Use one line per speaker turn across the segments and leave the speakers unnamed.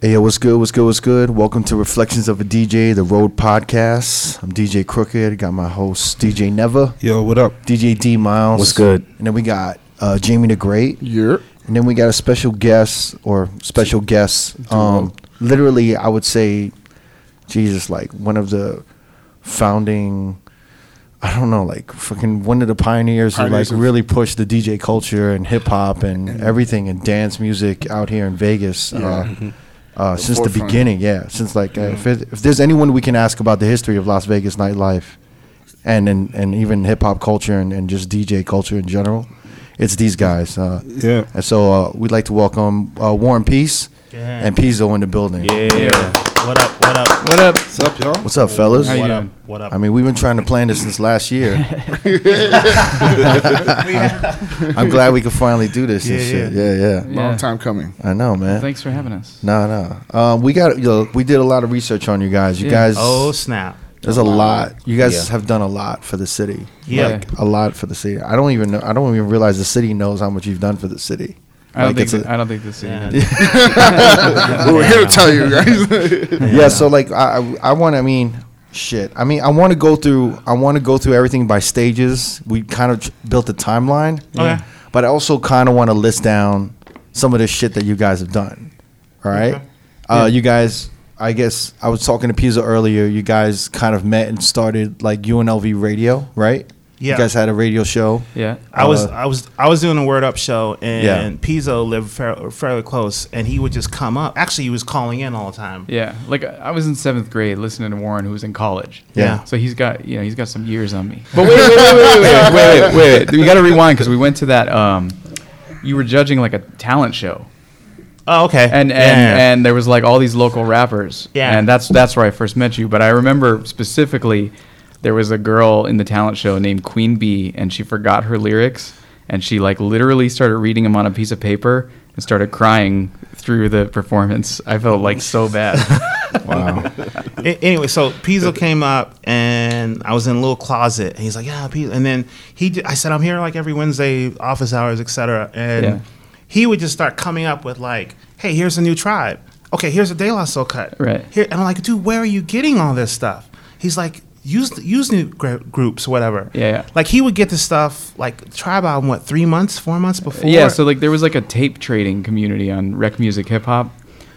Hey, yo, what's good? What's good? What's good? Welcome to Reflections of a DJ, the Road Podcast. I'm DJ Crooked. Got my host DJ Neva,
Yo, what up?
DJ D Miles.
What's good?
And then we got uh, Jamie the Great.
You're
And then we got a special guest or special guests. Um, literally, I would say, Jesus, like one of the founding, I don't know, like fucking one of the pioneers,
Pioneers
who like
of- Mm-hmm.
really pushed the DJ culture and hip hop and everything and dance music out here in Vegas. Uh, uh, since the
Mm-hmm. forefront. Mm-hmm.
beginning, yeah. Since like, uh, if, it, if there's anyone we can ask about the history of Las Vegas nightlife, and and, and even hip hop culture and, and just DJ culture in general, it's these guys. Uh,
Yeah.
and so uh, we'd like to welcome uh, War and Peace and Pizzo in the building.
What up? What up?
What up? What's up, y'all?
What's up, fellas?
How you
What
doing?
up? What up?
I mean, we've been trying to plan this since last year. I'm glad we could finally do this. and
Yeah,
shit. yeah, yeah.
long
Yeah.
time coming.
I know, man.
Thanks for having us.
no, no. Um, we got you know, we did a lot of research on you guys. You
Yeah.
guys,
oh snap!
there's a lot. You guys
Yeah.
have done a lot for the city.
Yeah.
like, a lot for the city. I don't even know. I don't even realize the city knows how much you've done for the city.
I don't
Like,
think
it's a-
th- I don't think this is
Yeah.
We're here to tell you guys.
yeah, so like i i, I want to i mean shit i mean i want to go through i want to go through everything by stages we kind of tr- built a timeline
Okay.
but i also kind of want to list down some of the shit that you guys have done all right uh you guys i guess i was talking to pisa earlier you guys kind of met and started like unlv radio right
Yeah.
you guys had a radio show
Yeah.
I was
Uh,
I was I was doing a word up show and
Yeah.
Pizzo lived fair, fairly close and he would just come up. Actually, he was calling in all the time.
Yeah. Like I was in seventh grade listening to Warren, who was in college.
Yeah.
So he's got you know he's got some years on me. But wait wait wait wait wait wait wait, wait, wait. We got to rewind because we went to that. Um, you were judging like a talent show,
Oh, okay.
and and
yeah.
and there was like all these local rappers.
Yeah.
And that's that's where I first met you. But I remember specifically there was a girl in the talent show named Queen Bee, and she forgot her lyrics, and she like literally started reading them on a piece of paper and started crying through the performance. I felt like so bad.
A- anyway, so Pizzo came up and I was in a little closet and he's like, yeah, Pizzo. And then he, j- I said, I'm here like every Wednesday, office hours, etc. And
Yeah.
he would just start coming up with like, hey, here's a new tribe. Okay, here's a De La Soul cut.
Right.
Here, and I'm like, dude, where are you getting all this stuff? He's like, use use new gra- groups, whatever.
Yeah, yeah.
Like he would get this stuff like tribe album what three months, four months before.
Yeah, so like there was like a tape trading community on rec music hip hop,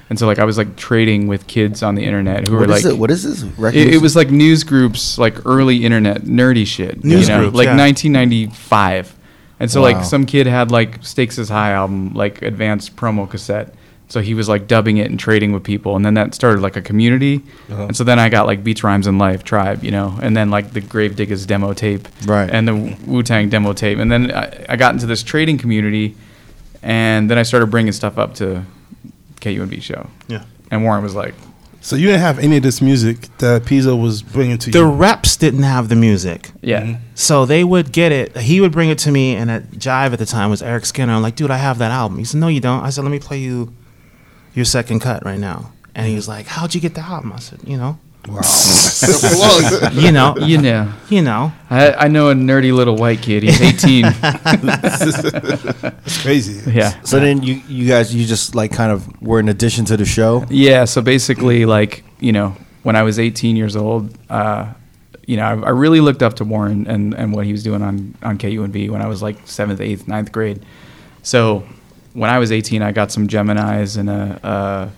and so like I was like trading with kids on the internet who were
what
like,
is it what is this
it, it was like news groups, like early internet nerdy shit,
News
you know,
groups,
like
yeah.
1995, and so
Wow.
like some kid had like Stakes is High album, like advanced promo cassette. So he was like dubbing it and trading with people, and then that started like a community.
Uh-huh.
And so then I got like Beach Rhymes and Life Tribe, you know, and then like the Gravediggers demo tape,
Right.
and the Wu Tang demo tape, and then I, I got into this trading community, and then I started bringing stuff up to KUNB show,
Yeah.
and Warren was like,
So you didn't have any of this music that Pizzo was bringing to
The
you.
reps didn't have the music.
yeah.
So they would get it. He would bring it to me, and at Jive at the time was Eric Skinner. I'm like, dude, I have that album. He said, no, you don't. I said, let me play you your second cut right now. And he was like, how'd you get the album? I said, you know, you know, you,
You know,
you know.
I, I know a nerdy little white kid. He's 18.
It's crazy.
yeah.
so then you you guys you just like kind of were an addition to the show
Yeah. So basically, like, you know, when I was 18 years old, uh, you know, I, I really looked up to Warren and, and what he was doing on, on KUNV when I was like seventh, eighth, ninth grade. So when I was 18, I got some Geminis and a, uh,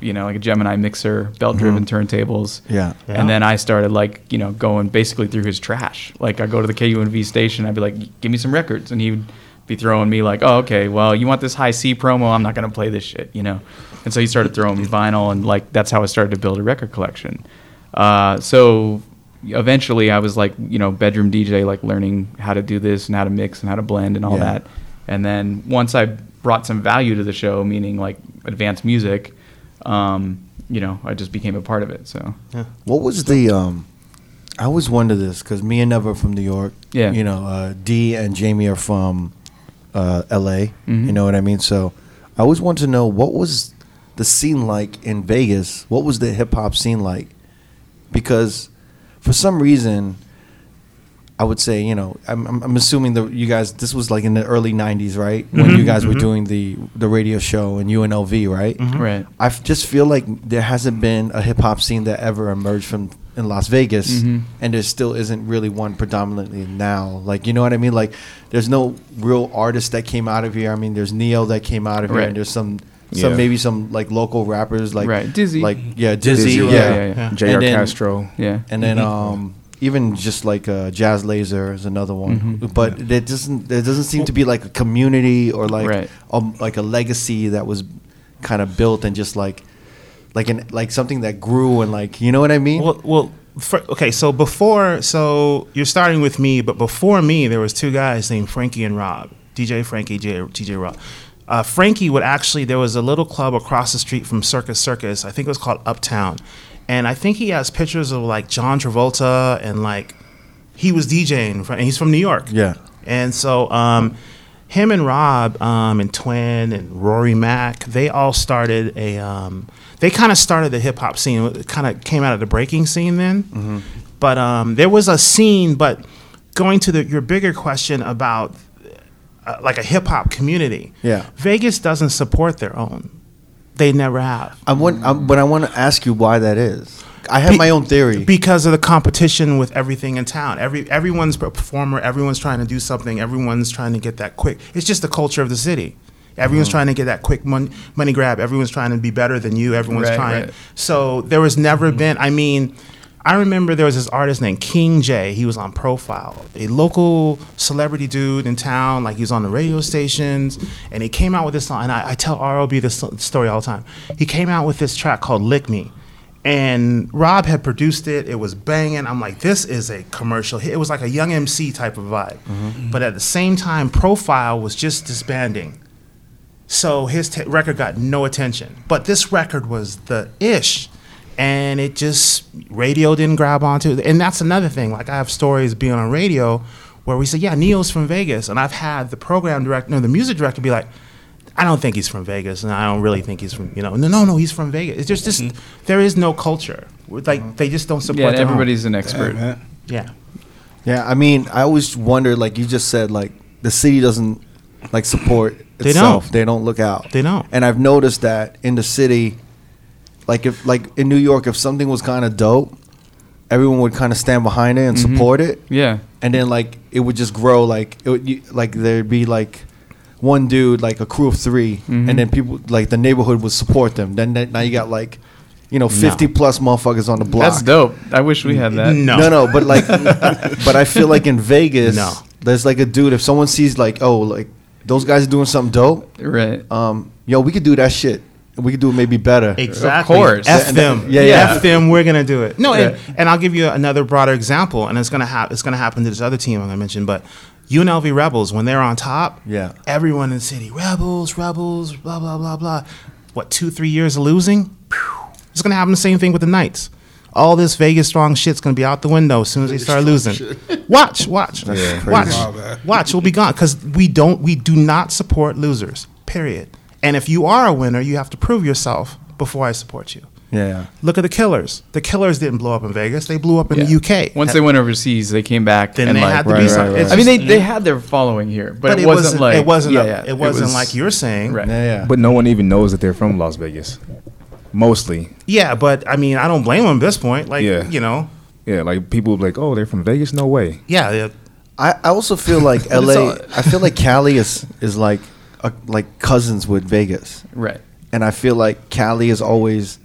you know, like a Gemini mixer, belt driven turntables.
Yeah.
Yeah.
And then I started like, you know, going basically through his trash. Like I go to the KUNV station, I'd be like, give me some records. And he would be throwing me like, oh, okay, well, you want this high C promo? I'm not going to play this shit, you know? And so he started throwing me vinyl and like, that's how I started to build a record collection. Uh, so eventually I was like, you know, bedroom DJ, like learning how to do this and how to mix and how to blend and all
Yeah.
that. And then once I brought some value to the show, meaning like advanced music, um, you know, I just became a part of it. So
What was the um? I always wonder this because me and Never are from New York.
Yeah.
You know, uh, D and Jamie are from uh, L.A. You know what I mean? So I always want to know what was the scene like in Vegas. What was the hip hop scene like? Because for some reason, I would say, you know, I'm, I'm, I'm assuming that you guys, this was like in the early 90s, right? When you guys were doing the, the radio show and UNLV, right?
Right.
I f- just feel like there hasn't been a hip hop scene that ever emerged from in Las Vegas,
Mm-hmm.
and there still isn't really one predominantly now. Like, you know what I mean? Like, there's no real artist that came out of here. I mean, there's Neo that came out of here,
Right.
and there's some. Some
Yeah.
maybe some like local rappers like
Right. Dizzy.
like yeah Dizzy,
Dizzy,
yeah.
right,
yeah, yeah.
And
J.R.
then-
Castro.
Yeah.
and then um, even just like uh, Jazz Laser is another one, but there doesn't there doesn't seem to be like a community or like
Right.
a, like a legacy that was kind of built and just like like an like something that grew and like you know what I mean?
Well, well fir- okay. So before, so you're starting with me, but before me, there was two guys named Frankie and Rob, DJ Frankie, J- DJ Rob. Uh, Frankie would actually there was a little club across the street from Circus Circus. I think it was called Uptown, and I think he has pictures of like John Travolta and like he was DJing. From, and he's from New York.
Yeah.
And so, um, him and Rob um, and Twin and Rory Mack, they all started a. Um, they kind of started the hip hop scene. It kind of came out of the breaking scene then, but um, there was a scene. But going to the, your bigger question about uh, like a hip hop community,
Yeah.
Vegas doesn't support their own. They never have
I want, I'm, but I want to ask you why that is. I have
Be-
my own theory.
because of the competition with everything in town. Every everyone's a performer. Everyone's trying to do something. Everyone's trying to get that quick. It's just the culture of the city.
Mm.
Everyone's trying to get that quick money, money grab. Everyone's trying to be better than you. Everyone's
Right,
trying.
right.
So there was never been. I mean, I remember there was this artist named King J. He was on Profile, a local celebrity dude in town. Like he was on the radio stations, and he came out with this song. And I, I tell ROB this so- story all the time. He came out with this track called "Lick Me." And Rob had produced it. It was banging. I'm like, this is a commercial hit. It was like a young MC type of vibe. But at the same time, Profile was just disbanding. So his t- record got no attention. But this record was the ish. And it just, radio didn't grab onto it. And that's another thing. Like, I have stories being on radio where we say, yeah, Neil's from Vegas. And I've had the program director, no, the music director be like, I don't think he's from Vegas. And I don't really think he's from, you know, no, no, no, he's from Vegas. It's just, just there is no culture. With, Like, they just don't
Mm-hmm.
support
Yeah, and
their own.
everybody's an expert.
Yeah.
yeah, I mean, I always wonder. Like you just said, like the city doesn't like support
They
itself.
don't.
They don't look out.
They don't.
And I've noticed that in the city, like if like in New York, if something was kind of dope, everyone would kind of stand behind it and
Mm-hmm.
support it.
Yeah.
and then like it would just grow like it would you, like there'd be like one dude like a crew of 3
Mm-hmm.
and then people like the neighborhood would support them then that, now you got like you know 50 plus motherfuckers on the block
That's dope. I wish we had that.
No.
no no but like but i feel like in vegas
No.
there's like a dude if someone sees like oh like those guys are doing something dope
Right.
um yo we could do that shit we could do it maybe better
Exactly.
course.
F
And-
them.
yeah, yeah.
F them. We're gonna do it. No, and,
Yeah.
and I'll give you another broader example, and it's gonna happen. It's gonna happen to this other team I'm gonna mention, but UNLV Rebels when they're on top.
Yeah.
Everyone in the city, Rebels, Rebels, blah blah blah blah. What two three years of losing? Phew. It's gonna happen the same thing with the Knights. All this Vegas strong shit's gonna be out the window as soon as they start losing. Watch, watch, watch,
Wow, man.
watch. We'll be gone because we don't. We do not support losers. Period. And if you are a winner, you have to prove yourself before I support you.
yeah
Look at the Killers. The Killers didn't blow up in Vegas. They blew up in
Yeah.
the UK.
Once they went overseas, they came back.
then
and
they
like,
had to
Right,
be
right,
something.
right.
It's
I mean, they,
just-
they had their following here, but, it, wasn't, like
it wasn't
yeah,
a-
yeah,
it wasn't
was-
like you're saying.
right.
yeah yeah
But no one even knows that they're from Las Vegas. Mostly.
Yeah, but I mean, I don't blame them at this point. Like
Yeah.
you know,
Yeah, like people would be like, oh, they're from Vegas? No way.
yeah, yeah,
I, I also feel like
it's
LA.
all-
I feel like Cali is is like a, like cousins with Vegas,
right,
and I feel like Cali is always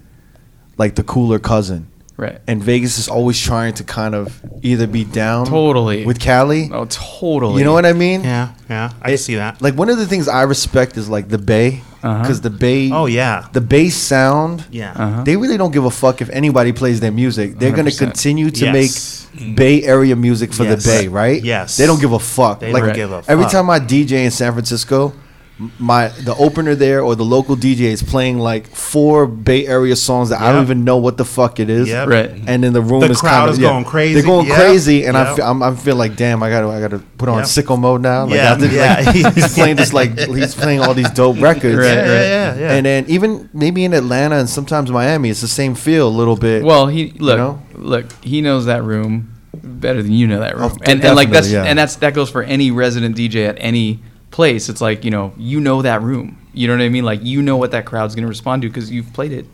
like the cooler cousin,
right.
and Vegas is always trying to kind of either be down
Totally.
with Cali.
oh, totally.
You know what I mean?
yeah, yeah. I can see that.
Like one of the things I respect is like the Bay, because the Bay.
Oh, yeah.
The Bay sound.
Yeah.
Uh-huh.
They really don't give a fuck if anybody plays their music. They're going to
100%.
continue to
Yes.
make Bay Area music for
Yes.
the Bay, right?
Yes.
They don't give a fuck.
They
like,
don't give a
Every
fuck.
time I DJ in San Francisco, m- my the opener there or the local DJ is playing like four Bay Area songs that I don't
Yep.
even know what the fuck it is.
Yep.
Right.
And then the room
The
is
crowd
kinda-
is
yeah.
going crazy.
They're going
Yep.
crazy, and I
Yep.
feel, I'm, I feel like damn, I gotta I gotta put on
Yep.
sicko mode now. Like,
Yeah.
I think, like,
Yeah.
he's playing this like he's playing all these dope records.
Right, Yeah,
yeah, right. yeah, yeah.
And then even maybe in Atlanta and sometimes Miami, it's the same feel a little bit.
Well, he look,
know?
look. He knows that room. better than you know that room.
Oh,
and, and like that's
definitely, yeah.
and that's that goes for any resident DJ at any place. It's like you know you know that room. You know what I mean? Like you know what that crowd's gonna respond to because you've played it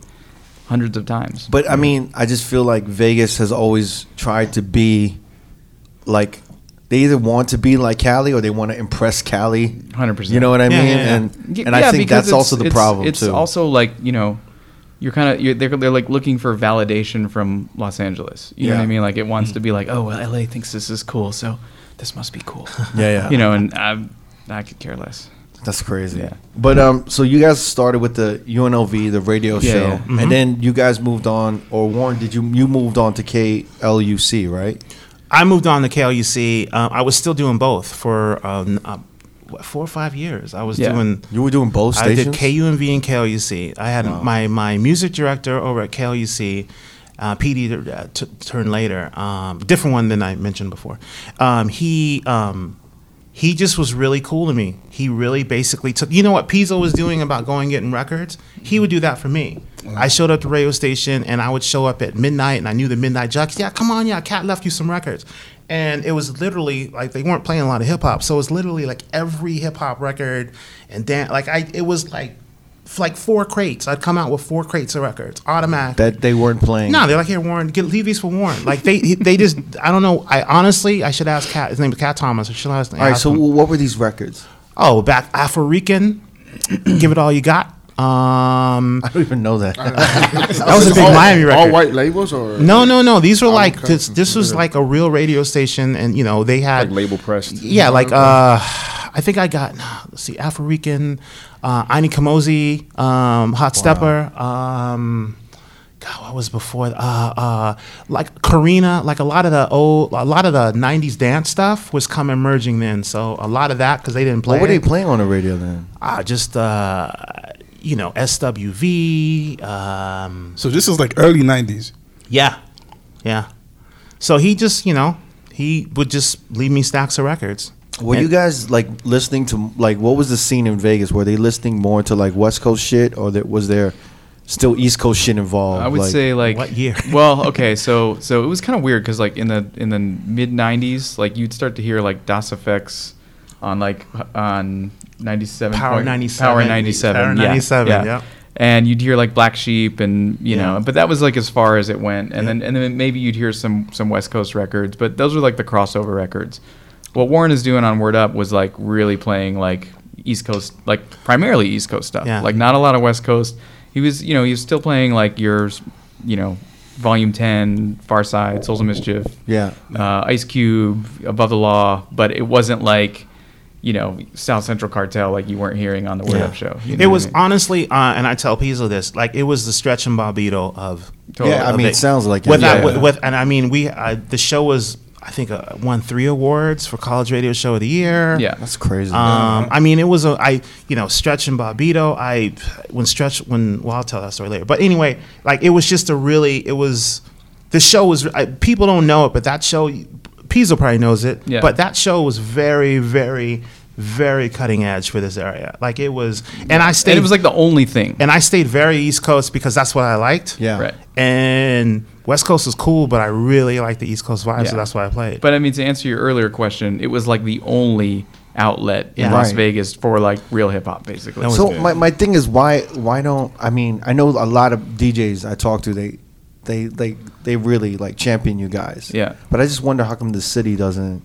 hundreds of times.
But I mean, I just feel like Vegas has always tried to be like they either want to be like Cali or they want to impress Cali.
100%.
You know what I
Yeah,
mean?
yeah, yeah.
And
Y-
and I
yeah,
think
because
that's also the
it's-
problem
It's
too.
also like you know, you're kind of you're, they're they're like looking for validation from Los Angeles. You know what
Yeah. Mm-hmm.
I mean? Like it wants to be like, oh well, LA thinks this is cool, so this must be cool.
Yeah, yeah.
You know, and I I could care less.
that's crazy.
Yeah.
But um, so you guys started with the UNLV, the radio
Yeah,
show,
yeah. Mm-hmm.
and then you guys moved on, or Warren, did you you moved on to KLUC, right?
I moved on to KLUC. Um, I was still doing both for um, uh, what, four or five years. I was
Yeah.
doing.
You were doing both
I did
stations.
KUMV and KLUC. I had my, my music director over at KLUC, uh, PD uh, t- turned later, um, different one than I mentioned before. Um, he um, he just was really cool to me. He really basically took you know what Pizzo was doing about going getting records. He would do that for me. I showed up to the radio station and I would show up at midnight and I knew the midnight jocks. Yeah, come on, yeah, Cat left you some records. And it was literally like they weren't playing a lot of hip hop, so it was literally like every hip hop record and dan- like I it was like f- like four crates. I'd come out with four crates of records automatic.
that they weren't playing.
No, they're like, here, Warren, get, leave these for Warren. Like they, they just, I don't know. I honestly, I should ask Cat. His name is Cat Thomas. I should ask.
All right. So what were these records?
oh, back African, give it all you got. Um,
I don't even know that.
that was a big
all,
Miami record.
All white labels or
No, no, no. These were like
okay.
this. This was like a real radio station, and you know they had
Like label pressed.
Yeah, like uh, I think I got let's see, African, uh, Ani Kamozi, um, Hot Stepper. Um, God, what was before? Uh, uh, like Karina, like a lot of the old, a lot of the '90s dance stuff was coming merging then. So a lot of that because they didn't play.
what were
it.
they playing on the radio then?
Ah, just uh, you know, SWV. Um,
So this is like early '90s.
yeah, yeah. So he just, you know, he would just leave me stacks of records.
Were you guys like listening to like what was the scene in Vegas? Were they listening more to like West Coast shit, or that was there still East Coast shit involved?
I would
Like,
say like
what year?
well, okay, so so it was kind of weird because like in the in the mid '90s, like you'd start to hear like DOS effects on like h- on '97
Power 97.
Power '97,
Power
yeah,
97, yeah.
And you'd hear like Black Sheep and you know,
Yeah.
but that was like as far as it went. And then and then maybe you'd hear some some West Coast records, but those were like the crossover records. What Warren is doing on Word Up was like really playing like East Coast, like primarily East Coast stuff,
Yeah.
like not a lot of West Coast. He was, you know, he was still playing like your, you know, Volume 10, Far Side, Souls of Mischief.
Yeah.
Uh, Ice Cube, Above the Law, but it wasn't like, you know, South Central Cartel like you weren't hearing on the Word
Yeah.
Up show.
it was honestly, uh, and I tell Pizzo this, like it was the Stretch and Bobbito of.
Totally. Yeah, I
of
mean, it sounds like it.
Without,
Yeah.
with, with, and I mean, we uh, the show was I think uh, won three awards for College Radio Show of the Year.
Yeah.
that's crazy.
Uh-huh.
Um, I mean, it was a I you know Stretch and Bobbito. I when Stretch when well I'll tell that story later. But anyway, like it was just a really it was the show was I, people don't know it, but that show Pizzo probably knows it.
Yeah.
But that show was very very very cutting edge for this area. Like it was, and I stayed.
And it was like the only thing.
and I stayed very East Coast because that's what I liked.
yeah,
Right.
And West Coast is cool, but I really like the East Coast vibe,
Yeah.
so that's why I played.
But I mean, to answer your earlier question, it was like the only outlet in
Yeah.
Las
Right.
Vegas for like real hip hop, basically.
That was
So
good.
my, my thing is why why don't I mean I know a lot of DJs I talk to they they they they really like champion you guys.
Yeah.
But I just wonder how come the city doesn't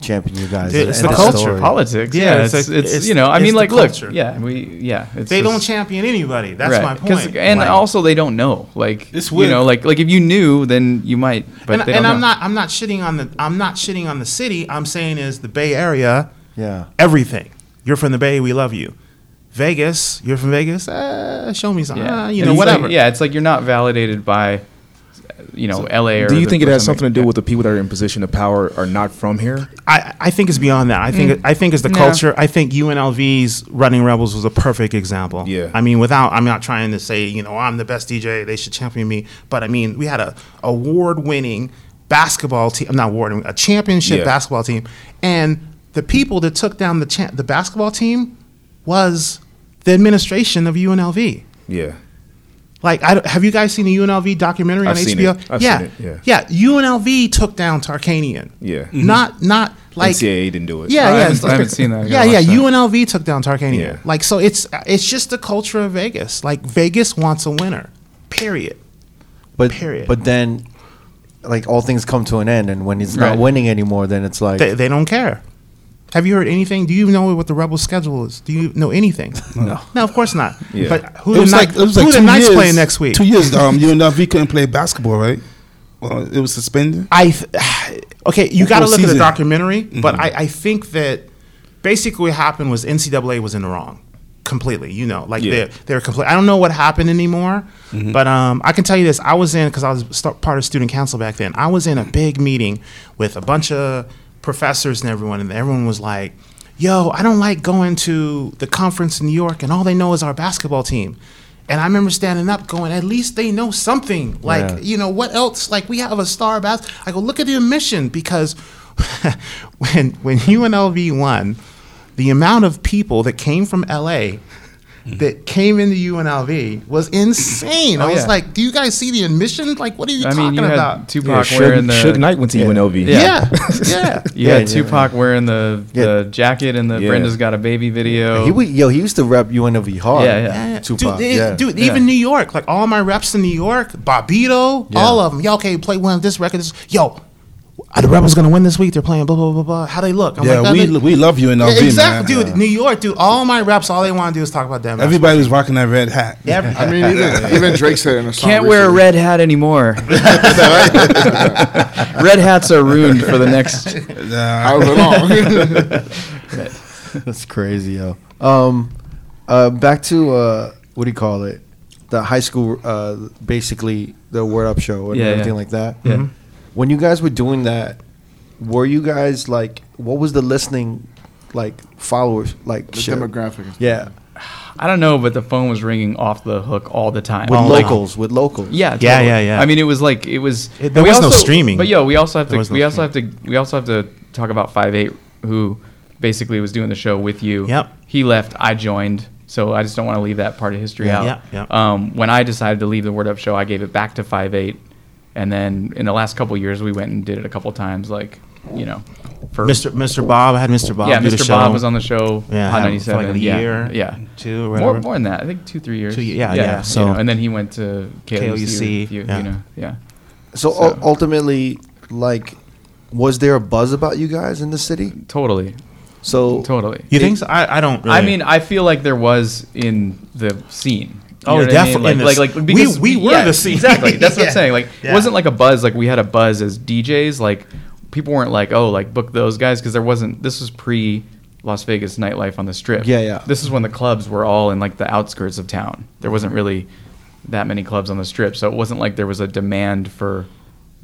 champion you guys.
Dude, it's
End
the
of
culture,
story.
politics.
Yeah,
Yeah,
it's
it's,
like-
it's,
it's-
you know, I
it's
mean,
the
like,
culture.
look, yeah, we, yeah, it's
they don't
just-
champion anybody. That's my
'Cause-
point.
And
Like-
also, they don't know. Like,
It's
you know, like,
weird.
like if you knew, then you might. But
and
they don't
and I'm
know.
not I'm not shitting on the I'm not shitting on the city. I'm saying is the Bay Area,
Yeah.
everything. You're from the Bay, we love you. Vegas, you're from Vegas. Uh, show me some,
Yeah,
uh, you
And
know,
it's like-
whatever.
yeah, it's like you're not validated by, you know, L.A. Or
Do you
the-
think it
or
has something to do with the people that are in position of power are not from here?
I, I think it's beyond that. I think I think it's the
No.
culture. I think UNLV's Running Rebels was a perfect example.
Yeah.
I mean, without I'm not trying to say you know I'm the best DJ. They should champion me. But I mean, we had a award winning basketball team. Not award a championship
Yeah.
basketball team, and the people that took down the cha- the basketball team was the administration of UNLV.
Yeah.
Like, I don't- have you guys seen the UNLV documentary
I've
on
seen
HBO?
it. I've
yeah.
seen it,
yeah, UNLV took down Tarkanian.
Yeah. Mm-hmm.
not not like
NCAA didn't do it.
Yeah,
I
yeah,
haven't-
it's
I haven't seen that. I gotta
Yeah, yeah.
watch that.
UNLV took down Tarkanian.
Yeah.
Like, so it's it's just the culture of Vegas. Like, Vegas wants a winner. Period.
But
Period.
But then, like all things come to an end, and when he's
Right.
not winning anymore, then it's like
They, they don't care. Have you heard anything? Do you know what the Rebels' schedule is? Do you know anything? No. No, of course not.
Yeah.
But who
it
the
was
Knights
like it was like
who the
two
Knights
years,
playing next week?
Two years. Um, UNLV couldn't play basketball, right? Well, it was suspended.
I th- okay, you got to
Full
look at
season.
the documentary, but I, I think that basically what happened was NCAA was in the wrong completely. You know, like
Yeah.
they're they're complete. I don't know what happened anymore, but um, I can tell you this: I was in because I was st- part of student council back then. I was in a big meeting with a bunch of professors and everyone, and everyone was like. Yo, I don't like going to the conference in New York and all they know is our basketball team. And I remember standing up going, at least they know something. Like,
Yeah.
you know, what else? Like, we have a star bath. I go, look at the admission because when when UNLV won, the amount of people that came from LA
Mm-hmm.
that came into UNLV was insane. I was
Oh, yeah.
like, do you guys see the admission? Like, what are you
I
talking
mean, you had
about?
Tupac wearing
Suge,
the.
Suge Knight went to UNLV.
yeah, yeah.
You
Yeah,
had
yeah,
Tupac wearing the,
Yeah.
the jacket and the
Yeah.
Brenda's Got a Baby video.
he would, yo he used to rep UNLV hard.
Yeah, yeah.
Yeah,
Tupac,
dude, it-
yeah.
dude,
Yeah.
even New York, like all my reps in New York, Bobito, all of them. Yo, okay, play one of this record. This, yo, are the Rebels gonna win this week? They're playing blah blah blah blah. How they look? I'm
yeah,
like, "Oh,
we
they-
we love
Yeah,
UNLV, man. Uh,
exactly, dude. New York, dude. All my reps, all they want to do is talk about them.
Everybody was rocking that red hat.
Every-
I mean, even, even Drake said in a song.
Can't wear a
recently-
red hat anymore. red hats are ruined for the next.
Uh,
However long.
That's crazy, yo. Um, uh, back to uh, what do you call it? The high school, uh, basically the word up show and
Yeah, yeah.
everything like that. Mm-hmm.
Yeah. Mhm.
When you guys were doing that, were you guys like, what was the listening, like followers, like
the
shit?
demographic.
Yeah,
I don't know, but the phone was ringing off the hook all the time.
with
All the time.
locals, with locals.
Yeah,
Yeah, yeah, yeah.
I mean, it was like it was.
It- there
we
was no
also-
streaming.
But yo, we also have
There
to.
was no
we also have to. We also have to talk about Five Eight, who basically was doing the show with you.
Yep.
He left. I joined. So I just don't want to leave that part of history
Yeah.
out.
Yeah, yeah.
Um, when I decided to leave the Word Up show, I gave it back to Five Eight, and then in the last couple years, we went and did it a couple times, like you know, for
Mr. Mr. Bob I had Mr. Bob.
yeah,
do the
Mr.
show.
Bob was on the show.
Yeah,
Hot
for
97.
like a
yeah,
year,
yeah,
two, or
more,
whatever.
more than that. I think two, three years.
Two ye- yeah, yeah,
you
so-
know, and then he went to KLUC.
KLUC,
if you, you
yeah.
know, yeah.
So,
So-
u- ultimately, like, was there a buzz about you guys in the city?
Totally,
So
totally.
You think so? I, I don't. Really.
I mean, I feel like there was in the scene. You
Oh,
know what I mean?
definitely in the
Like, like,
s-
like
we-
because
we were
yeah,
the scene.
Exactly. That's what
Yeah.
I'm saying. Like,
Yeah.
it wasn't like a buzz. Like we had a buzz as DJs. Like people weren't like, oh, like book those guys because there wasn't. This was pre Las Vegas nightlife on the Strip.
Yeah, yeah.
This is when the clubs were all in like the outskirts of town. There wasn't really that many clubs on the Strip, so it wasn't like there was a demand for,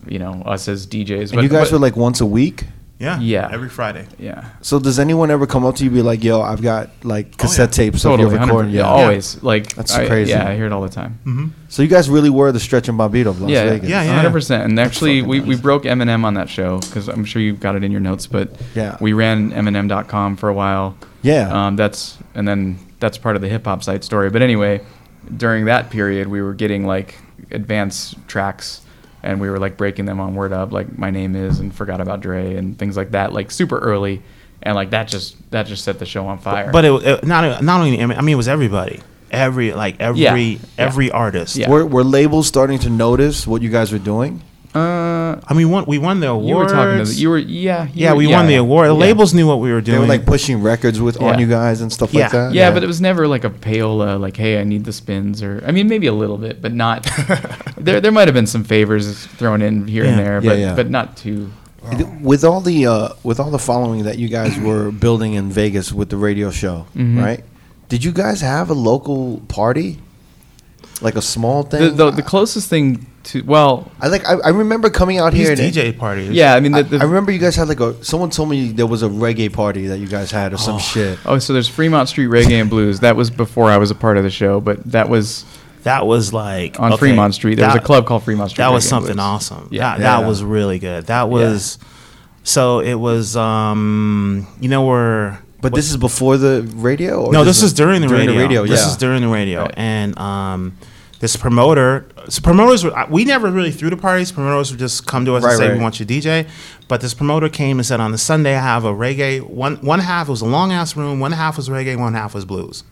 you know, us as DJs.
and you guys
but,
were like once a week.
yeah,
yeah.
Every Friday.
yeah.
So does anyone ever come up to you and be like, "Yo, I've got like cassette tapes of
Oh, Totally,
your
100%.
recording"?
yeah, always like
That's
I-
crazy.
Yeah, I hear it all the time.
So you guys really were the stretch and Bobbito of Las
yeah,
Vegas.
Yeah, yeah,
Yeah, yeah,
yeah.
100%. And actually, we, we broke Eminem on that show because I'm sure you've got it in your notes, but
Yeah.
we ran Eminem.com for a while.
Yeah.
Um, that's and then that's part of the hip hop site story. But anyway, during that period, we were getting like advanced tracks, and we were like breaking them on Word Up, like My Name Is and Forgot About Dre and things like that, like super early, and like that just that just set the show on fire.
But it, it not not only I mean it was everybody. Every like every
Yeah. Yeah.
every artist.
Yeah.
Were, were labels starting to notice what you guys were doing?
uh,
I mean, won, we won the awards.
you were talking to you were yeah you
yeah,
were-
we won the award. The
yeah.
labels knew what we were
They
doing.
were like pushing records with on
Yeah.
you guys and stuff
Yeah.
like that.
Yeah, but it was never like a payola, like, hey, I need the spins, or I mean, maybe a little bit, but not. there, there might have been some favors thrown in here and
Yeah.
there,
Yeah,
but
yeah.
but not too.
with all the uh, with all the following that you guys were building in Vegas with the radio show,
Mm-hmm.
right? Did you guys have a local party, like a small
The,
thing?
the, the closest thing to well,
I like I, I remember coming out
these
here. and-
DJ parties.
yeah, I mean,
I,
the, the,
I remember you guys had like a. Someone told me there was a reggae party that you guys had or some shit.
oh, so there's Fremont Street Reggae and Blues. That was before I was a part of the show, but that was
that was like
on
okay,
Fremont Street. There was
that-
a club called Fremont Street.
That was
Reggae and
something
Blues.
awesome.
Yeah.
Yeah, that,
Yeah.
was really good. That was so it was um you know where
But this is before the radio. Or
no this is during the radio.
During the radio,
This
yeah.
is during the radio,
Right.
and um this promoter. So promoters, were, we never really threw the parties. Promoters would just come to us
Right,
and say
right.
we want you to DJ. But this promoter came and said on the Sunday I have a reggae one one half was a long ass room, one half was reggae, one half was blues,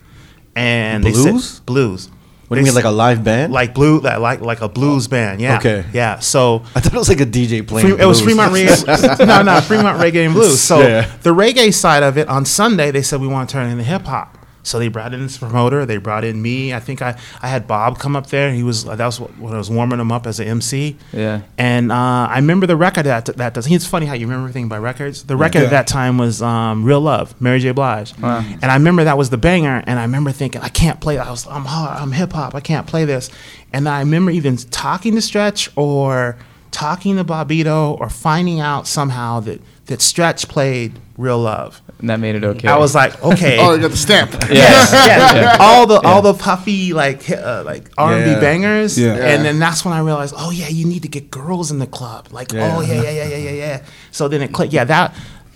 and they
Blues?
said blues.
What do you
They
mean, like a
s-
live band?
like blue like like, like a blues band? Yeah.
Okay.
Yeah. So
I thought it was like a DJ playing.
Free, it was
blues.
Fremont Reggae. no, no, Fremont Reggae and Blues. So
Yeah.
the reggae side of it on Sunday, they said we want to turn it into hip hop. So they brought in this promoter. They brought in me. I think I, I had Bob come up there. He was that was when I was warming him up as an MC.
Yeah.
And uh, I remember the record that that does. It's funny how you remember everything by records. The record
Yeah.
at that time was um, Real Love, Mary J. Blige.
Wow.
And I remember that was the banger. And I remember thinking I can't play. I was I'm hard. I'm hip hop. I can't play this. And I remember even talking to Stretch or talking to Bobito or finding out somehow that that Stretch played Real Love.
and that made it okay.
I was like, okay.
Oh, you got the stamp.
yes, yeah.
all the all the puffy like hi- uh, like R and
Yeah.
B bangers,
Yeah.
and then that's when I realized, oh yeah, you need to get girls in the club. Like, oh yeah, yeah, yeah, yeah, yeah, yeah. So then it clicked. Yeah, that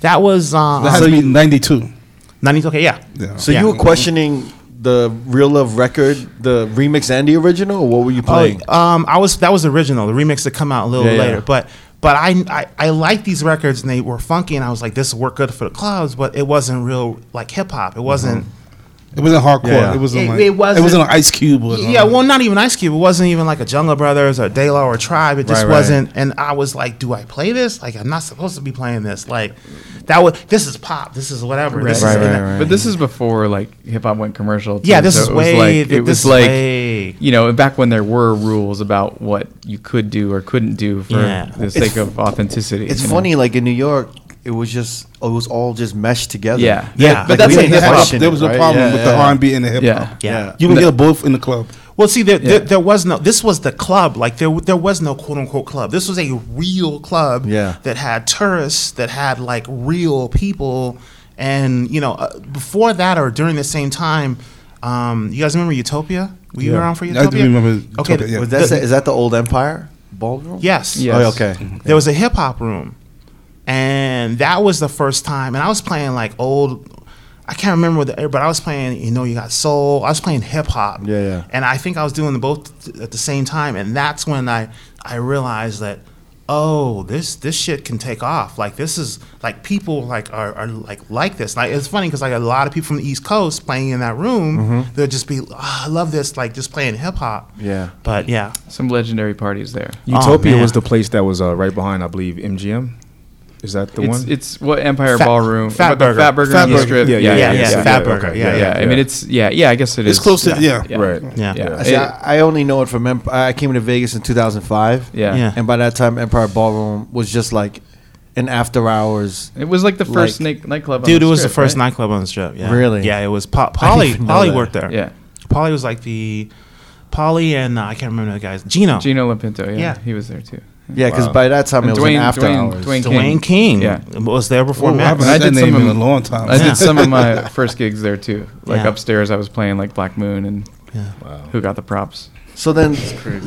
that was um,
That had to be 92.
90s. Okay, yeah.
Yeah.
So
Yeah.
you were questioning the Real Love record, the remix and the original, or what were you playing?
Oh, um, I was that was the original. The remix that come out a little
Yeah, yeah.
later, but but I I, I like these records and they were funky and I was like, this will work good for the clubs, but it wasn't real like hip hop. It wasn't.
It wasn't hardcore.
Yeah.
It wasn't
It-
like
it
it wasn't,
wasn't-
it wasn't an Ice Cube. Or um,
Yeah, well, not even Ice Cube. It wasn't even like a Jungle Brothers or De La or Tribe. It just
Right, right.
wasn't. And I was like, do I play this? Like, I'm not supposed to be playing this. Like, that was this is pop. This is whatever. This
Right,
is,
right,
and I-
right.
But this is before like hip hop went commercial. too,
Yeah, this
so
is
it was
way.
like, it
this
was
is
like
way-
you know back when there were rules about what you could do or couldn't do for
Yeah.
the sake of authenticity.
it's
you know?
funny, like in New York, it was just it was all just meshed together.
Yeah.
yeah,
But
but
that's
that's
like
hip hop.
question
There was
it,
a
right?
problem
Yeah,
with the
yeah.
R and B and the hip hop.
Yeah.
yeah.
Yeah.
You can get both in the club.
Well, see, there,
Yeah.
there, there was no. This was the club. Like there, there was no quote unquote club. This was a real club.
Yeah.
That had tourists. That had like real people. And you know, uh, before that or during the same time, um, you guys remember Utopia? Were you
Yeah.
around for
I do
Utopia?
remember
Okay.
Utopia, yeah.
Was
Was
that, is that the old Empire ballroom?
yes.
Yeah.
Oh,
Yes.
okay.
Mm-hmm. There was a hip hop room, and that was the first time. And I was playing like old. I can't remember the, but I was playing. You know, you got soul. I was playing hip hop.
Yeah, yeah.
And I think I was doing both t- at the same time, and that's when I I realized that oh this this shit can take off. Like this is like people like are, are like like this. Like it's funny because like a lot of people from the East Coast playing in that room, they'll just be "Ah, I love this like just playing hip hop.
Mm-hmm. Yeah.
But yeah,
Some legendary parties there.
Aw,
Oh,
Utopia
man.
was the place that was uh, right behind, I believe, MGM. Is that the
it's,
one?
It's what Empire
Fat-
Ballroom,
Fat
but the
Burger.
Fat Burger
Fat
on the
Burger.
strip.
Yeah,
yeah,
yeah,
yeah, Fat
okay,
Burger, yeah,
yeah, yeah. I mean, it's yeah, yeah. I guess it
It's
is.
close to- yeah.
Right.
Yeah.
yeah.
I see, I, I only know it from Emp- I came to Vegas in 2005.
Yeah.
Yeah.
And by that time, Empire Ballroom was just like an after hours.
It was like the first
Like-
night, nightclub. on
Dude, it was
strip,
the first
right?
nightclub on the strip. Yeah.
Really?
Yeah, it was po-
didn't
Polly.
even know
Polly
that.
worked there.
Yeah.
Polly was like the Polly and uh, I can't remember the guys. Gino.
Gino Lapinto. Yeah,
Yeah.
he was there too.
Yeah, because
Wow.
by that time
And
it was
Dwayne-
an after
Dwayne-
hours.
Dwayne
Dwayne King.
King. Yeah.
Was there before
Ooh, I
Max.
haven't
I
heard that
did some
name
of
in a
them.
long time.
I did some of my first gigs there too. Like
Yeah.
upstairs, I was playing like Black Moon and
Yeah.
Who Got the Props.
So then,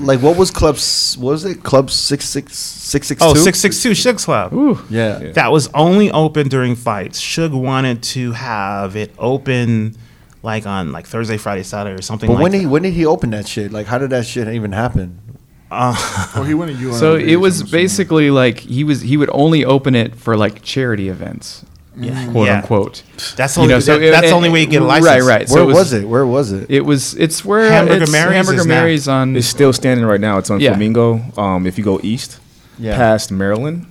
like, what was Club? s- What was it? Club six six six six two.
Oh, 662 Shug's Club.
Ooh,
Yeah. yeah.
That was only open during fights. Shug wanted to have it open like on like Thursday, Friday, Saturday or something
But
like
when
that.
he when did he open that shit? Like, how did that shit even happen?
Uh,
Oh, he went to UNLV.
So it was
I'm assuming.
basically like he was he would only open it for like charity events,
Yeah.
quote
Yeah.
unquote.
That's
You
only
know, so
that- that's
it-
the only way you get a
right,
license.
right. So
Where
it
was, it? Where was it?
It was it's where
Hamburger
it's
Mary's
Hamburger
is now-
Mary's on
It's still standing right now. It's on
Yeah.
Flamingo. Um, if you go east,
Yeah.
past Maryland,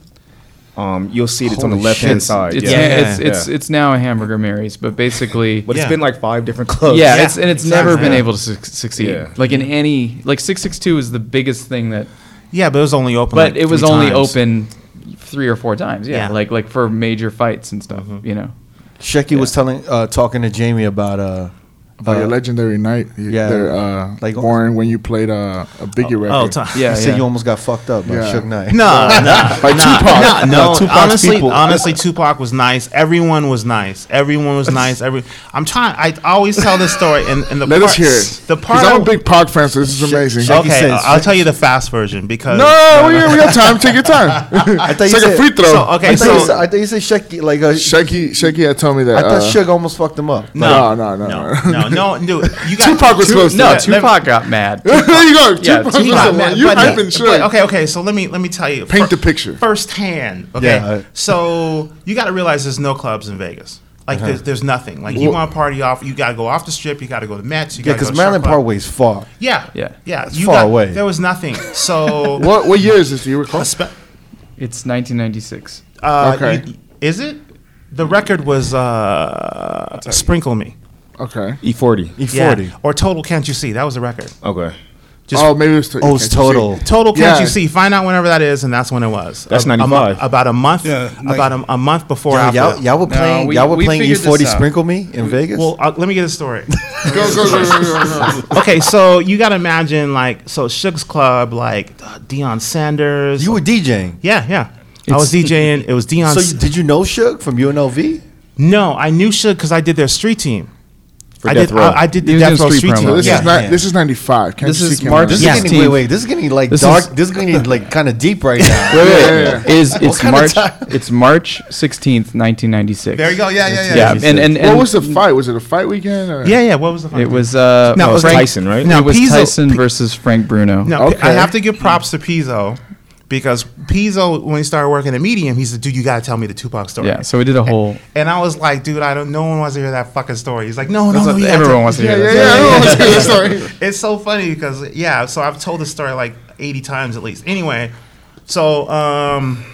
um, you'll see it. It's on the
Holy
left hand
shit.
side.
It's,
Yeah.
yeah, it's it's
Yeah.
it's now a Hamburger Mary's, but basically,
but
Yeah.
it's been like five different clubs.
yeah,
Yeah,
it's and it's
exactly.
never been
Yeah.
able to suc succeed.
Yeah.
Like in any like six six two is the biggest thing that,
Yeah, but it was only open.
but
like,
it was
three
only
times.
open three or four times. Yeah,
Yeah.
like like for major fights and stuff. You know,
Shecky was telling, uh, talking to Jamie about uh,
Like
uh,
a Oh, legendary night.
yeah.
Yeah. There, uh,
Like-
like Warren, when you played uh, a Biggie record.
Oh, time.
He
yeah,
said
yeah.
you almost got fucked up by
Yeah.
Shook Knight.
No, no,
Uh, By Tupac.
no, no.
Tupac's
honestly,
people.
honestly, Tupac was nice. Everyone was nice. Everyone was nice. Every I'm trying. I always tell this story, and, and the
Let
part,
us hear it.
The part
Because I'm
I-
a big Pac fan, so this is amazing.
Okay,
says-
I'll tell you the fast version because
No, no, no, we're in real time. Take your time.
I thought
It's
you
like
said.
a free throw.
So, okay,
I thought, you
so-
said I thought you said Shecky. Like, uh,
Shaky, Shaky had told me that.
I thought
uh,
Shook almost fucked him up.
No, no, no,
no,
no.
no,
no, no, dude. You got
Tupac was
Tup-
supposed to.
No,
Yeah,
Tupac got mad.
there you go.
Yeah,
Tupac
Tupac,
Shakur.
man,
you
but-
hyping
but-
shit.
Okay, okay. So let me let me tell you.
Paint the picture.
firsthand. Okay,
Yeah, I-
so you got to realize there's no clubs in Vegas. Like
Uh-huh.
there's, there's nothing. Like you
Well-
want to party off, you got to go off the strip. You got to go to Mets. You
Yeah,
got to go
because
to
Maryland
strip club.
Parkway's far.
Yeah,
Yeah.
yeah.
It's far away.
There was nothing. So
What what year is this? Do you recall?
Spe-
It's 1996.
uh,
Okay.
you- is it? The record was uh, "Sprinkle Me."
Okay.
E40.
E40.
Oh,
Yeah. Or total can't you see? That was the record.
Okay.
Just-
oh, maybe it was. To,
Oh, it's total.
Total can't
Yeah.
you see? Find out whenever that is, and that's when it was.
That's
A- a mo-
95.
about a month.
Yeah, like-
about a, a month before.
Yo,
after.
y'all, y'all were playing.
we-
y'all were
we
playing
figured
E40.
this out.
Sprinkle me in Vegas.
Well, uh, let me get a story.
Go go go go go. go.
okay, so you got to imagine like so Suge's Club, like uh, Deion Sanders.
you were DJing.
yeah, yeah. I was DJing. It was Deion.
So you, did you know Suge from UNLV?
no, I knew Suge because I did their street team. I
Death
did.
Row.
I, I did the
He was
Death
doing
Row
street
street
promo.
team.
So this
Yeah,
is not.
yeah.
This is ninety five.
This is March-
March.
This
Yes,
is getting wait,
Steve.
wait. This is getting like
This
dark.
is-
this is getting like kind of deep right now.
Yeah, yeah, yeah.
Is it's
Oh, kind of
March?
time?
It's March 16th, 1996.
There you go. Yeah, yeah, yeah.
Yeah, and and, and
What was the fight? Was it a fight weekend? Or?
Yeah, yeah. What was the? fun
It
thing?
was uh
No, it was
Frank-
Tyson, right?
No,
it was
Pizzo-
Tyson versus Frank Bruno.
No, P- I
Okay.
have to give props to Pizzo because Pizzo, when he started working at Medium, he said, "Dude, you got to tell me the Tupac story."
Yeah, so we did a whole.
and I was like, "Dude, I don't. No one wants to hear that fucking story." He's like, "No, no,
That's
no,
what
you gotta
everyone
tell-
wants to
Yeah,
hear.
yeah,
that.
yeah. I don't want to hear this story.
it's so funny because yeah so i've told this story like 80 times at least anyway so um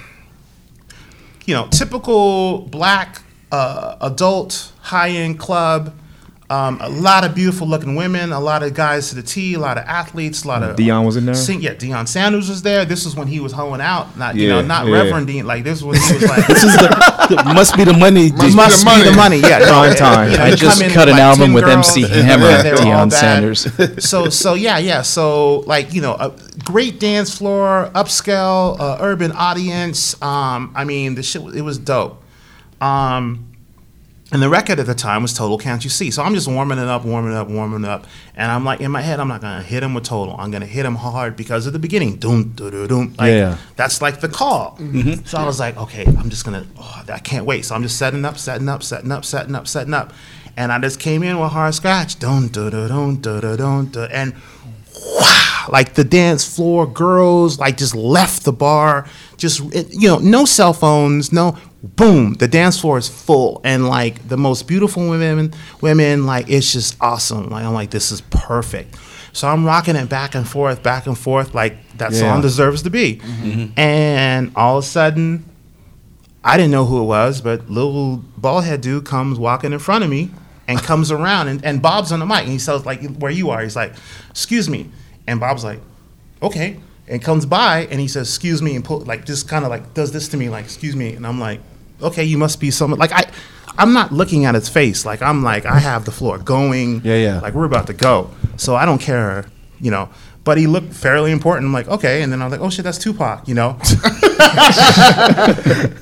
you know typical black uh, adult high-end club um, a lot of beautiful looking women a lot of guys to the t a lot of athletes a lot of
Deion was in there?
sing- yeah Deion sanders was there this is when he was hoeing out not you know
Yeah,
not
yeah.
reverend Dean. like this was when he was like
This is the, the must be the money.
Must be
must
the
be the money. Yeah, no,
Prime
it-
time.
you know,
I
you
just
come in
cut an
like
album
Tim
with
Girl,
MC
and
Hammer,
they were all
Deion
bad.
Sanders.
So, so yeah, yeah. So, like you know, a great dance floor, upscale, uh, urban audience. Um, I mean, the shit, it was dope. Um, and the record at the time was Total Can't You See. So I'm just warming it up, warming it up, warming it up. And I'm like, in my head, I'm not going to hit him with Total. I'm going to hit him hard because at the beginning, doom, doo, doo, doom. Like,
Yeah.
That's like the call. So I was like, okay, I'm just going to, oh, I can't wait. So I'm just setting up, setting up, setting up, setting up, setting up. And I just came in with hard scratch. Doom, doo, doo, doom, doo, doo, doom, doo. And wow, like the dance floor girls like just left the bar just it- you know no cell phones no boom the dance floor is full and like the most beautiful women women like it's just awesome like i'm like this is perfect so i'm rocking it back and forth back and forth like that song deserves to be and all of a sudden I didn't know who it was, but little bald head dude comes walking in front of me and comes around and, and Bob's on the mic and he says like where you are. He's like, excuse me. And Bob's like, okay. And comes by and he says, excuse me, and pull, like just kind of like does this to me, like, excuse me. And I'm like, okay, you must be someone like I I'm not looking at his face. Like I'm like, I have the floor going.
Yeah, yeah.
Like we're about to go. So I don't care, you know. But he looked fairly important. I'm like, okay. And then I was like, oh shit, that's Tupac, you know?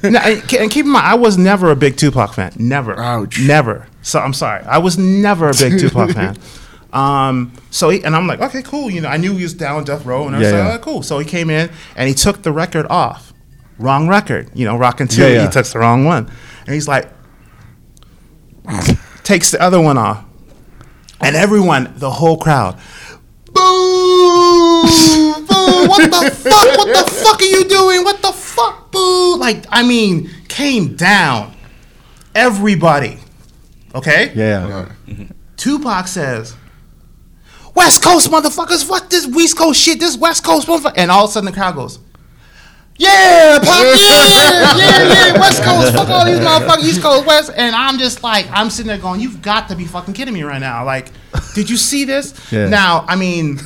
No, and ke- and keep in mind, I was never a big Tupac fan. Never.
Ouch.
Never. So I'm sorry. I was never a big Tupac fan. Um, so he, and I'm like, okay, cool. You know, I knew he was down death row, and I was
Yeah,
like,
yeah.
oh, cool. So he came in and he took the record off, wrong record. You know, rocking two.
Yeah, yeah.
He took the wrong one, and he's like, takes the other one off, and everyone, the whole crowd, boo, boo, what the fuck, what the fuck are you doing, what the fuck, boo, like, I mean, came down, everybody, okay?
Yeah.
Tupac says, West Coast motherfuckers, fuck this West Coast shit, this West Coast motherfucker, and all of a sudden the crowd goes, yeah, pop, yeah, yeah, yeah, West Coast, fuck all these motherfuckers, East Coast, West, and I'm just like, I'm sitting there going, you've got to be fucking kidding me right now. Like, did you see this?
Yeah.
Now, I mean,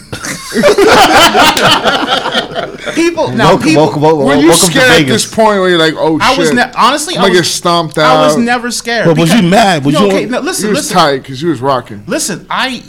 people, now
welcome,
people,
welcome, welcome,
Were
welcome
you
to
scared at
Vegas.
this point where you're like, oh shit?
I was ne- honestly,
I'm
I
gonna
was
get stomped out.
I was never scared.
But was
because-
you mad? Was
no,
you-
okay, no, listen,
You was
listen.
tight because you was rocking.
listen, I,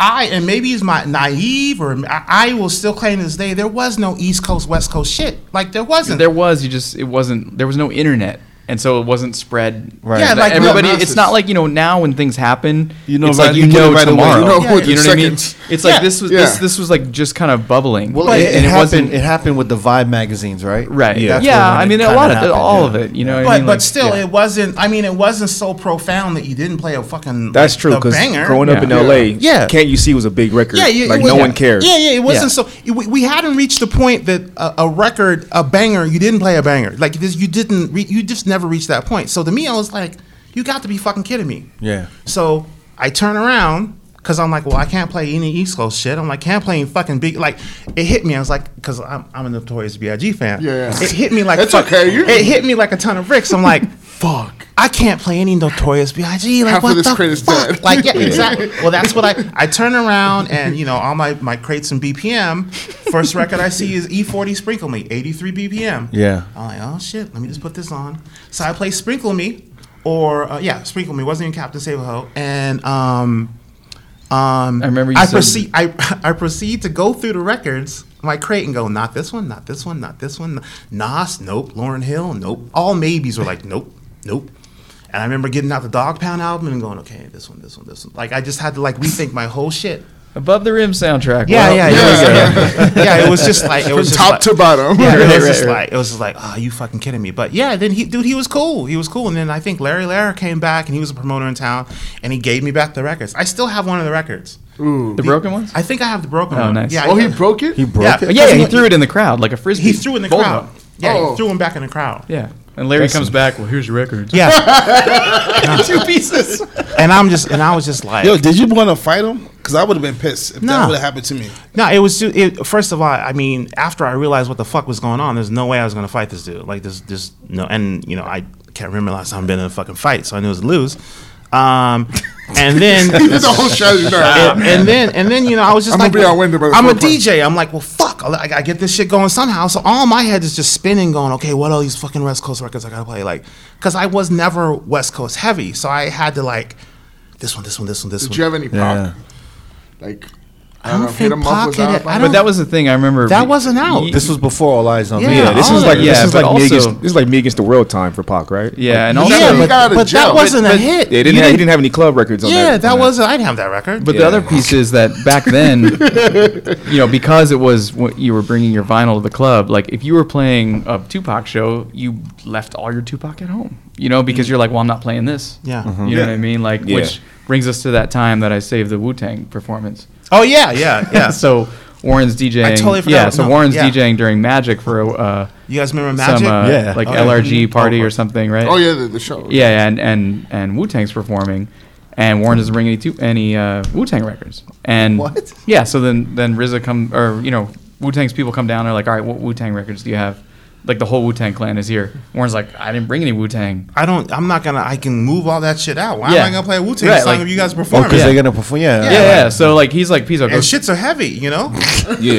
I, and maybe it's my naive, or I, I will still claim to this day there was no East Coast West Coast shit. Like there wasn't.
There was you just it wasn't there was no internet. and so it wasn't spread.
Right. Yeah,
Yeah,
like, no,
everybody.
masses.
it's not like you know now when things happen.
You know
it's
right-
like
you
you
get
know
it right away.
tomorrow.
You
know
You know,
in
what I mean?
seconds.
It's like
Yeah.
this was
Yeah.
this this was like just kind of bubbling.
Well,
Like,
it, it,
and
happened.
wasn't-
It happened with the Vibe magazines, right?
Right. Yeah.
That's
Yeah.
when
I
it
mean, a
kinda
lot of
happened,
all
yeah.
of it. You know.
But
what I mean?
but
Like,
still,
yeah.
it wasn't. I mean, it wasn't so profound that you didn't play a fucking.
That's
like,
true.
a
Because
banger.
growing up in
Yeah.
LA,
Yeah.
can't you see was a big record?
Yeah, yeah, it
like
was-
no
yeah.
one cares.
Yeah, yeah, it wasn't
Yeah.
so. It, we, we hadn't reached the point that a, a record, a banger, you didn't play a banger. Like this, you didn't. Re, you just never reached that point. So to me, I was like, you got to be fucking kidding me.
Yeah.
So I turn around because I'm like, well, I can't play any East Coast shit. I'm like, can't play any fucking big. Like it hit me. I was like, because I'm, I'm a notorious B.I.G. fan.
Yeah, yeah.
It hit me like
That's
fuck-
okay, you-
It hit me like a ton of bricks. I'm like, fuck. I can't play any notorious B.I.G. Like
Half of
what
this
the
crit is
fuck?
dead.
Like yeah, exactly. Well, that's what I I turn around and you know all my my crates and BPM. First record I see is E40 Sprinkle Me, 83 BPM.
Yeah.
I'm like, oh shit, let me just put this on. So I play Sprinkle Me, or uh, yeah, Sprinkle Me wasn't even Captain Save a Ho, and um, um,
I remember you
I
said-
proceed. I I proceed to go through the records, my crate, and go, not this one, not this one, not this one. Nas, nope. Lauren Hill, nope. All maybes were like, nope, nope. And I remember getting out the Dog Pound album and going, okay, this one, this one, this one. Like I just had to like rethink my whole shit.
above the rim soundtrack.
Yeah,
Well,
yeah, yeah, yeah. yeah. It was just like it was just
top
like-
to bottom.
yeah, it
Right,
was
right,
just
right.
like it was just like, oh, you fucking kidding me? But yeah, then he, dude, he was cool. He was cool. And then I think Larry Lara came back, and he was a promoter in town, and he gave me back the records. I still have one of the records.
The broken ones.
I think I have the broken
Oh,
one.
nice.
Yeah,
Oh,
I-
he broke it.
He broke
Yeah.
it.
yeah, yeah, he threw it in the crowd like a frisbee.
he threw in the
Bowled
crowd.
one.
Yeah,
Oh.
he threw him back in the crowd.
Yeah. And Larry comes back. Well, here's your record.
Yeah,
two pieces.
and I'm just and I was just like,
Yo, did you want to fight him? Because I would have been pissed if
Nah.
that would have happened to me.
No, it was. ju- It, first of all, I mean, after I realized what the fuck was going on, there's no way I was gonna fight this dude. Like this, this no, and you know, I can't remember last time I've been in a fucking fight, so I knew it was a lose. Um, and then.
He did the whole strategy. now.
And, and then, and then, you know, I was just
I'ma
like,
be
well,
our window by the
I'm a
fourth round.
DJ. I'm like, well, fuck, I, I get this shit going somehow. So all my head is just spinning, going, okay, what are these fucking West Coast records I gotta play? Like, because I was never West Coast heavy, so I had to like, this one, this one, this one, this
Did
one.
you have any
Yeah.
pop? Like,
I don't
know, Hit
think
'Em Up was
Pocket-
out by
I
then?
But that was the thing I remember.
That wasn't out.
Ye-
This was before All Eyes on
Yeah,
Me.
Yeah,
This is
Oh,
like
yeah,
this is
but
like me
also-
against this is like me against the world time for Pac, right?
Yeah, and
Yeah,
also,
but-
but,
he got out of
but
jail.
that wasn't a
But-
hit.
They didn't have, he didn't have any club records on
yeah,
that.
that was. I didn't have that record.
the
Yeah.
other piece is that back then, you know, because it was what you were bringing your vinyl to the club. Like if you were playing a Tupac show, you left all your Tupac at home. You know, because you're like, well, I'm not playing this.
Yeah. Mhm.
You know what I mean? Like,
Yeah.
which brings us to that time that I saved the Wu Tang performance.
oh yeah, yeah, yeah.
so Warren's DJing.
I totally forgot.
Yeah. So
No,
Warren's
yeah.
DJing during Magic for a. Uh,
You guys remember Magic?
Some, uh,
Yeah.
Like
Oh, yeah.
LRG party
Oh,
or something, right?
Oh yeah, the, the show.
Yeah, and and and Wu Tang's performing, and Warren doesn't bring any tu- any uh, Wu Tang records. And
What?
Yeah, so then then RZA come or you know Wu Tang's people come down. They're like, all right, what Wu Tang records do you have? Like the whole Wu Tang clan is here. Warren's like, I didn't bring any Wu Tang.
I don't. I'm not gonna. I can move all that shit out. Why
Yeah.
am I gonna play a Wu Tang
Right,
song
like-
if you guys
Oh,
perform?
because
it?
they're gonna perform. Yeah.
Yeah, yeah. So like he's like, peace out.
And
Go.
shits are heavy, you know.
Yeah.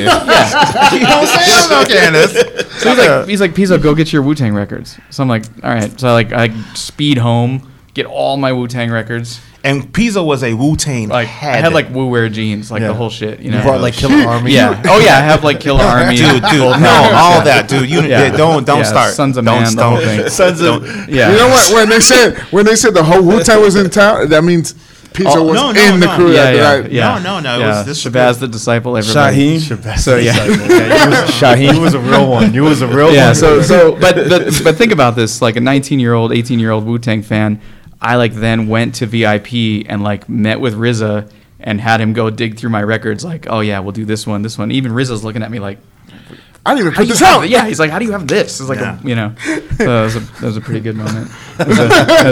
you know what I'm saying? Okay, Candace.
So he's like, he's like, Pizzo, go get your Wu Tang records. So I'm like, all right. So I like, I speed home, get all my Wu Tang records.
And Pizzo was a Wu Tang.
Like
head.
I had like Wu wear jeans, like
Yeah.
the whole shit. You know,
You brought like Killer Army.
Yeah. Oh yeah, I have like Killer Army.
dude, dude, no, all that, dude. You
Yeah.
don't, don't
Yeah,
start.
Sons of
don't,
Man, the
don't-
whole thing.
Sons of
Yeah.
You know what? When they said when they said the whole Wu Tang was in town, that means Pizza
Oh,
was
no, no,
in the
no.
crew
Yeah,
that
yeah,
night.
yeah.
No, no, no, it
Yeah.
was- this was
Shabazz
good.
the Disciple, everybody.
Shaheem.
So
yeah.
Shaheen, you was a real one. You was a real
Yeah.
one.
So, so, but, but, but think about this: like a 19-year-old, 18-year-old Wu Tang fan, I like then went to VIP and like met with RZA and had him go dig through my records. Like, oh yeah, we'll do this one, this one. Even RZA's looking at me like,
I didn't even
how
put
do you
this
have
out.
it? Yeah, he's like, how do you have this? It's like,
Yeah.
a, you know, so that was a, that was a pretty good moment. That was a- that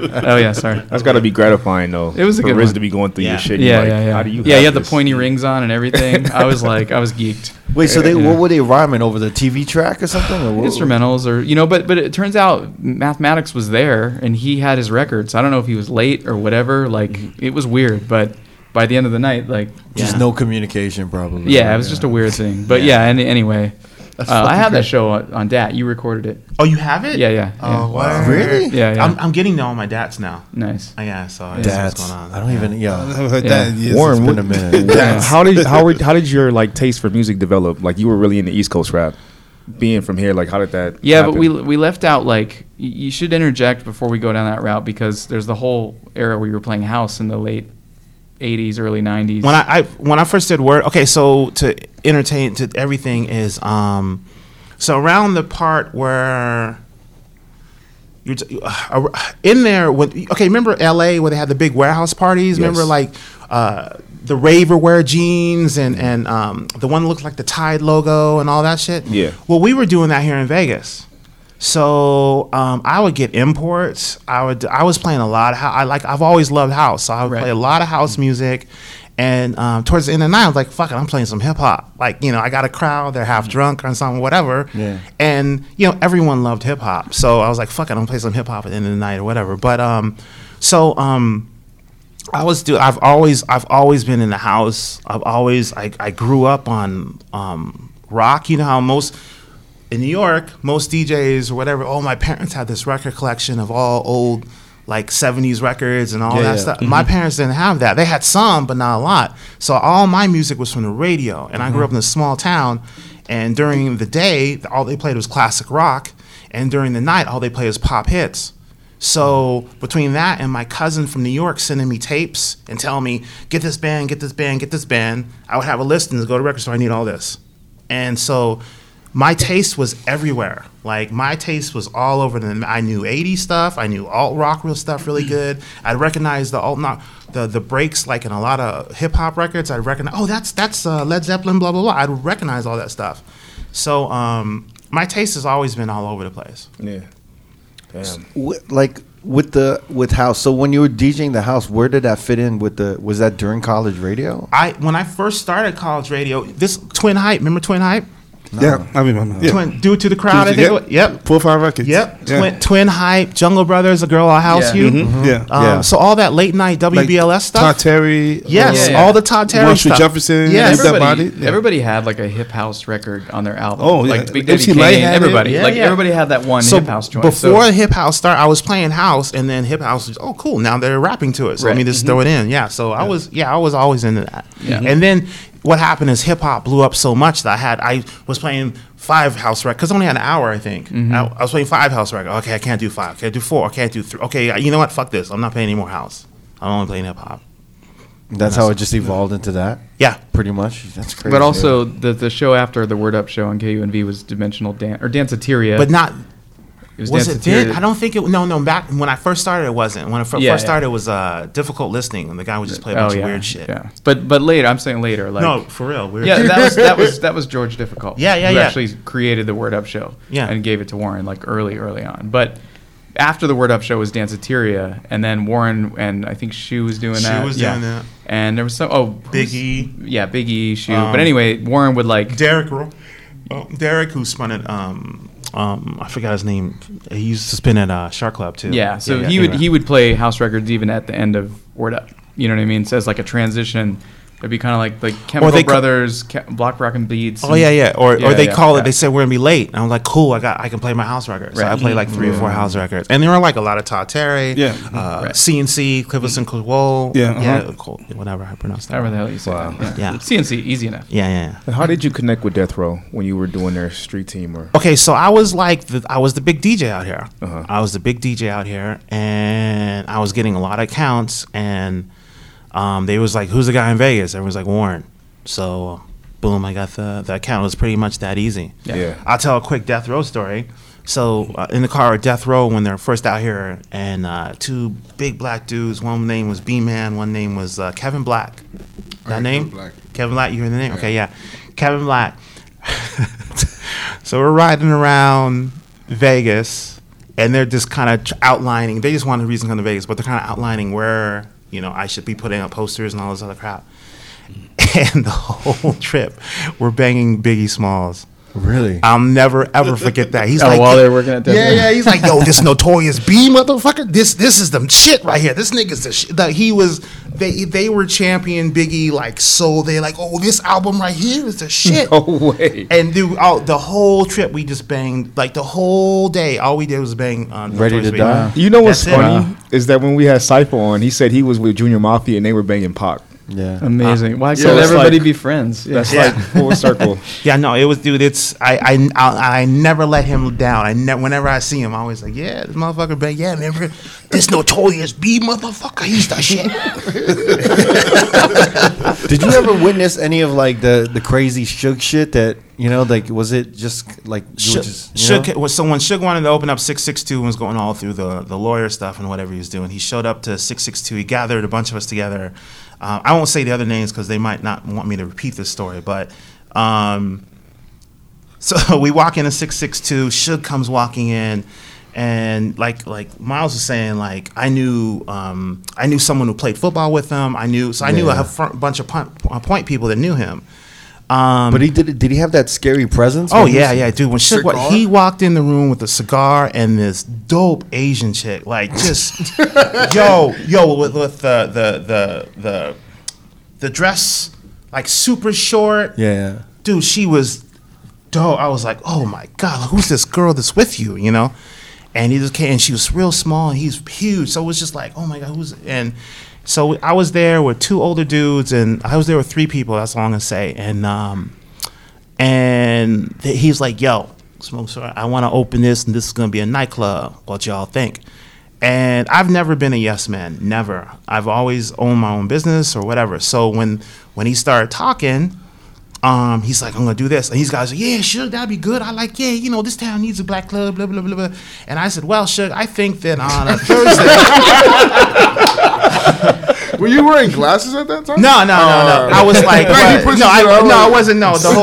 was a- oh yeah, sorry.
That's got to be gratifying though.
It was a
for
good
Riz
one.
to be going through
Yeah.
your shit.
Yeah,
You're like,
yeah, yeah.
How do you?
yeah,
have
you had the
this?
pointy rings on and everything. I was like, I was geeked.
Wait, so they
Yeah.
what were they rhyming over the TV track or something? Or what?
instrumentals or you know but but it turns out mathematics was there and he had his records i don't know if he was late or whatever like
Mm-hmm.
it was weird but by the end of the night like
Just
Yeah.
no communication, probably.
yeah it was just a weird thing but yeah, and anyway uh, i have that show on, on dat you recorded it
Oh, you have it?
Yeah, yeah, yeah.
Oh, wow.
Really?
Yeah, yeah.
I'm, I'm getting to all my dads now.
nice
Oh, yeah, so I see what's
That's
going on.
I don't even.
I
Yeah,
haven't heard that in years.
Warren,
It's
what,
been
a minute.
Yeah. How did how were, how did your like taste for music develop? Like you were really into East Coast rap. being from here, like, how did that?
Yeah, but
happen?
we we left out like y- you should interject before we go down that route because there's the whole era where you were playing house in the late '80s, early '90s.
when I, I when I first did word okay so to entertain to everything is um so around the part where you're t- uh, in there when okay remember LA where they had the big warehouse parties remember
Yes.
like uh the raver wear jeans and and um the one that looked like the Tide logo and all that shit
Yeah.
well we were doing that here in Vegas so um, I would get imports. I would. I was playing a lot of. hou- I like. I've always loved house. So I would
Right.
play a lot of house music. And um, towards the end of the night, I was like, "Fuck it, I'm playing some hip hop." Like you know, I got a crowd. They're half drunk or something, whatever.
Yeah.
And you know, everyone loved hip hop. So I was like, "Fuck it, I'm gonna play some hip hop at the end of the night or whatever." But um, so um, I was do. I've always I've always been in the house. I've always I, I grew up on um, rock. You know how most in New York most DJs or whatever. Oh, my parents had this record collection of all old like 70s records and all
Yeah,
that
yeah.
stuff. My parents didn't have that. They had some, but not a lot. So all my music was from the radio, and I grew up in a small town. And during the day, all they played was classic rock, and during the night, all they played was pop hits. So between that and my cousin from New York sending me tapes and telling me, get this band, get this band, get this band, I would have a list and go to record store, I need all this. And so my taste was everywhere. Like my taste was all over the I knew 80s stuff, I knew alt rock real stuff really good. I'd recognize the alt not the the breaks like in a lot of hip hop records. I'd recognize oh that's that's uh, Led Zeppelin, blah blah blah. I'd recognize all that stuff. So um my taste has always been all over the place.
Yeah. Damn.
Wi- like with the with house. So when you were DJing the house, where did that fit in with the? Was that during college radio?
I when I first started college radio, this Twin Hype, remember Twin Hype?
Yeah, I remember. Yeah.
Twin due to the crowd, I think. it
Yep.
was- Yep.
Four Five Records.
Yep.
Yeah.
Twin, twin Hype, Jungle Brothers, A Girl I'll House
Yeah.
You.
Yeah.
Um,
Yeah.
So all that late night
Like uh,
WBLS stuff.
Todd Terry.
Yes,
Yeah, yeah.
all the Todd Terry
One Street
stuff.
Jefferson.
Yes.
Everybody.
Everybody,
Yeah.
everybody had like a hip house record on their album.
Oh, yeah.
like Big Daddy
MC
Kane,
Light had it.
everybody,
Yeah,
like
yeah.
everybody had that one
So
hip house joint. So-
before hip house start, I was playing house, and then hip house was oh cool. Now they're rapping to it, so let me
Right. Mm-hmm.
just throw it in. Yeah, so I was yeah I was always into that.
Yeah.
And then what happened is hip hop blew up so much that I had I was playing five house records because I only had an hour I think.
Mm-hmm.
I, I was playing five house records. Okay, I can't do five. Can I do four? I can't do three. Okay, you know what? Fuck this. I'm not playing any more house. I'm only playing hip hop.
That's how it just evolved into that.
Yeah.
pretty much. That's crazy.
but also the the show after the Word Up show on KUNV was Dimensional Dance or Danceteria.
But not
it was,
Was it then?
Danceteria.
I don't think it. No, no. Back when I first started, it wasn't. When I fir-
Yeah,
first
yeah.
started, it was uh, difficult listening, when the guy would just play a bunch
Oh yeah,
of weird shit.
yeah. But but later, I'm saying later, like
No, for real. Weird.
Yeah,
shit.
that was that was that was George Difficult.
Yeah, yeah,
who
yeah.
Actually created the Word Up show.
Yeah.
and gave it to Warren like early, early on. But after the Word Up show was Danceteria, and then Warren and I think Shu was doing
Shu
that.
was
yeah.
doing that.
And there was some oh
Big
who's-
E.
Yeah, Big E, Shu.
Um,
but anyway, Warren would like
Derek. Ro- oh, Derek, who spun it. Um, um, I forgot his name. He used to spin at uh, Shark Club too.
Yeah, so
yeah,
he
yeah.
would he would play house records even at the end of Word Up. You know what I mean? So as like a transition, it'd be kind of like like Chemical
they ca-
Brothers, Ke- Block Rock and Beats.
Oh yeah, yeah. Or
Yeah,
or they
yeah,
call it.
yeah.
They said we're gonna be late. And I'm like, cool. I got. I can play my house records. So
Right.
I play like three or four house records, and there were like a lot of Todd Terry.
Yeah.
Uh,
Right.
CNC, Cliverson, Cole.
Yeah, uh-huh.
Yeah. Cole, whatever I pronounced that.
However the hell you say
Wow.
that.
Yeah.
CNC, easy enough.
Yeah, yeah. yeah.
And How did you connect with Death Row when you were doing their street team or?
Okay, so I was like, the, I was the big DJ out here. I was the big DJ out here, and I was getting a lot of accounts. And um, they was like, "Who's the guy in Vegas?" Everyone's like, "Warren." So, boom, I got the the account. It was pretty much that easy.
Yeah.
Yeah.
I'll tell a quick Death Row story. So uh, in the car at Death Row when they're first out here, and uh, two big black dudes. One name was B Man. One name was uh, Kevin Black. That name? Kevin Black. You hear the name? Okay, yeah. Kevin Black. so we're riding around Vegas, and they're just kind of tr- outlining. They just wanted a reason to come to Vegas, but they're kind of outlining where you know I should be putting up posters and all this other crap. And the whole trip, we're banging Biggie Smalls.
really.
I'll never ever forget that. He's
Oh,
like,
while they were working at Death
yeah,
Row?
yeah. He's like, yo, this notorious B motherfucker. This this is the shit right here. This nigga's the shit. Like, he was they they were champion Biggie like so. They like, oh, this album right here is the shit.
No way.
And throughout the whole trip, we just banged like the whole day. All we did was bang. Um,
Ready
Notorious
to
B.
Die?
You know what's
That's it.
funny is that when we had Cypher on, he said he was with Junior Mafia and they were banging Pac.
Yeah.
Amazing. Why
Yeah,
can't
it's
everybody
like-
be friends?
That's
Yeah.
like full circle.
Yeah, no, it was, dude. It's I, I, I, I never let him down. I never, whenever I see him, I always like, yeah, this motherfucker, but yeah, remember this notorious B motherfucker, he's the shit.
Did you ever witness any of like the the crazy shook shit that you know? Like, was it just like you were
Shook,
just, you
Shook
know?
was so when Shook wanted to open up six six two and was going all through the the lawyer stuff and whatever he was doing. He showed up to six six two. He gathered a bunch of us together. Uh, I won't say the other names because they might not want me to repeat this story, but. Um, so we walk in at six six two. Shug comes walking in, and like like Miles was saying, like I knew um, I knew someone who played football with him. I knew so I knew a fr- bunch of punt, uh, point people that knew him. Um,
But he did. Did he have that scary presence?
Oh
when he
yeah,
was-
yeah, dude. When Suge, wa-
Cigar?
he walked in the room with a cigar and this dope Asian chick, like just yo, yo, with, with the, the the the the dress, like super short.
Yeah.
dude, she was dope. I was like, oh my god, who's this girl that's with you? You know, and he just came, and she was real small, and he's huge, so it was just like, oh my god, who's and. So I was there with two older dudes, and I was there with three people. That's all I'm gonna say. And um, and th- he's like, "Yo, smoke Sorrel, I want to open this, and this is gonna be a nightclub. What y'all think?" And I've never been a yes man, never. I've always owned my own business or whatever. So when when he started talking, um, he's like, "I'm gonna do this," and these guys, are, "Yeah, sure, that'd be good." I like, "Yeah, you know, this town needs a black club, blah blah blah blah." And I said, "Well, Suge, I think that on a Thursday."
Were you wearing glasses at that time?
No, no, no, no. I was like,
Oh. Right, he
what?
pushes
no, I,
it out.
no, I wasn't. No, the whole,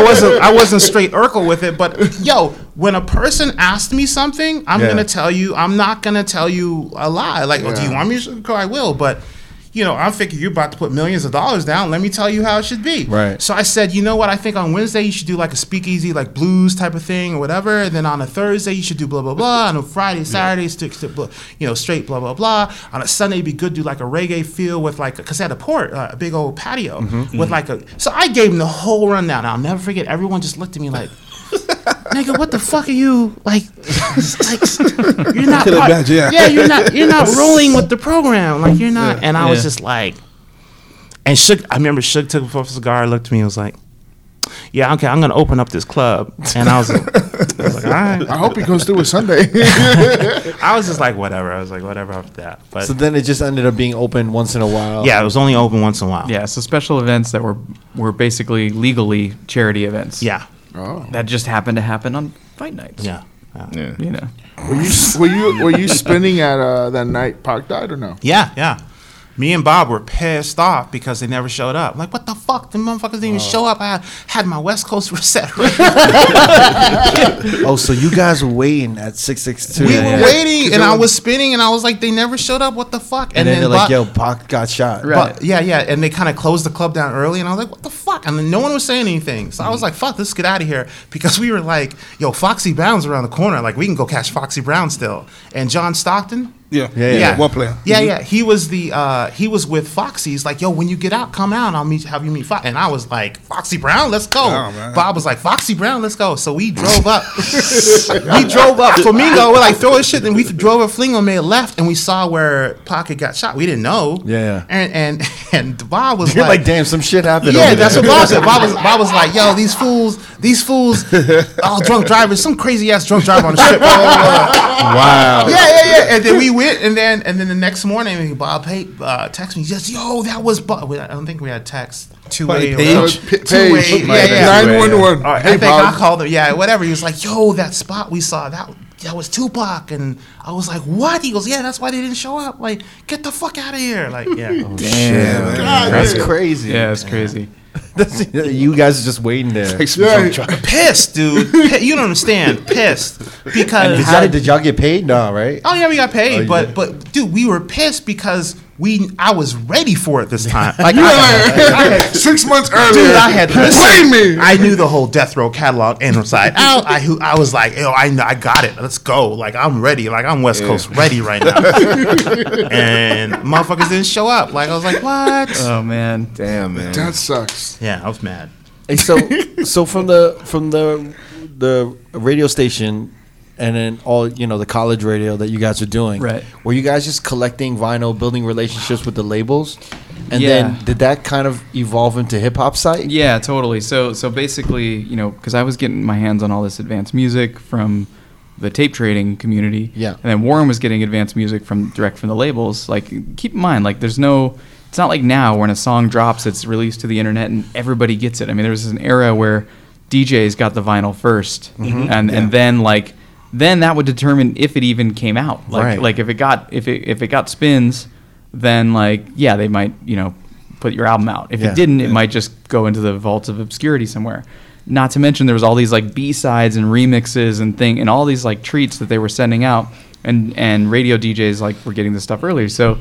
I wasn't. I wasn't straight Urkel with it. But yo, when a person asked me something, I'm
Yeah.
gonna tell you. I'm not gonna tell you a lie. Like, oh, do you
Yeah.
want me to? go? I will. But you know, I'm thinking you're about to put millions of dollars down. Let me tell you how it should be.
Right.
So I said, you know what? I think on Wednesday you should do like a speakeasy, like blues type of thing or whatever. And then on a Thursday you should do blah blah blah. On a Friday, Saturday, stick to blah, you know straight blah blah blah. On a Sunday, it'd be good do like a reggae feel with like because they had a port, uh, a big old patio with like a. So I gave him the whole rundown. I'll never forget. Everyone just looked at me like. Nigga, what the fuck are you like? like you're not.
Could
part-
imagine, yeah.
yeah, you're not. You're not rolling with the program. Like you're not. And I was
Yeah.
just like, and Shook, I remember Shook took a cigar, looked at me, and was like, "Yeah, okay, I'm gonna open up this club." And I was, like, I was like, "All
I
right."
hope he goes through with Sunday.
I was just like, "Whatever." I was like, "Whatever." After that, but
So then it just ended up being open once in a while.
yeah, it was only open once in a while.
Yeah, so special events that were were basically legally charity events.
yeah,
oh.
That just happened to happen on fight nights.
yeah, yeah,
Yeah.
You know.
Were you were you were you spinning at uh, that night Pac died or no?
yeah, yeah. Me and Bob were pissed off because they never showed up. Like, what the fuck? The motherfuckers didn't even show up. I had my West Coast reset.
Oh, so you guys were waiting at six six two.
we were waiting, and I was spinning, and I was like, they never showed up. What the fuck?
And, then, they're like,
Bob-
"Yo, Pac got shot."
Right.
But yeah, yeah, and they kind of closed the club down early, and I was like, "What the fuck?" And then no one was saying anything, so I was like, "Fuck, let's get out of here," because we were like, "Yo, Foxy Brown's around the corner, like we can go catch Foxy Brown still." And John Stockton,
Yeah.
Yeah, Mm-hmm. yeah.
One player.
yeah, yeah, he was the uh, he was with Foxy. He's like, "Yo, when you get out, come out, and I'll meet have you meet Foxy." And I was like, "Foxy Brown, let's go."
Oh, man.
Bob was like, "Foxy Brown, let's go." So we drove up, we drove up Flamingo. We're like throwing shit, and we drove up Flamingo, made a left, and we saw where Pocket got shot. We didn't know.
Yeah.
and and and Bob was
You're
like,
like, "Damn, some shit happened."
yeah,
over
that's
there.
what Bob said. Bob was, Bob was like, yo, these fools, these fools, all drunk drivers, some crazy ass drunk driver on the strip. wow. Yeah, yeah, yeah. And then we went, and then and then the next morning, Bob Pate uh, texted me, just yo, that was Bob. Wait, I don't think we had a text. Two way,
Page?
Uh,
Page.
P-
Two way,
Page,
yeah, yeah.
nine one one.
All right, I
Hey
think I
Bob,
called him. Yeah, whatever. He was like, "Yo, that spot we saw that that was Tupac," and I was like, "What?" He goes, "Yeah, that's why they didn't show up. Like, get the fuck out of here!" Like, Oh, yeah.
Damn, that's crazy.
Yeah, it's crazy.
That's- you guys are just waiting there.
yeah,
pissed, dude. Pi- you don't understand. Pissed because
Did y'all, did y'all get paid? No, right?
oh yeah, we got paid,
you
but
did.
but dude, we were pissed because we I was ready for it this time. Like I, I had,
six months earlier.
dude, I had
played me.
I knew the whole Death Row catalog inside out. I who I was like, yo, I know, I got it. Let's go. Like I'm ready. Like I'm West Coast ready right now. and motherfuckers didn't show up. Like I was like, what?
Oh man.
Damn, man.
that sucks.
yeah, I was mad.
Hey, so so from the from the the radio station and then all you know the college radio that you guys are doing
Right.
were you guys just collecting vinyl building relationships with the labels and
Yeah.
then did that kind of evolve into hip hop site?
Yeah, totally. So so basically, you know, because I was getting my hands on all this advanced music from the tape trading community.
Yeah.
And then Warren was getting advanced music from direct from the labels. Like, keep in mind, like, there's no. It's not like now when a song drops, it's released to the internet and everybody gets it. I mean, there was an era where DJs got the vinyl 1st and and then like then that would determine if it even came out. Like
Right.
like if it got if it if it got spins, then like yeah, they might you know put your album out. If
Yeah.
it didn't, it might just go into the vaults of obscurity somewhere. Not to mention there was all these like B sides and remixes and thing and all these like treats that they were sending out, and and radio DJs like were getting this stuff earlier. So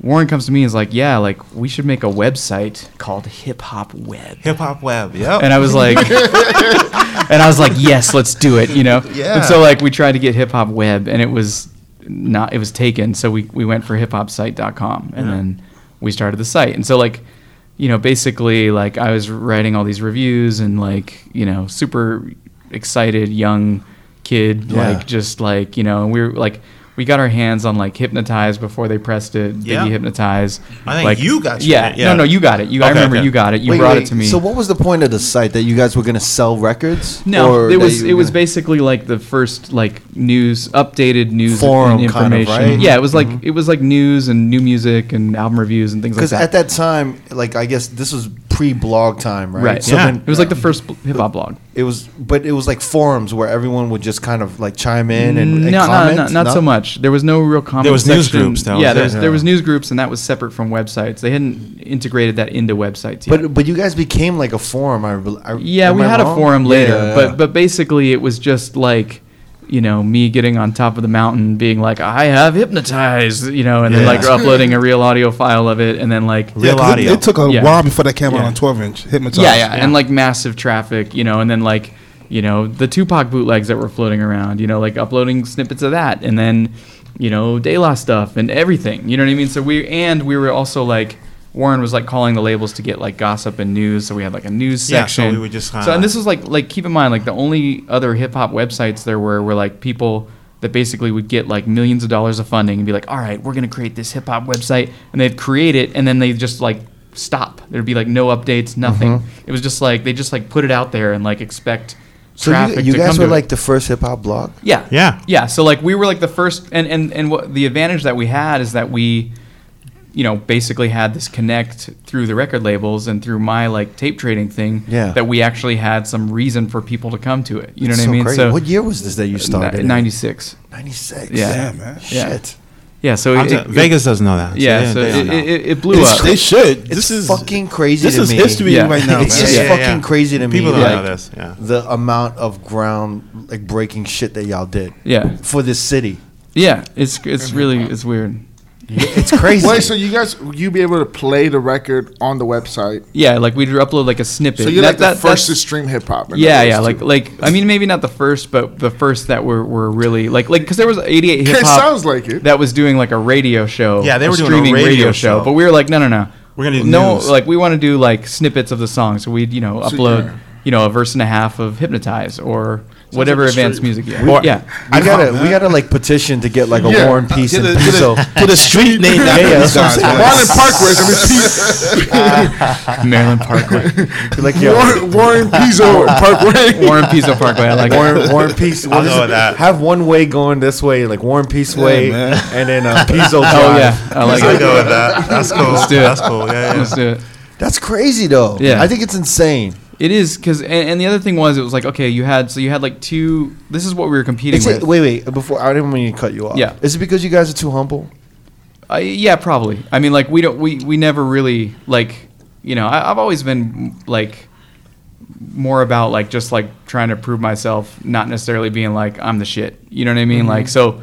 Warren comes to me and is like, yeah, like we should make a website called Hip Hop Web.
Hip hop web. Yep.
And I was like, and I was like, yes, let's do it, you know?
Yeah.
And so like we tried to get hip hop web and it was not, it was taken. So we, we went for hiphopsite.com and then we started the site. And so like, you know, basically like I was writing all these reviews and like, you know, super excited young kid,
Yeah.
like just like, you know, and we were like, we got our hands on like hypnotized before they pressed it.
Yeah.
Biggie hypnotized.
I think you got your-
yeah,
yeah.
No, no, you got it. You, I
Okay,
remember
okay.
you got it. You
Wait,
brought
wait,
it to me.
So what was the point of the site that you guys were going to sell records?
No,
Or
it
that
was
you were
it was
gonna-
basically like the first like news updated news
Forum
and
kind of,
information.
right? Mm-hmm.
Yeah, it was like it was like news and new music and album reviews and things like
Because
that.
at that time, like I guess this was pre-blog time, right?
right,
So
yeah.
then
it was like the first hip hop blog.
it was, but it was like forums where everyone would just kind of like chime in and, and
no, no,
comment.
no, not so much. There was no real comment.
was news
section.
groups, that was
yeah,
it.
there was,
Yeah.
there was news groups, and that was separate from websites. They hadn't integrated that into websites yet.
But but you guys became like a forum. I, bel- I
yeah,
am
we
I
had a
wrong?
forum
Yeah,
later,
yeah, yeah.
but but basically it was just like you know me getting on top of the mountain, being like I have hypnotized, you know, and then
Yeah.
like uploading a real audio file of it, and then like
Real
'cause it-
audio.
It, took a
Yeah.
while before that came out
Yeah.
on 12 inch. Hypnotized.
yeah, yeah, and like massive traffic, you know, and then like you know the Tupac bootlegs that were floating around, you know, like uploading snippets of that, and then you know De La stuff and everything, you know what I mean? So we and we were also like. Warren was like calling the labels to get like gossip and news, so we had like a news
Yeah, so
section.
we would just
so
highlight.
and this was like like keep in mind like the only other hip hop websites there were were like people that basically would get like millions of dollars of funding and be like, all right, we're gonna create this hip hop website, and they'd create it, and then they just like stop. There'd be like no updates, nothing.
Mm-hmm.
It was just like they just like put it out there and like expect
so
traffic.
you, you
to
guys
come
were
to it.
like the first hip hop blog.
Yeah.
Yeah.
Yeah. So like we were like the first, and and and what the advantage that we had is that we, you know, basically had this connect through the record labels and through my like tape trading thing.
Yeah.
That we actually had some reason for people to come to it. You know
It's
what I mean?
crazy. what year was this that you started?
Ninety six.
Ninety six.
Yeah.
Damn, man.
Yeah.
Shit.
Yeah. So
I'm
it,
t-
it-
Vegas doesn't know that.
yeah.
they-
so
they
it,
don't know.
it, it, it blew
It's,
up.
they should.
It's
This is
fucking crazy
This
to
is
me.
history
Yeah.
right now,
It's
man.
just fucking crazy to me,
People don't
like-
know this. Yeah.
the amount of ground like breaking shit that y'all did.
Yeah.
For this city.
Yeah. It's it's really it's weird.
It's crazy.
Wait, so you guys, you be able to play the record on the website?
Yeah. Like we'd upload like a snippet.
So you're
That-
like the
that-
first to
that's-
stream hip hop. in
Yeah,
other
yeah,
words,
like
too.
like I mean maybe not the first, but the first that were were really like like because there was 88 hip hop.
sounds like it.
That was doing like a radio show.
Yeah, they were doing a
streaming
radio show.
but we were like, no, no, no,
We're gonna do
no,
news.
like we want to do like snippets of the song, so we'd you know
So,
upload
yeah.
you know a verse and a half of hypnotize or whatever
like a
advanced
stream.
music. Yeah, or, yeah.
I gotta we gotta like petition to get like a
Yeah.
war and peace
Get
and
a- get a-
peso.
Put a street name after
yeah,
these
that's what I'm
guys,
saying.
Marlon
man.
Parkway. I mean, Pete-
Maryland Parkway,
like yo,
Warren, Warren Pizzo Parkway.
Warren Pizzo Parkway. I like
war, and- war and peace. what
go
is it?
with that.
Have one way going this way, like war and peace way,
man.
and then uh, peso drive.
Oh yeah, I like
I
it.
go with that. That's cool.
Let's do it.
That's cool. Yeah, yeah.
Let's do it.
That's crazy though.
Yeah.
I think it's insane.
It is because and, and the other thing was it was like okay you had so you had like two. This is what we were competing
It's
with.
wait, wait. Before I didn't mean to cut you off.
Yeah.
Is it because you guys are too humble?
Uh, yeah, probably. I mean, like we don't, we we never really like, you know, I, I've always been like more about like just like trying to prove myself, not necessarily being like I'm the shit. You know what I
Mm-hmm.
mean? Like so,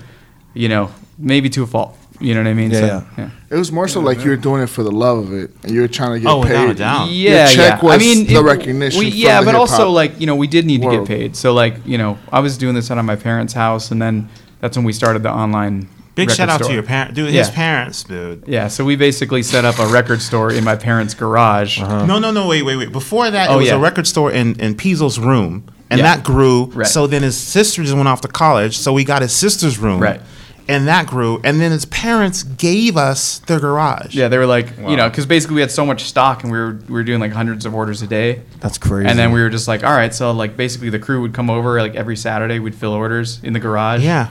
you know, maybe to a fault. You know what I mean?
Yeah,
so,
yeah.
It was more so like you were doing it for the love of it, and you were trying to get
Oh,
paid.
without a doubt.
Your
Yeah,
check
yeah.
was
I mean,
the
it-
recognition
We,
from
yeah,
the
but
hip
also
hop
like you know, we did need
world.
to get paid. So like you know, I was doing this out of my parents' house, and then that's when we started the online.
Big
record
shout out
store.
to your parents, dude. His
Yeah.
parents, dude.
Yeah, so we basically set up a record store in my parents' garage.
Uh-huh.
No, no, no. Wait, wait, wait. Before that,
Oh,
it was
yeah.
a record store in in Pizzo's room, and
Yeah.
that grew.
Right.
So then his sister just went off to college, so we got his sister's room.
Right.
and that grew. And then his parents gave us their garage.
Yeah, they were like, you know, because basically we had so much stock and we were we were doing like hundreds of orders a day.
That's crazy.
And then we were just like, all right, so like basically the crew would come over like every Saturday. We'd fill orders in the garage.
Yeah.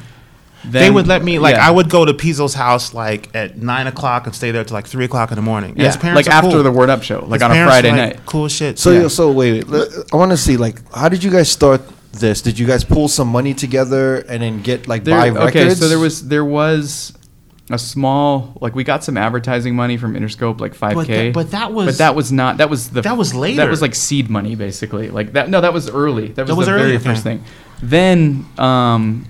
Then-
they would let me like
yeah.
I would go to Pizzo's house like at nine o'clock and stay there till like three o'clock in the morning. And
Yeah,
his parents
like
are
after
cool.
the Word Up show, like
His
on a
parents are,
Friday
like,
night.
Cool shit.
So
yeah.
so wait, let- I want to see like how did you guys start this? Did you guys pull some money together and then get like
There-
buy
okay,
records?
so there was there was a small like we got some advertising money from Interscope, like five k.
that- but that was-
but that was not that was the
That was later.
That was like seed money, basically. Like that. No, that was early. That was,
was
the
early,
very
okay.
first thing. Then um,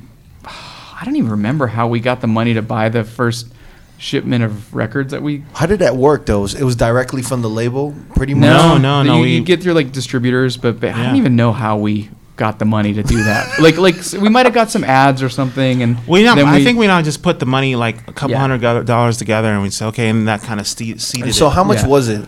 I don't even remember how we got the money to buy the first shipment of records that we.
How did that work though? It was directly from the label, pretty much.
No, no, no,
You,
we-
you get through like distributors, but, but I
Yeah.
don't even know how we got the money to do that. like like s- we might have got some ads or something, and
we not,
then
I think we now just put the money like a couple
Yeah.
hundred go- dollars together and we said okay and that kind of ste-
And
seeded
so
it.
how much
Yeah.
was it,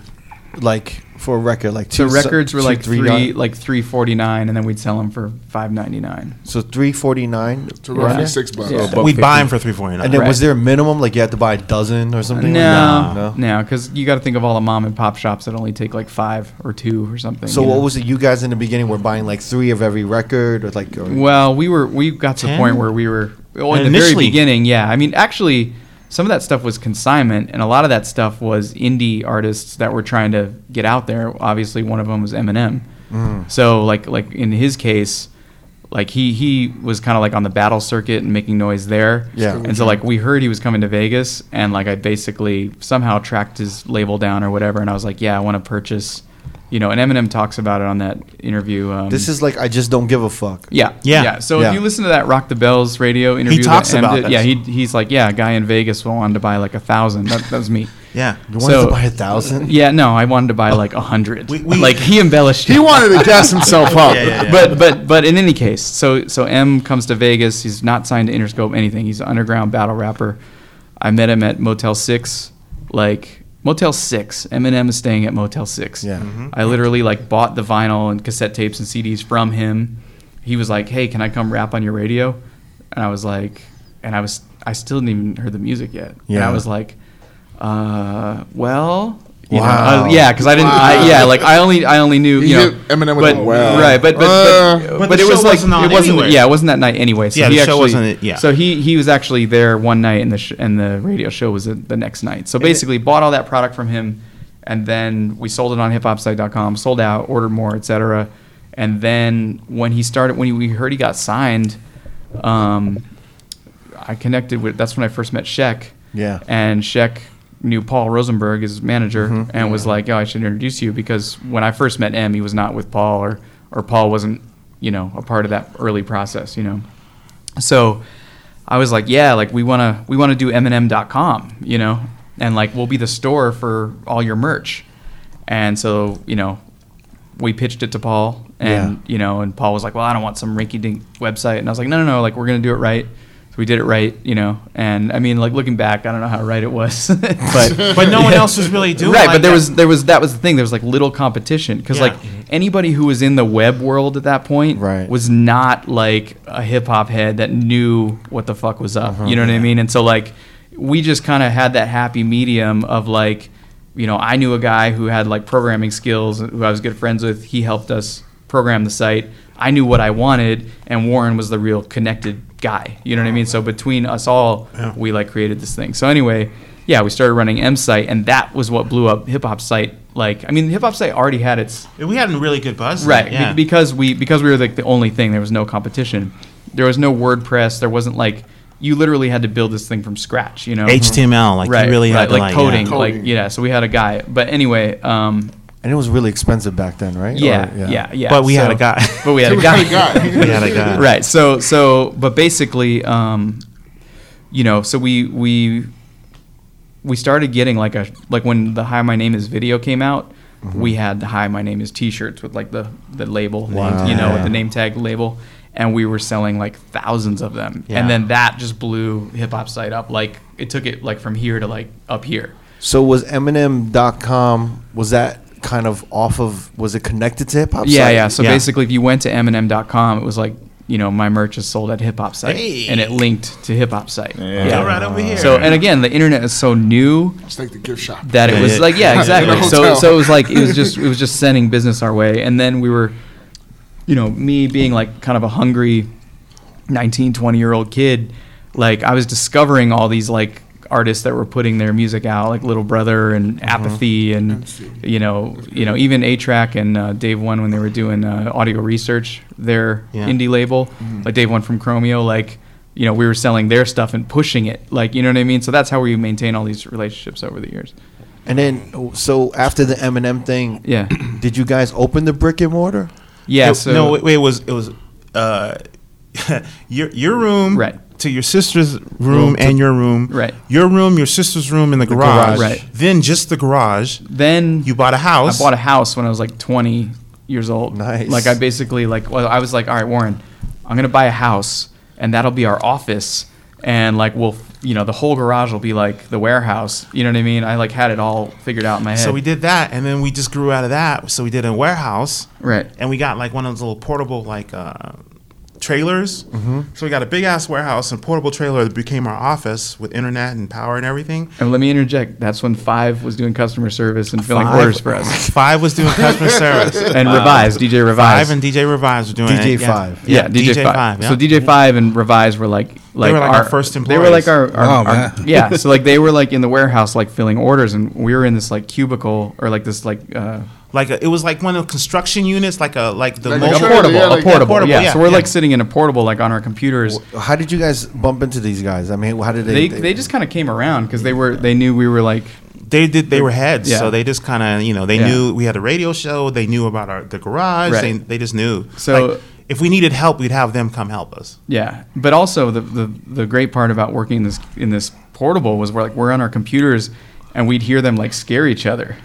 like for a record? Like
So
two
records were
two,
like three,
dollars?
like three forty nine, and then we'd sell them for five ninety nine.
so three forty nine.
So roughly six bucks. Oh,
Yeah.
we'd buy
50.
them for three forty nine.
And then
Right.
was there a minimum? Like you had to buy a dozen or something? like
No,
that?
no, because you got to think of all the mom and pop shops that only take like five or two or something.
So
you
what
know?
was it? You guys in the beginning were buying like three of every record, or like or-
Well, we were we got to the
Ten?
point where we were well, in the very
Initially.
beginning. Yeah, I mean, actually, some of that stuff was consignment, and a lot of that stuff was indie artists that were trying to get out there. Obviously, one of them was Eminem.
Mm.
So, like, like in his case, like he he was kind of like on the battle circuit and making noise there.
Yeah.
And so, like, we heard he was coming to Vegas, and like I basically somehow tracked his label down or whatever, and I was like, yeah, I want to purchase. You know, and Eminem talks about it on that interview. Um,
this is like I just don't give a fuck.
yeah,
Yeah.
So
Yeah.
if you listen to that Rock the Bells radio interview, that
talks
Em
about
did-
this.
Yeah, he, he's like, yeah, a guy in Vegas wanted to buy like a thousand. That, that was me.
yeah.
You wanted
So-
to buy a thousand.
Yeah, no, I wanted to buy like a hundred.
We- we-
like he embellished.
He
it.
wanted to gas
Oh,
himself up.
Yeah, yeah, yeah.
But but but in any case, so so M comes to Vegas. He's not signed to Interscope anything. He's an underground battle rapper. I met him at Motel Six, like Motel Six. Eminem is staying at Motel Six.
Yeah. Mhm.
I literally like bought the vinyl and cassette tapes and CDs from him. He was like, "Hey, can I come rap on your radio?" And I was like, and I was I still didn't even heard the music yet. And
Yeah.
I was like, uh, well. You
Wow.
Know, uh, yeah, because I didn't. I, yeah, like I only, I only knew. You,
You
know,
hit Eminem with
but,
a wow.
Right, but but,
Uh,
but,
But
but
the
it was
show
like
wasn't on
it wasn't.
anyway.
Yeah, it wasn't that night anyway. So
Yeah,
he
the show
actually,
wasn't- yeah.
So he he was actually there one night, and the sh- and the radio show was the, the next night. So basically, bought all that product from him, and then we sold it on hiphopsite.com. Sold out, ordered more, etc. And then when he started, when he, we heard he got signed, um, I connected with. That's when I first met Sheck.
Yeah. Mm-hmm.
And Sheck knew Paul Rosenberg, his manager, and was like, "Oh, I should introduce you," because when I first met M, he was not with Paul, or or Paul wasn't, you know, a part of that early process, you know. So I was like, "Yeah, like we wanna we wanna do Eminem.com, you know, and like we'll be the store for all your merch." And so you know, we pitched it to Paul, and
Yeah.
you know, and Paul was like, "Well, I don't want some rinky-dink website," and I was like, "No, no, no! Like, we're gonna do it right." So we did it right, you know. And I mean, like looking back, I don't know how right it was, but
But no one else was really doing
right.
like
but there
that.
was there was that was the thing. There was like little competition because
Yeah.
like anybody who was in the web world at that point
Right.
was not like a hip hop head that knew what the fuck was up. You know what I mean? And so like we just kind of had that happy medium of like you know I knew a guy who had like programming skills who I was good friends with. He helped us program the site. I knew what I wanted, and Warren was the real connected guy. You know what I mean? So between us all, we like created this thing. So anyway, yeah, we started running M site, and that was what blew up hip hop site. Like, I mean, hip hop site already had its
we had a really good buzz.
right be-
Yeah.
because we because we were like the only thing. There was no competition. There was no WordPress. There wasn't like you literally had to build this thing from scratch. You know,
HTML like you really had to,
like, coding,
yeah.
like yeah. So we had a guy, but anyway, um,
And it was really expensive back then, right?
yeah,
Or-
yeah, yeah,
But we had
So-
a guy.
But we had a
We
guy.
had a guy.
We had a guy.
right. So so but basically, um, you know, so we we we started getting like a like when the "Hi, My Name Is" video came out, we had the "Hi, My Name Is" T-shirts with like the the label,
Wow.
you know, with
Yeah.
the name tag label, and we were selling like thousands of them,
Yeah.
and then that just blew hip hop site up. Like it took it like from here to like up here.
So was Eminem.com was that kind of off of was it connected to hip hop?
Yeah,
site?
yeah. So
Yeah.
basically, if you went to Eminem.com, it was like you know, my merch is sold at hip hop site,
Hey.
and it linked to hip hop site.
Yeah.
All right, over here.
So and again, the internet is so new
It's like the gift shop.
that it was like yeah exactly
In a
so
hotel.
so it was like it was just it was just sending business our way and then we were you know me being like kind of a hungry 19 20 year old kid like i was discovering all these like artists that were putting their music out like little brother and apathy and you know you know even a track and uh, dave one when they were doing uh, audio research their
Yeah.
indie label like dave one from chromeo like you know we were selling their stuff and pushing it like you know what i mean so that's how we maintain all these relationships over the years
And then, so after the Eminem thing,
Yeah.
did you guys open the brick and mortar?
Yeah.
No-
so,
no, wait, wait, it was it was uh, your your room
Right.
to your sister's room, and your room,
Right.
Your room, your sister's room, and the,
garage.
garage.
Right.
Then just the garage.
then
You bought a
I
house.
bought a house when I was like 20 years old.
Nice.
Like I basically like well, I was like, all right, Warren, I'm gonna buy a house and that'll be our office and like we'll you know the whole garage will be like the warehouse. You know what I mean? I like had it all figured out in my head.
So we did that, and then we just grew out of that. So we did a warehouse,
Right.
And we got like one of those little portable like uh, trailers.
Mm-hmm.
So we got a big ass warehouse and portable trailer that became our office with internet and power and everything.
And let me interject. That's when Five was doing customer service and filling
Five-
orders for us.
Five was doing customer service.
And Revise, DJ Revise.
Five and DJ Revise were doing
DJ
it. yeah.
Five.
yeah, DJ, Five. So DJ Five and Revise were like, like,
were like our first
They were like
employees.
our, our, our-
Wow, man.
yeah. So like they were like in the warehouse, like filling orders, and we were in this like cubicle or like this like uh,
like a, it was like one of the construction units, like a like the
Like
like
a
a
motion-
trailer,
portable,
yeah,
a
like-
portable,
Oh, yeah, portable,
yeah.
yeah,
So we're like
yeah.
sitting in a portable, like on our computers.
How did you guys bump into these guys? I mean, how did
They
they?
they just kind of came around because they were they knew we were like
they did they were heads,
Yeah.
so they just kind of you know they
Yeah.
knew we had a radio show, they knew about our the garage,
Right.
they, they just knew.
So-
Like, if we needed help, we'd have them come help us.
Yeah, but also the, the the great part about working in this in this portable was we're like we're on our computers and we'd hear them like scare each other.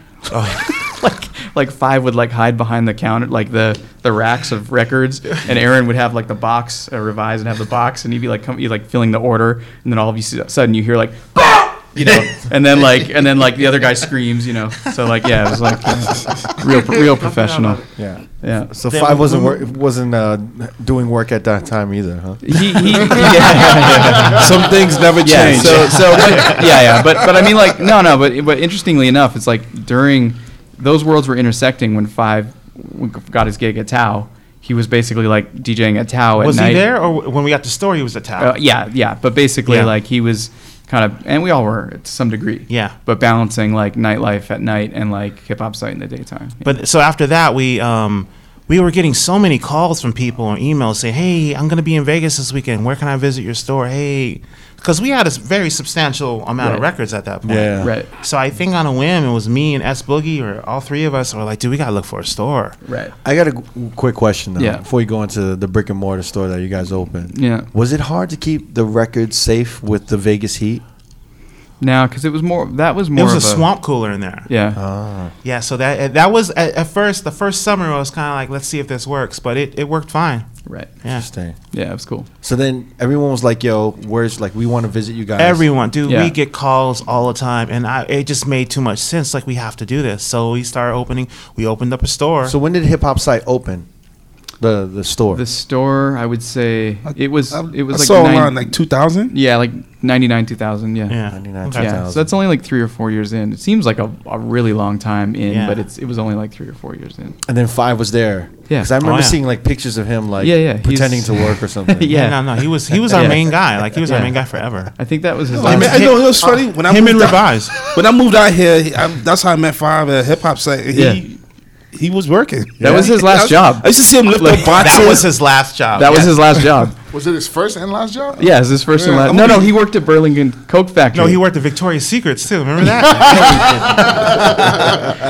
like like five would like hide behind the counter like the the racks of records and Aaron would have like the box uh, revise and have the box and he'd be like come, he'd, like filling the order and then all of you s- sudden you hear like you know and then like and then like the other guy screams you know so like yeah it was like real real professional
yeah.
yeah
So
They-
Five wasn't wor- wasn't uh, doing work at that time either, huh?
he, he, yeah.
Some things never
yeah,
change.
So, so but, yeah, yeah, but but I mean, like, no, no, but but interestingly enough, it's like during those worlds were intersecting when Five got his gig at Tau. He was basically like DJing at Tau at
was
night.
he there, or w- when we got the store, he was at town?
Uh, yeah, yeah, but basically,
Yeah.
like, he was kind of, and we all were to some degree.
Yeah.
but balancing like nightlife at night and like hip hop site in the daytime.
But so after that, we um, we were getting so many calls from people and emails saying, "Hey, I'm going to be in Vegas this weekend. Where can I visit your store? Hey." Because we had a s- very substantial amount of
Right.
records at that point.
Yeah.
Right.
So I think on a whim, it was me and S Boogie, or all three of us, were like, dude, we gotta look for a store.
right.
I got a g- quick question though.
Yeah.
Before you go into the brick and mortar store that you guys opened,
Yeah.
was it hard to keep the record safe with the Vegas heat?
Now, because it was more that was more
It was a
of
swamp cooler in there.
Yeah,
Ah,
Yeah. So that that was at, at first the first summer. I was kind of like, let's see if this works, but it, it worked fine.
right.
Yeah.
Interesting.
Yeah, it was cool.
So then everyone was like, "Yo, where's like we want to visit you guys?"
Everyone, dude,
Yeah.
we get calls all the time, and I it just made too much sense. Like we have to do this, so we started opening. We opened up a store.
So when did Hip Hop Site open? The the store.
The store, I would say, it was it was
I
like
saw
nine-
online like 2000.
Yeah, like 99, 2000. Yeah.
yeah,
99,
Okay.
Yeah,
2000.
So that's only like three or four years in. It seems like a, a really long time in,
Yeah.
but it's it was only like three or four years in.
and then Five was there.
Yeah.
Because I remember
Oh, yeah.
seeing like pictures of him like
Yeah, yeah, he's-
pretending to work or something.
Yeah.
Yeah, no, no, he was he was our
Yeah.
main guy. Like he was our
Yeah.
main guy forever.
I think that was his
I,
last.
mean, I know it was funny when I
Him and
moved out,
Revise.
when I moved out here. he- I, that's how I met Five at hip hop site. He,
Yeah.
he was working.
That was his last
I-
job.
I used to see him lift up boxes.
That was his last job.
that was his last job.
Was it his first and last job?
Yeah, it was his first and
Yeah,
last.
I'm
No,
gonna
no,
be-
he worked at Burlington Coke Factory.
No, he worked at Victoria's Secrets too. Remember that?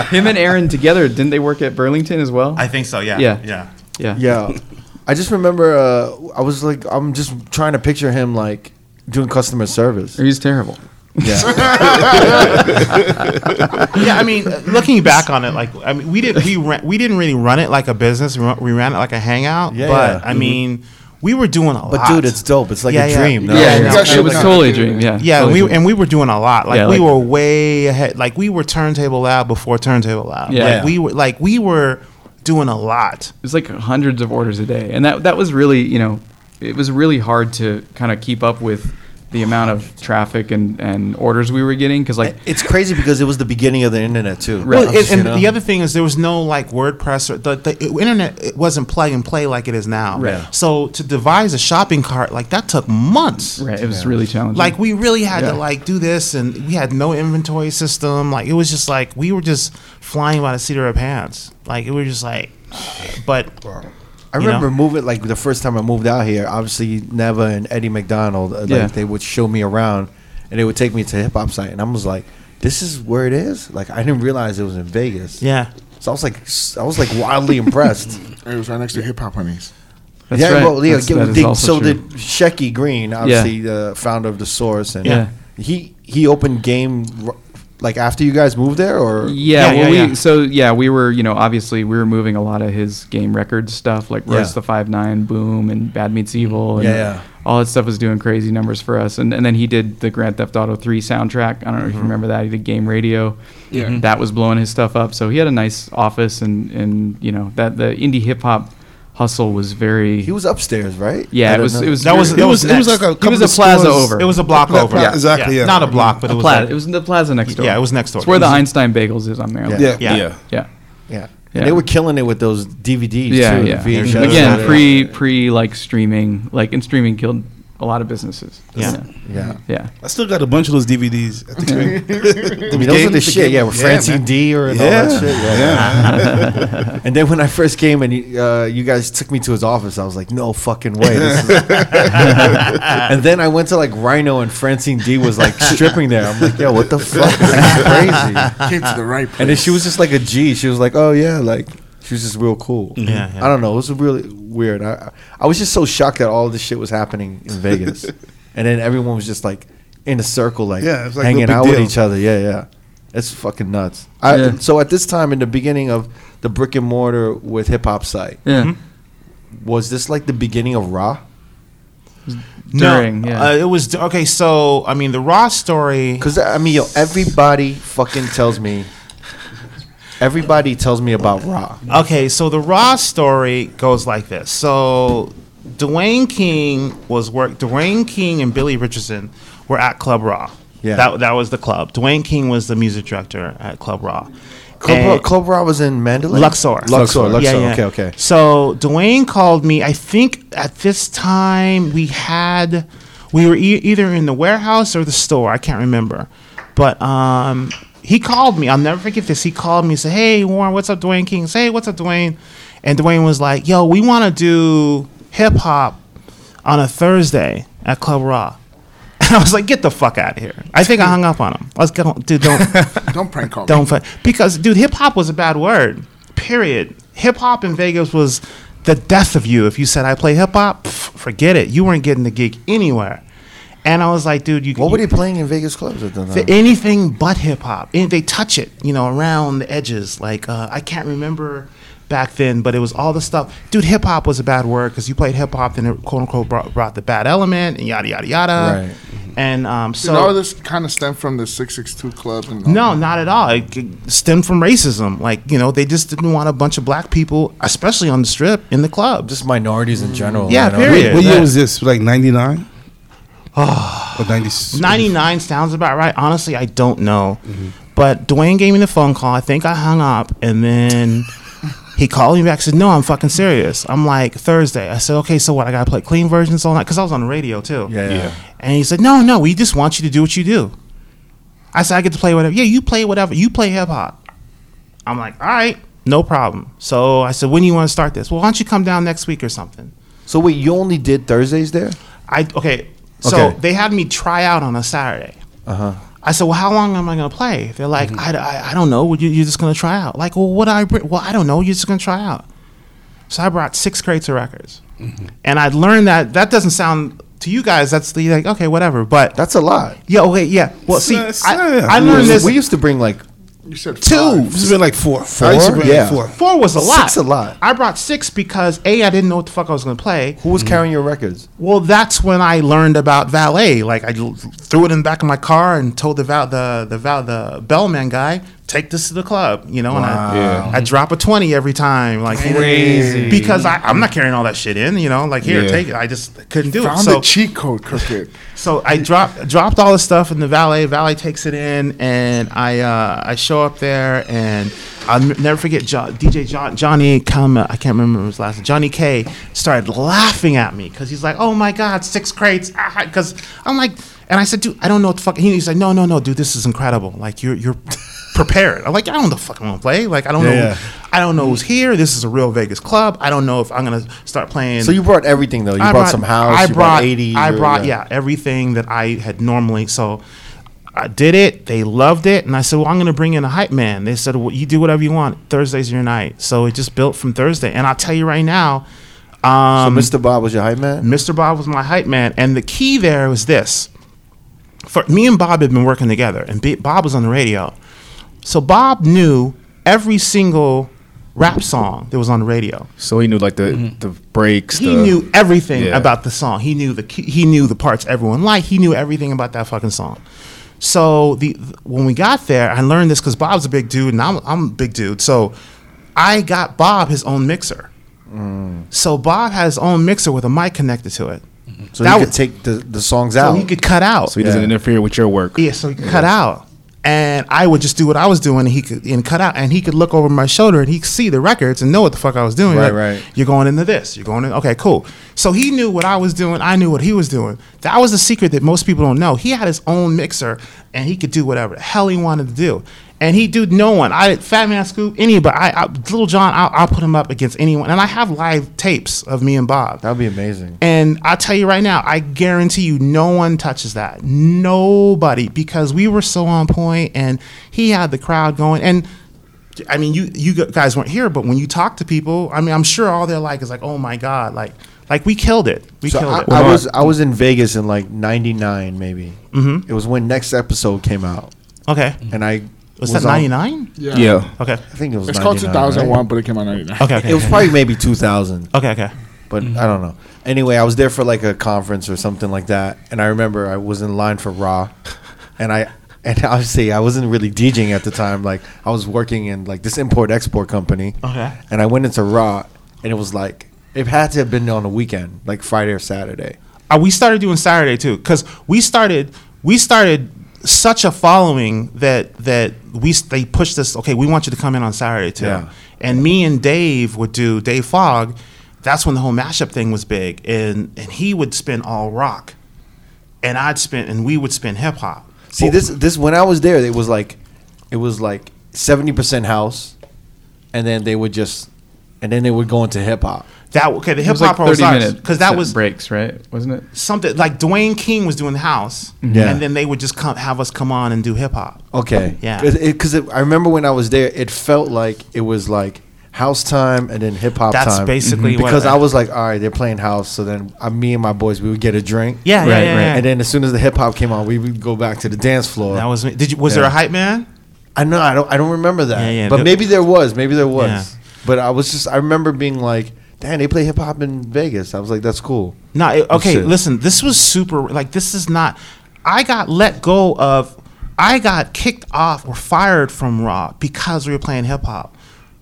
Him and Aaron together, didn't they work at Burlington as well?
I think so. Yeah.
Yeah.
Yeah.
yeah.
Yeah. I just remember uh, I was like I'm just trying to picture him like doing customer service.
He was terrible.
Yeah.
yeah, I mean, uh, looking back on it, like I mean, we did we ran, we didn't really run it like a business. We ran, we ran it like a hangout.
Yeah,
but
yeah.
I mean, we were doing a lot.
but dude, it's dope. It's like
Yeah,
a
yeah.
dream.
Yeah,
yeah,
no,
no,
that
it was
shit-
totally a dream. Yeah.
yeah,
totally a
we
dream.
and we were doing a lot. Like
Yeah,
we
like-
were way ahead. Like we were Turntable Lab before Turntable Lab.
Yeah.
Like, we were like we were doing a lot.
it was like hundreds of orders a day, and that that was really you know it was really hard to kind of keep up with the amount of traffic and, and orders we were getting because like
It's crazy because it was the beginning of the internet too.
Right.
Well, and, and the other thing is there was no like WordPress or the, the internet it wasn't plug and play like it is now.
Right.
So to devise a shopping cart like that took months.
right, it was really
Mm-hmm.
challenging.
Like we really had
Yeah.
to like do this, and we had no inventory system. Like it was just like we were just flying by the seat of our pants. Like it was just like, but
I
you know?
remember moving like the first time I moved out here. Obviously, Neva and Eddie McDonald, uh, like
Yeah.
they would show me around, and they would take me to hip hop site, and I was like, "This is where it is." Like I didn't realize it was in Vegas.
yeah,
So I was like, s- I was like wildly impressed.
It was right next to Hip Hop Honeys.
That's
yeah,
right.
well, yeah.
That's-
give-
that is
did-
also
so
true.
did Shecky Green, obviously the founder of the Source, and
Yeah.
he he opened game r- like after you guys moved there, or
Yeah,
Yeah,
well,
yeah,
we
yeah.
so yeah, we were you know obviously we were moving a lot of his game record stuff like
Yeah.
Royce the Five Nine, Boom, and Bad Meets Evil, and
Yeah, yeah.
all that stuff was doing crazy numbers for us. And and then he did the Grand Theft Auto Three soundtrack. I don't know
Mm-hmm.
if you remember that. He did Game Radio. Yeah, that was blowing his stuff up. So he had a nice office, and and you know that the indie hip hop hustle was very.
he was upstairs, right?
yeah,
I
it
don't
was,
know.
it was.
That was-
very-
It was, it was like
next.
a
He
couple
was a
of
plaza
stores-
over.
it was a block
Yeah,
over.
yeah, exactly, yeah.
not a block, but it was
plaza.
like-
it was the plaza next door.
yeah, it was next door.
It's where
It
the
was-
Einstein Bagels is on Maryland.
Yeah.
Yeah.
yeah.
yeah.
Yeah.
And they were killing it with those DVDs
yeah,
too.
yeah.
VHS.
Again,
Yeah.
pre pre like streaming, like and streaming killed a lot of businesses.
Yeah.
yeah.
yeah.
I still got a bunch of those DVDs. At the crib.
I mean, those are the shit. Yeah, with Francine D or and all that
Yeah.
shit. Yeah. and then when I first came and you- uh, you guys took me to his office, I was like, no fucking way. this is- and then I went to like Rhino and Francine D was like stripping there. I'm like, yo, what the fuck? This is crazy.
Came to the right place.
And then she was just like a G. She was like, oh yeah, like she was just real cool.
Yeah, yeah.
I don't know. It was really weird. I I was just so shocked that all this shit was happening in Vegas, and then everyone was just like in a circle, like,
Yeah, it's like no
hanging
big
out with
deal.
each other. Yeah, yeah. It's fucking nuts. I,
Yeah.
So at this time, in the beginning of the brick and mortar with hip hop site,
Yeah.
was this like the beginning of Raw?
During, yeah.
uh, it was okay. So I mean, the raw story.
Because I mean, yo, everybody fucking tells me. Everybody tells me about Raw.
Okay, so the Raw story goes like this. So Dwayne King was work. Dwayne King and Billy Richardson were at Club Raw.
Yeah.
that that was the club. Dwayne King was the music director at Club Raw.
Club, Raw,
And-
Club Raw was in Mandalay.
Luxor.
Luxor. Luxor. Okay. Okay.
So Dwayne called me. I think at this time we had, we were e- either in the warehouse or the store. I can't remember. But um, he called me. I'll never forget this. He called me and said, Hey, Warren, what's up, Dwayne King? Say, hey, what's up, Dwayne? And Dwayne was like, Yo, we want to do hip hop on a Thursday at Club Raw. And I was like, Get the fuck out of here. I think I hung up on him. Let's go. Dude, don't.
Don't prank call me.
Don't fuck. Because, dude, hip hop was a bad word. Period. Hip hop in Vegas was the death of you. If you said, I play hip hop, pff, forget it. You weren't getting the gig anywhere. And I was like, dude, you
What were
you,
they playing in Vegas clubs at the time?
th- anything but hip hop. And They touch it, you know, around the edges. Like uh, I can't remember back then, but it was all the stuff. Dude, hip hop was a bad word because you played hip hop, then it quote unquote brought, brought the bad element and yada yada yada. Right. And um, so
Did all this kind of stem from the 662 Club? And all
no,
that?
not at all. It g- stemmed from racism. Like, you know, they just didn't want a bunch of black people, especially on the strip, in the club. Just
Just minorities in general.
Yeah,
you know?
period.
what
Yeah.
year was this? Like ninety nine? Oh, or 90,
99 sounds about right. Honestly, I don't know.
Mm-hmm.
But Dwayne gave me the phone call. I think I hung up. And then he called me back said, No, I'm fucking serious. I'm like, Thursday. I said, Okay, so what? I got to play clean versions all night? Because I was on the radio too.
Yeah. yeah.
And he said, No, no, we just want you to do what you do. I said, I get to play whatever. Yeah, you play whatever. You play hip hop. I'm like, All right, no problem. So I said, When do you want to start this? Well, why don't you come down next week or something?
So wait, you only did Thursdays there?
I okay. So
Okay. Uh-huh.
they had me try out on a Saturday. I said, well, how long am I gonna play? They're like,
Mm-hmm.
I, I, I don't know. Would you, you're just gonna try out? Like, well, what do I bring? Well, I don't know. You're just gonna try out. So I brought six crates of records,
Mm-hmm.
and I learned that that doesn't sound to you guys. That's the like, okay, whatever. But
That's a lot.
yeah, okay, yeah. Well, see,
not- it's
I,
not-
I learned this.
we used to bring like
You said
Two.
five.
This has been like four. Four.
Yeah.
four.
Four was a lot.
Six a lot.
I brought six because a I didn't know what the fuck I was gonna play.
who was carrying your records?
Well, that's when I learned about valet. Like I l- threw it in the back of my car and told the val- the the val- the bellman guy, take this to the club, you know, and I,
Yeah.
I drop a 20 every time. Like,
Crazy.
Because I, I'm not carrying all that shit in, you know, like, here,
Yeah.
take it. I just couldn't do
Found
it.
the cheat code, Crooked.
So I dropped dropped all the stuff in the valet. Valet takes it in, and I uh, I show up there, and I'll n- never forget jo- DJ John, Johnny come uh, I can't remember his last name. Johnny K started laughing at me because he's like, "Oh my God, six crates!" Because I'm like, and I said, "Dude, I don't know what the fuck." He's like, "No, no, no, dude, this is incredible. Like you're you're." Prepared. I'm like, I don't know the fuck I'm gonna play. Like, I don't know.
Yeah.
I don't know who's here. This is a real Vegas club. I don't know if I'm gonna start playing.
So you brought everything though. You
I
brought, some house.
I
you brought, eighty.
I
you-
brought yeah. everything that I had normally. So I did it. They loved it, and I said, "Well, I'm going to bring in a hype man." They said, "Well, you do whatever you want. Thursday's your night." So it just built from Thursday, and I'll tell you right now,
So
um,
Mr. Bob was your hype man.
Mr. Bob was my hype man, and the key there was this: for me and Bob had been working together, and B- Bob was on the radio, so Bob knew every single rap song that was on the radio.
So he knew like the
Mm-hmm.
the breaks.
He
the,
knew everything
Yeah.
about the song. He knew the key- he knew the parts everyone liked. He knew everything about that fucking song. So the when we got there, I learned this because Bob's a big dude and I'm I'm a big dude. So I got Bob his own mixer.
Mm.
So Bob had his own mixer with a mic connected to it.
So
that
he could
was-
take the, the songs
So
out.
he could cut out.
So he doesn't
Yeah.
interfere with your work.
Yeah, so he could cut out. And I would just do what I was doing, and he could and cut out, and he could look over my shoulder and he could see the records and know what the fuck I was doing.
Right, right.
You're going into this. You're going in. Okay, cool. So he knew what I was doing. I knew what he was doing. That was the secret that most people don't know. He had his own mixer, and he could do whatever the hell he wanted to do. And he do no one. I Fat Man Scoop, anybody. I, I Little John. I'll, I'll put him up against anyone. And I have live tapes of me and Bob.
That'd be amazing.
And I'll tell you right now, I guarantee you no one touches that. Nobody. Because we were so on point and he had the crowd going. And I mean, you you guys weren't here, but when you talk to people, I mean, I'm sure all they're like is like, oh my God, like like we killed it. We
So
killed
I,
it.
I was I was in Vegas in like '99 maybe. Mm-hmm. It was when next episode came out,
okay.
and I
Was, that
on-
99?
Yeah.
Yeah.
Okay.
I think it was.
It's called
99,
2001,
right?
but it came out 99.
Okay. Okay.
It was probably maybe 2000.
okay. Okay.
but I don't know. Anyway, I was there for like a conference or something like that, and I remember I was in line for Raw, and I and obviously I wasn't really DJing at the time. Like I was working in like this import export company,
Okay.
and I went into Raw, and it was like it had to have been on a weekend, like Friday or Saturday.
Uh, we started doing Saturday too, because we started we started such a following that that we s- they pushed us. Okay, we want you to come in on Saturday too.
Yeah.
And me and Dave would do Dave Fogg. That's when the whole mashup thing was big, and and he would spin all rock, and I'd spin and we would spin hip hop.
See this this when I was there, it was like it was like seventy percent house, and then they would just and then they would go into hip hop.
That okay, the
It
hip
was like
hop
30
was
minute
because that
set
was
breaks, right? Wasn't it?
something like Dwayne King was doing the house,
Yeah.
and then they would just come have us come on and do hip hop.
Okay.
Yeah.
Because I remember when I was there, it felt like it was like house time and then hip hop time.
That's basically what-
because I was like, all right, they're playing house. So then I, me and my boys, we would get a drink.
Yeah, yeah,
Right,
yeah,
right.
yeah.
And then as soon as the hip hop came on, we would go back to the dance floor.
that was me. Did you was
Yeah.
there a hype man?
I know I don't I don't remember that.
Yeah, yeah,
but
the-
maybe there was. Maybe there was.
Yeah.
But I was just I remember being like, damn, they play hip hop in Vegas. I was like, that's cool.
No, it, okay,
shit.
listen, this was super like this is not I got let go of I got kicked off or fired from Raw because we were playing hip hop.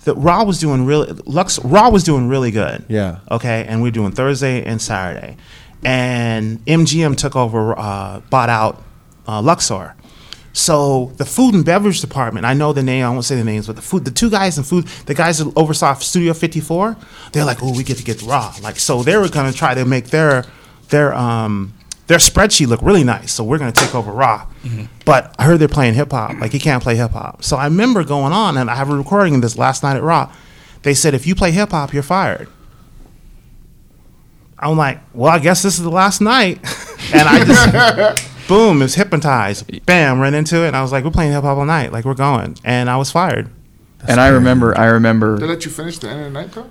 That Raw was doing really Lux Raw was doing really good.
Yeah.
Okay, and we are doing Thursday and Saturday. And MGM took over uh, bought out uh, Luxor. So the food and beverage department, I know the name, I won't say the names, but the food, the two guys in food, the guys that oversaw Studio 54, they're like, oh, we get to get raw. Like, so they were gonna try to make their their um their spreadsheet look really nice. So we're gonna take over raw. But I heard they're playing hip hop. Like you can't play hip hop. So I remember going on, and I have a recording of this last night at raw. They said if you play hip hop, you're fired. I'm like, well, I guess this is the last night. and I just, boom, it's hypnotized. Bam, ran into it. And I was like, we're playing hip hop all night. Like, we're going. And I was fired.
and I remember, I
They
remember.
let you finish the end of the night, though?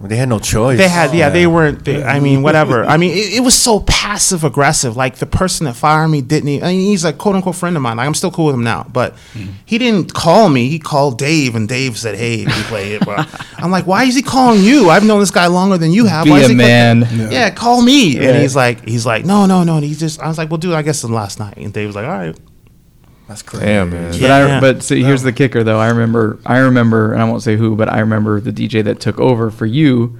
They had no choice.
They had, yeah, they weren't, they, I mean, whatever. I mean, it, it was so passive aggressive. Like, the person that fired me didn't, e- I mean, he's a quote unquote friend of mine. Like, I'm still cool with him now. But he didn't call me. He called Dave, and Dave said, hey, we play hip hop. I'm like, why is he calling you? I've known this guy longer than you have.
Be
why is
a
he calling-
man.
yeah, call me.
Right.
And he's like, he's like, no, no, no. And he just, I was like, well, dude, I guess it's the last night. And Dave was like, all right.
That's crazy.
Damn, man.
Yeah.
But I, but see, here's the kicker though. I remember I remember and I won't say who, but I remember the DJ that took over for you,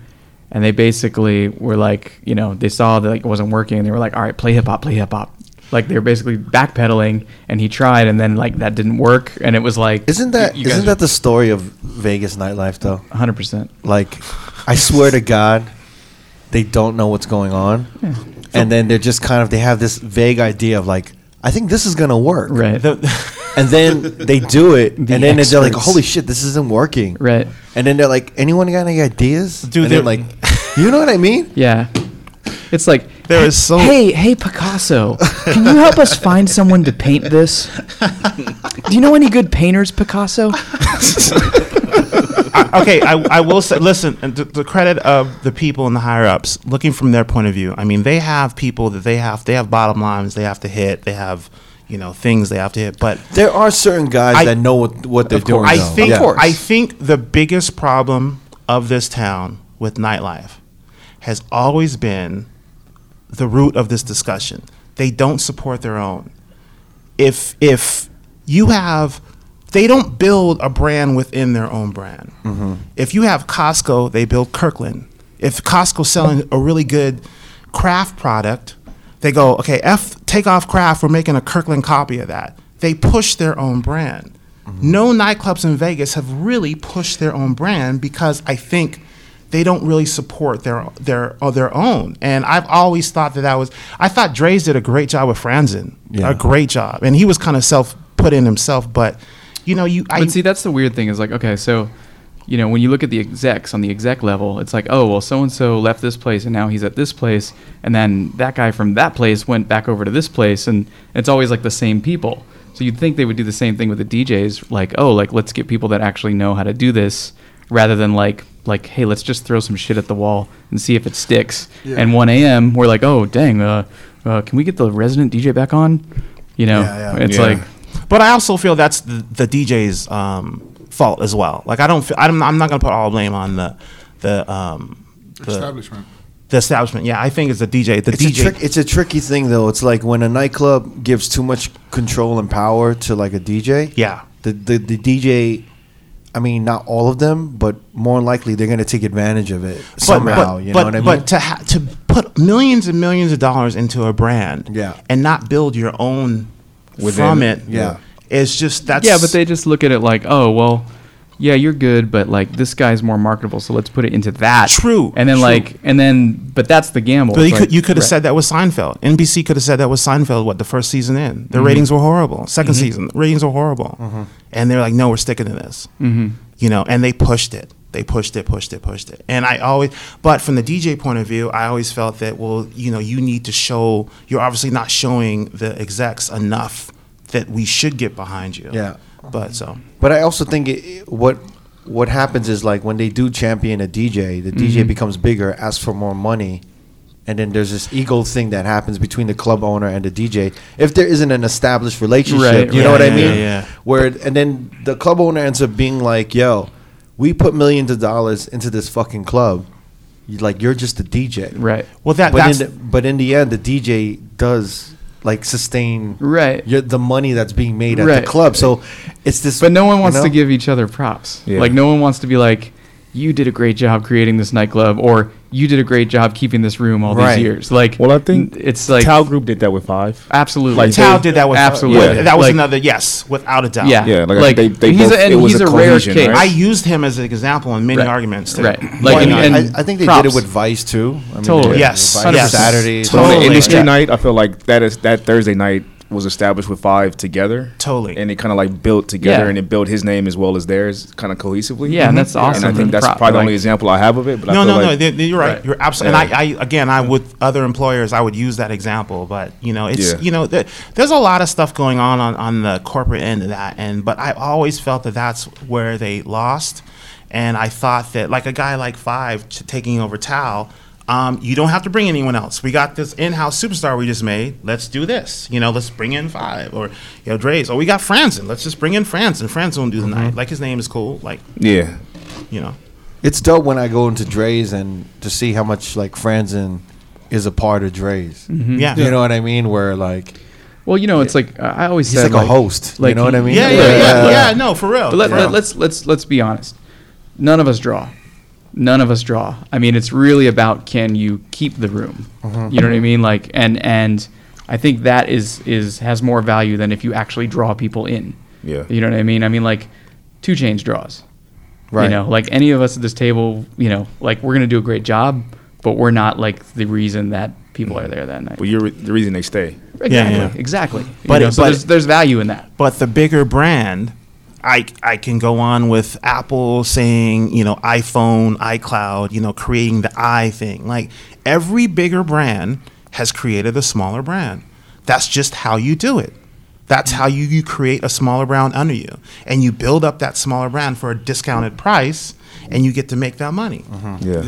and they basically were like, you know, they saw that like, it wasn't working, and they were like, all right, play hip hop, play hip hop. Like they were basically backpedaling, and he tried, and then like that didn't work, and it was like,
Isn't that
you- you guys
not
are-
that the story of Vegas nightlife though?
100? percent
Like, I swear to God, they don't know what's going on, and then they're just kind of they have this vague idea of like, I think this is gonna work,
Right.
The-
And then they do it,
The
and then they're like,
experts.
"Holy shit, this isn't working!"
Right.
And then they're like, "Anyone got any ideas?"
Dude,
and they're
they're-
like, "You know what I mean?"
yeah. It's like
there is so
Hey, hey, Picasso, can you help us find someone to paint this? Do you know any good painters, Picasso?
I- okay, I, I will say, listen, and to the credit of the people in the higher ups, looking from their point of view, I mean, they have people that they have, they have bottom lines they have to hit, they have, you know, things they have to hit. But
There are certain guys
I-
that know what, what they're doing.
I
though.
think,
Yeah.
I think the biggest problem of this town with nightlife has always been the root of this discussion. They don't support their own. If if you have they don't build a brand within their own brand. If you have Costco, they build Kirkland. If Costco's selling a really good craft product, they go, okay, F take off craft, we're making a Kirkland copy of that. They push their own brand. No nightclubs in Vegas have really pushed their own brand because I think they don't really support their their or their own. And I've always thought that that was. I thought Dre's did a great job with Franzen,
Yeah.
a great job, and he was kind of self put in himself. But you know, you I
But see, that's the weird thing is like, okay, so, you know, when you look at the execs on the exec level, it's like, oh, well, so and so left this place and now he's at this place. And then that guy from that place went back over to this place. And it's always like the same people. So you'd think they would do the same thing with the DJs, like, oh, like, let's get people that actually know how to do this rather than like, like, hey, let's just throw some shit at the wall and see if it sticks. And 1 a.m., we're like, oh, dang, uh, uh, can we get the resident DJ back on? You know,
Yeah, yeah.
it's
Yeah.
like,
But I also feel that's the, the DJ's um, fault as well. Like I don't feel I'm, I'm not gonna put all blame on the the um, the,
Establishment.
the establishment. Yeah, I think it's the DJ. The
It's a,
DJ.
trick, it's a tricky thing though. It's like when a nightclub gives too much control and power to like a DJ.
Yeah.
The the, the DJ, I mean, not all of them, but more than likely they're gonna take advantage of it somehow. you know
but,
what I mean?
But to ha- to put millions and millions of dollars into a brand,
Yeah.
and not build your own
Within
from
it,
it,
yeah.
it's just that's
yeah, but they just look at it like, oh, well, yeah, you're good, but like this guy's more marketable, so let's put it into that.
True,
And then
true.
like, and then, but that's the gamble.
But you
right?
could you could have
Right.
said that with Seinfeld. NBC could have said that with Seinfeld. What the first season in, the
Mm-hmm.
ratings were horrible. 2nd season, the ratings were horrible, and they're like, no, we're sticking to this. Mm-hmm. You know, and they pushed it. They pushed it, pushed it, pushed it. And I always, but from the DJ point of view, I always felt that well, you know, you need to show. You're obviously not showing the execs enough that we should get behind you.
Yeah.
But so
But I also think it, what what happens is like when they do champion a DJ, the DJ
Mm-hmm.
becomes bigger, asks for more money, and then there's this ego thing that happens between the club owner and the DJ. If there isn't an established relationship,
Right,
you know
right.
what I
Yeah,
mean?
yeah,
yeah.
Where and then the club owner ends up being like, "Yo, we put millions of dollars into this fucking club. You, like you're just a DJ,
Right.
well, that
but in
that's
the, but in the end, the DJ does." Like sustain
Right.
your, the money that's being made at
Right.
the club, so it's this.
But no one wants
you
to
know?
give each other props.
Yeah.
Like no one wants to be like, you did a great job creating this nightclub, or you did a great job keeping this room all
Right.
these years. Like,
Well, I think
it's like
Tao Group did that with Five.
absolutely.
Like,
Tao
they-
did that with
absolutely.
with- that was
Like,
another yes, without a doubt.
Yeah,
Yeah, like, I think they- they
and he's
both-
a, and
it was
he's
a
a, rare
cohesion,
case.
right?
I used him as an example in many
Right.
arguments. to-
Right.
Why
Like, and-
not?
and-
I, I think they
props.
did it with Vice too. I mean,
Totally.
they did it
Yes,
with Vice
yes.
Saturdays.
So on
Totally.
the industry
Yeah.
night, I feel like that is that Thursday night was established with Five together.
Totally.
And it kind of like built together,
Yeah.
and it built his name as well as theirs, kind of cohesively. Mm-hmm.
Yeah, and that's awesome
And I
and
think that's
prop-
probably the
like-
only example I have of it. But
No,
I feel
no,
like,
no. th- th- You're right.
Right.
You're absolutely. And I, I, again, I with other employers, I would use that example. But you know, it's
Yeah.
you know, th- there's a lot of stuff going on, on on the corporate end of that. And but I always felt that that's where they lost. And I thought that like a guy like Five t- taking over Tal. Um, you don't have to bring anyone else. We got this in-house superstar we just made. Let's do this. You know, let's bring in five or you know Dre's. Oh, we got Franzen. Let's just bring in Franzen. Franzen will do the
Mm-hmm.
night. Like his name is cool. Like
yeah,
you know.
It's dope when I go into Dre's and to see how much like Franzen is a part of Dre's.
Yeah.
Mm-hmm.
You know what I mean? Where like
Well, you know, it's like I always
He's
said,
like, a host. you know what I mean?
Yeah, yeah, yeah, yeah, No, for real.
But let,
for real.
let, us let's let's be honest. None of us draw. None of us draw. I mean, it's really about can you keep the room.
Mm-hmm.
You know what I mean? Like, and and I think that is is has more value than if you actually draw people in.
Yeah.
You know what I mean? I mean, like, two chains draws.
Right.
You know, like any of us at this table, you know, like we're gonna do a great job, but we're not like the reason that people are there that night.
But you're the reason they stay.
exactly.
yeah.
Exactly. You
But-
know, so
but-
there's there's value in that.
but the bigger brand, I I can go on with Apple saying you know iPhone, iCloud, you know creating the i thing. Like every bigger brand has created a smaller brand. That's just how you do it. That's how you, you create a smaller brand under you, and you build up that smaller brand for a discounted price, and you get to make that money
Yeah.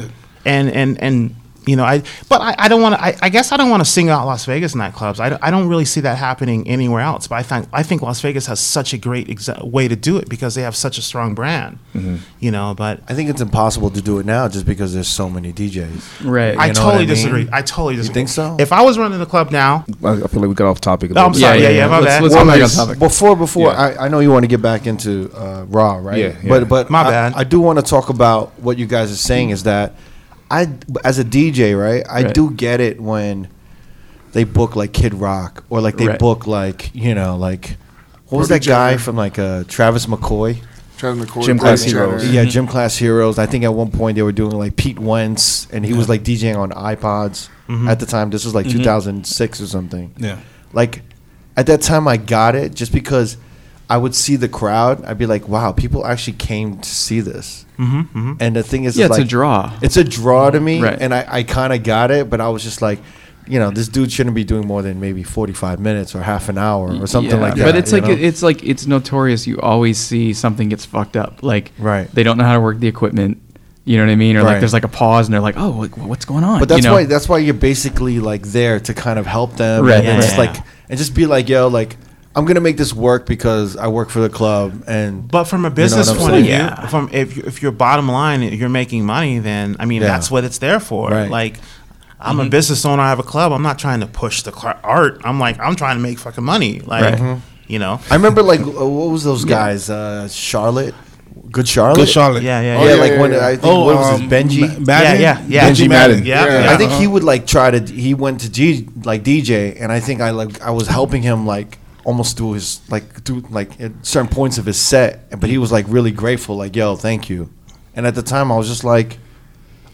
and and and you know i but i, I don't want to I, I guess i don't want to single out las vegas nightclubs I, don't- I don't really see that happening anywhere else but i think i think las vegas has such a great exa- way to do it because they have such a strong brand
Mm-hmm.
you know but
I think it's impossible to do it now just because there's so many DJs.
Right.
I
know
totally
what I mean?
disagree. I totally disagree.
think so?
If I was running the club now,
I I feel like we got off topic. a
No,
little
I'm
bit.
sorry. Yeah, yeah, my
let's,
bad.
Let's
Well,
come back on
Just
topic.
Before before
Yeah.
I, I know you want to get back into uh, Raw, right?
Yeah, yeah.
But but
My
I-
bad.
I do want to talk about what you guys are saying is that I as a DJ, right? I
Right.
do get it when they book like Kid Rock or like they
Right.
book like, you know, like what was
Brody
that guy
Jenner.
from like uh, Travis McCoy?
Travis McCoy,
Gym
Brody
class heroes.
Jenner.
Yeah, gym class heroes. I think at one point they were doing like Pete Wentz, and he was like DJing on iPods at the time. This was like 2006 or something.
Yeah.
Like at that time, I got it just because I would see the crowd. I'd be like, wow, people actually came to see this. Mm-hmm, And the thing is,
Yeah, it's a
like,
draw.
It's a draw to me,
Right.
and I, I kind of got it, but I was just like. You know, this dude shouldn't be doing more than maybe forty-five minutes or half an hour or something
Yeah,
like that.
But it's
you
like
know?
it's like it's notorious. You always see something gets fucked up. Like
Right.
they don't know how to work the equipment. You know what I mean? Or
Right.
like there's like a pause and they're like, oh, like, what's going on?
But that's
you know?
why that's why you're basically like there to kind of help them
Right,
and then
right.
just like and just be like, yo, like I'm gonna make this work because I work for the club and
but
You
from a
know what
business
I'm
point
saying?
of view,
Yeah.
from if you- if your bottom line you're making money, then I mean
Yeah.
that's what it's there for.
Right. Mm-hmm.
Like, I'm a business owner. I have a club. I'm not trying to push the cl- art. I'm like I'm trying to make fucking money. Like,
Right.
you know.
I remember like uh, what was those guys? Uh, Charlotte, Good Charlotte,
Good Charlotte.
Yeah, yeah,
Oh, yeah,
yeah.
like
yeah,
when
yeah.
I think what was this
um,
Benji?
Ma- Madden?
Yeah, yeah, yeah.
Benji Madden.
Yeah,
Yeah.
yeah.
I think he would like try to. He went to G like DJ, and I think I like I was helping him like almost do his like do like at certain points of his set, but he was like really grateful, like yo, thank you. And at the time, I was just like,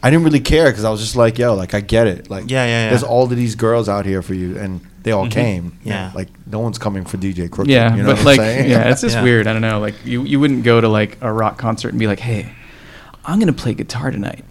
I didn't really care because I was just like, yo, like I get it, like
Yeah, yeah, yeah.
There's all of these girls out here for you, and they all came.
Yeah.
like no one's coming for DJ Crooked.
yeah,
you know
but
what
like
I'm saying?
yeah, it's just
Yeah.
weird. I don't know. Like you you wouldn't go to like a rock concert and be like, hey, I'm gonna play guitar tonight.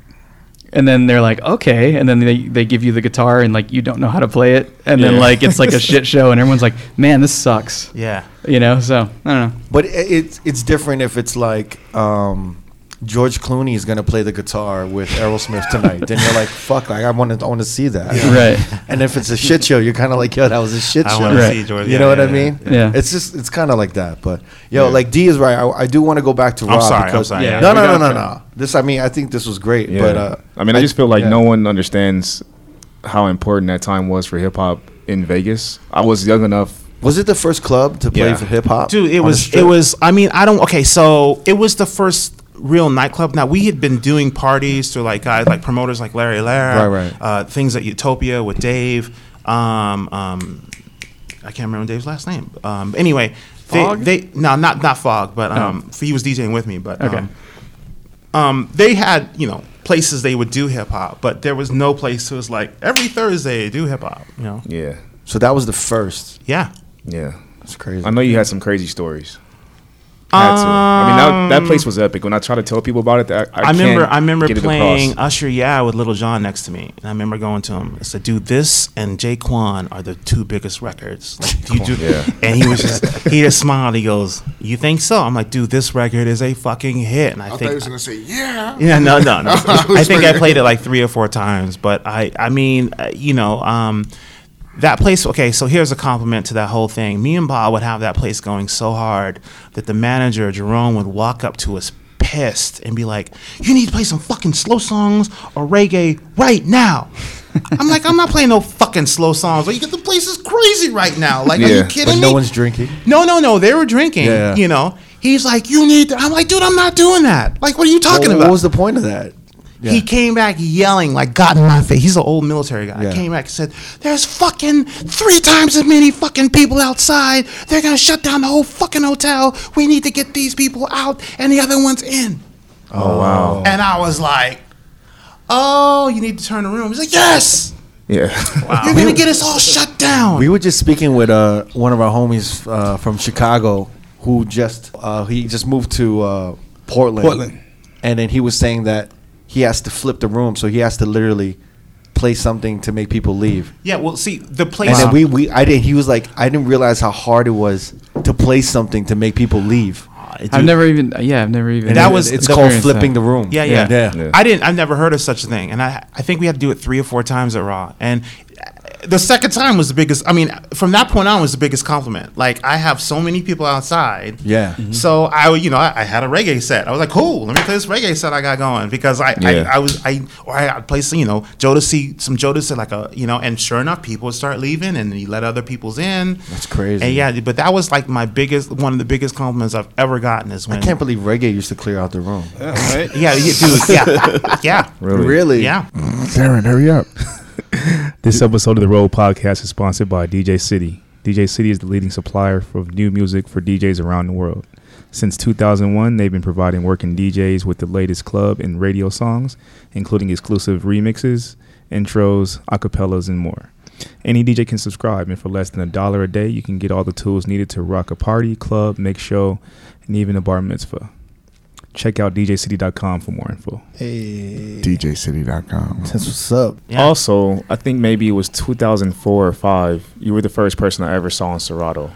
And then they're like, okay. And then they, they give you the guitar and like you don't know how to play it. And then
Yeah.
like it's like a shit show and everyone's like, man, this sucks.
Yeah.
You know. So I don't know.
But i- it's it's different if it's like um, George Clooney is gonna play the guitar with Aerosmith tonight. then you're like, fuck, like I want to I want to see that.
Right.
And if it's a shit show, you're kind of like, yo, that was a shit
I
show.
wanna
Right. see
George-
You
yeah,
know what
yeah,
I mean?
yeah, yeah.
It's just it's kind of like that. But yo, like D is right. I, I do want to go back to
I'm
Rob.
sorry, I'm
Because,
sorry.
Yeah,
No,
we
no, no,
gotta
no,
try.
no. This I mean, I think this was great.
Yeah.
But uh,
I mean, I, just feel like
yeah.
no one understands how important that time was for hip hop in Vegas. I was young enough.
was it the first club to play
Yeah.
for hip hop?
Dude,
on
it
the
was it
strip?
was I mean, I don't okay, so it was the first real nightclub. Now we had been doing parties to like guys like promoters like Larry Lara,
Right, right.
uh things at Utopia with Dave. Um um I can't remember Dave's last name. Um anyway, they,
Fog?
they no not not Fog, but um he was DJing with me, but
Okay.
um, um, they had you know places they would do hip hop, but there was no place that was like every Thursday do hip hop. You know,
Yeah,
So that was the first.
yeah.
yeah.
That's crazy.
I know you had some crazy stories. Had to. I mean, that, that place was epic. When I try to tell people about it, that I,
Um, I
I,
remember
can't
I remember
get it
playing
Across.
Usher Yeah with Little John next to me, and I remember going to him. I said, "Dude, this and Jaquan are the two biggest records." Like, do you do,
Yeah.
and he was just he just smiled. He goes, "You think so?" I'm like, "Dude, this record is a fucking hit," and I,
I thought
think.
he was gonna say yeah.
yeah, no, no, no.
I was
I think I
like-
played it like three or four times, but I, I mean, uh, you know, um, that place. Okay, so here's a compliment to that whole thing. Me and Bob would have that place going so hard that the manager Jerome would walk up to us pissed and be like, "You need to play some fucking slow songs or reggae right now." I'm like, I'm not playing no fucking slow songs. Like, you get the place is crazy right now. Like, are
Yeah,
you
but
But
kidding
no
me?
one's drinking.
no, no, no. They were drinking.
Yeah.
You know, he's like, you need. That. I'm like, dude, I'm not doing that. Like, what are you talking
Well,
about?
What was the point of that? Yeah.
He came back yelling, like, God in my face. He's an old military guy.
Yeah.
Came back and said, There's fucking three times as many fucking people outside. They're going to shut down the whole fucking hotel. We need to get these people out and the other ones in. Oh, wow. And I was like, Oh, you need to turn the room. He's like, Yes,
Yeah.
you're going to get us all shut down.
We were just speaking with uh, one of our homies uh, from Chicago who just uh, he just moved to uh, Portland.
Portland.
and then he was saying that he has to flip the room, so he has to literally play something to make people leave.
yeah, well, see, the place.
And then we, we I didn't. He was like, I didn't realize how hard it was to play something to make people leave.
I've never even. Yeah, I've never even.
And
Ah, That
it-
was-
it's
that-
called flipping the room.
Yeah, yeah.
yeah.
Yeah.
I didn't. I've never heard of such a thing, and I I think we had to do it three or four times at Raw, and the second time was the biggest. I mean, from that point on was the biggest compliment. Like I have so many people outside.
Yeah.
So I, you know, I, I had a reggae set. I was like, cool. Let me play this reggae set I got going because I,
Yeah.
I, I was I or I, I played some, you know, Jodeci, some Jodeci like a you know, and sure enough, people would start leaving, and he let other people's in.
That's crazy.
And yeah, but that was like my biggest, one of the biggest compliments I've ever gotten is when.
I can't believe reggae used to clear out the room.
yeah, yeah, dude, yeah, yeah.
Really?
Yeah.
Darren, hurry up.
This episode of the Road Podcast is sponsored by DJ City. DJ City is the leading supplier of new music for DJs around the world. Since 2001, they've been providing working DJs with the latest club and radio songs, including exclusive remixes, intros, acapellas, and more. Any DJ can subscribe, and for less than a dollar a day, you can get all the tools needed to rock a party, club, mix show, and even a bar mitzvah. Check out DJCity.com for more info.
DJcity.com.
That's what's up.
Yeah.
Also,
I think maybe it was 2004 or five. You were the first person I ever saw in Serato,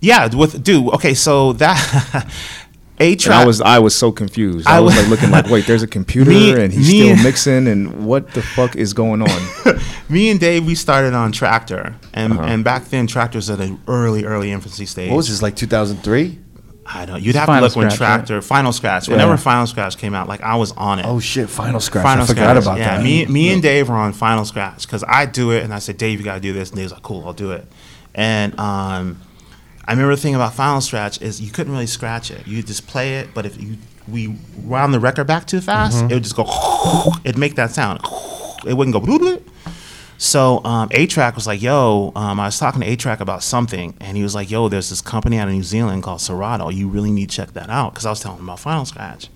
Yeah, with dude. Okay, so that a
and I
trap.
was I was so confused.
I
I was
wa-
like looking like, wait, there's a computer,
Me-
and he's
me-
still mixing, and what the fuck is going on?
Me and Dave, we started on Tractor, and and back then Tractor's at an early, early infancy stage.
What was this like 2003?
I don't. You'd have
Final
to look when
Scratch, right?
Tractor, Final Scratch, whenever Final Scratch came out, like I was on it.
Oh shit! Final scratch.
Final
I forgot
Scratch.
about
yeah,
that.
me, me and Dave were on Final Scratch because I do it and I said, Dave, you got to do this. And Dave's like, cool, I'll do it. And um, I remember the thing about Final Scratch is you couldn't really scratch it. You just play it, but if you we wound the record back too fast,
Mm-hmm.
it would just go, it'd make that sound. It wouldn't go, bloop, bloop. So um, A Track was like, "Yo, um, I was talking to A Track about something, and he was like, "Yo, there's this company out of New Zealand called Serato. You really need to check that out." Because I was telling him about Final Scratch,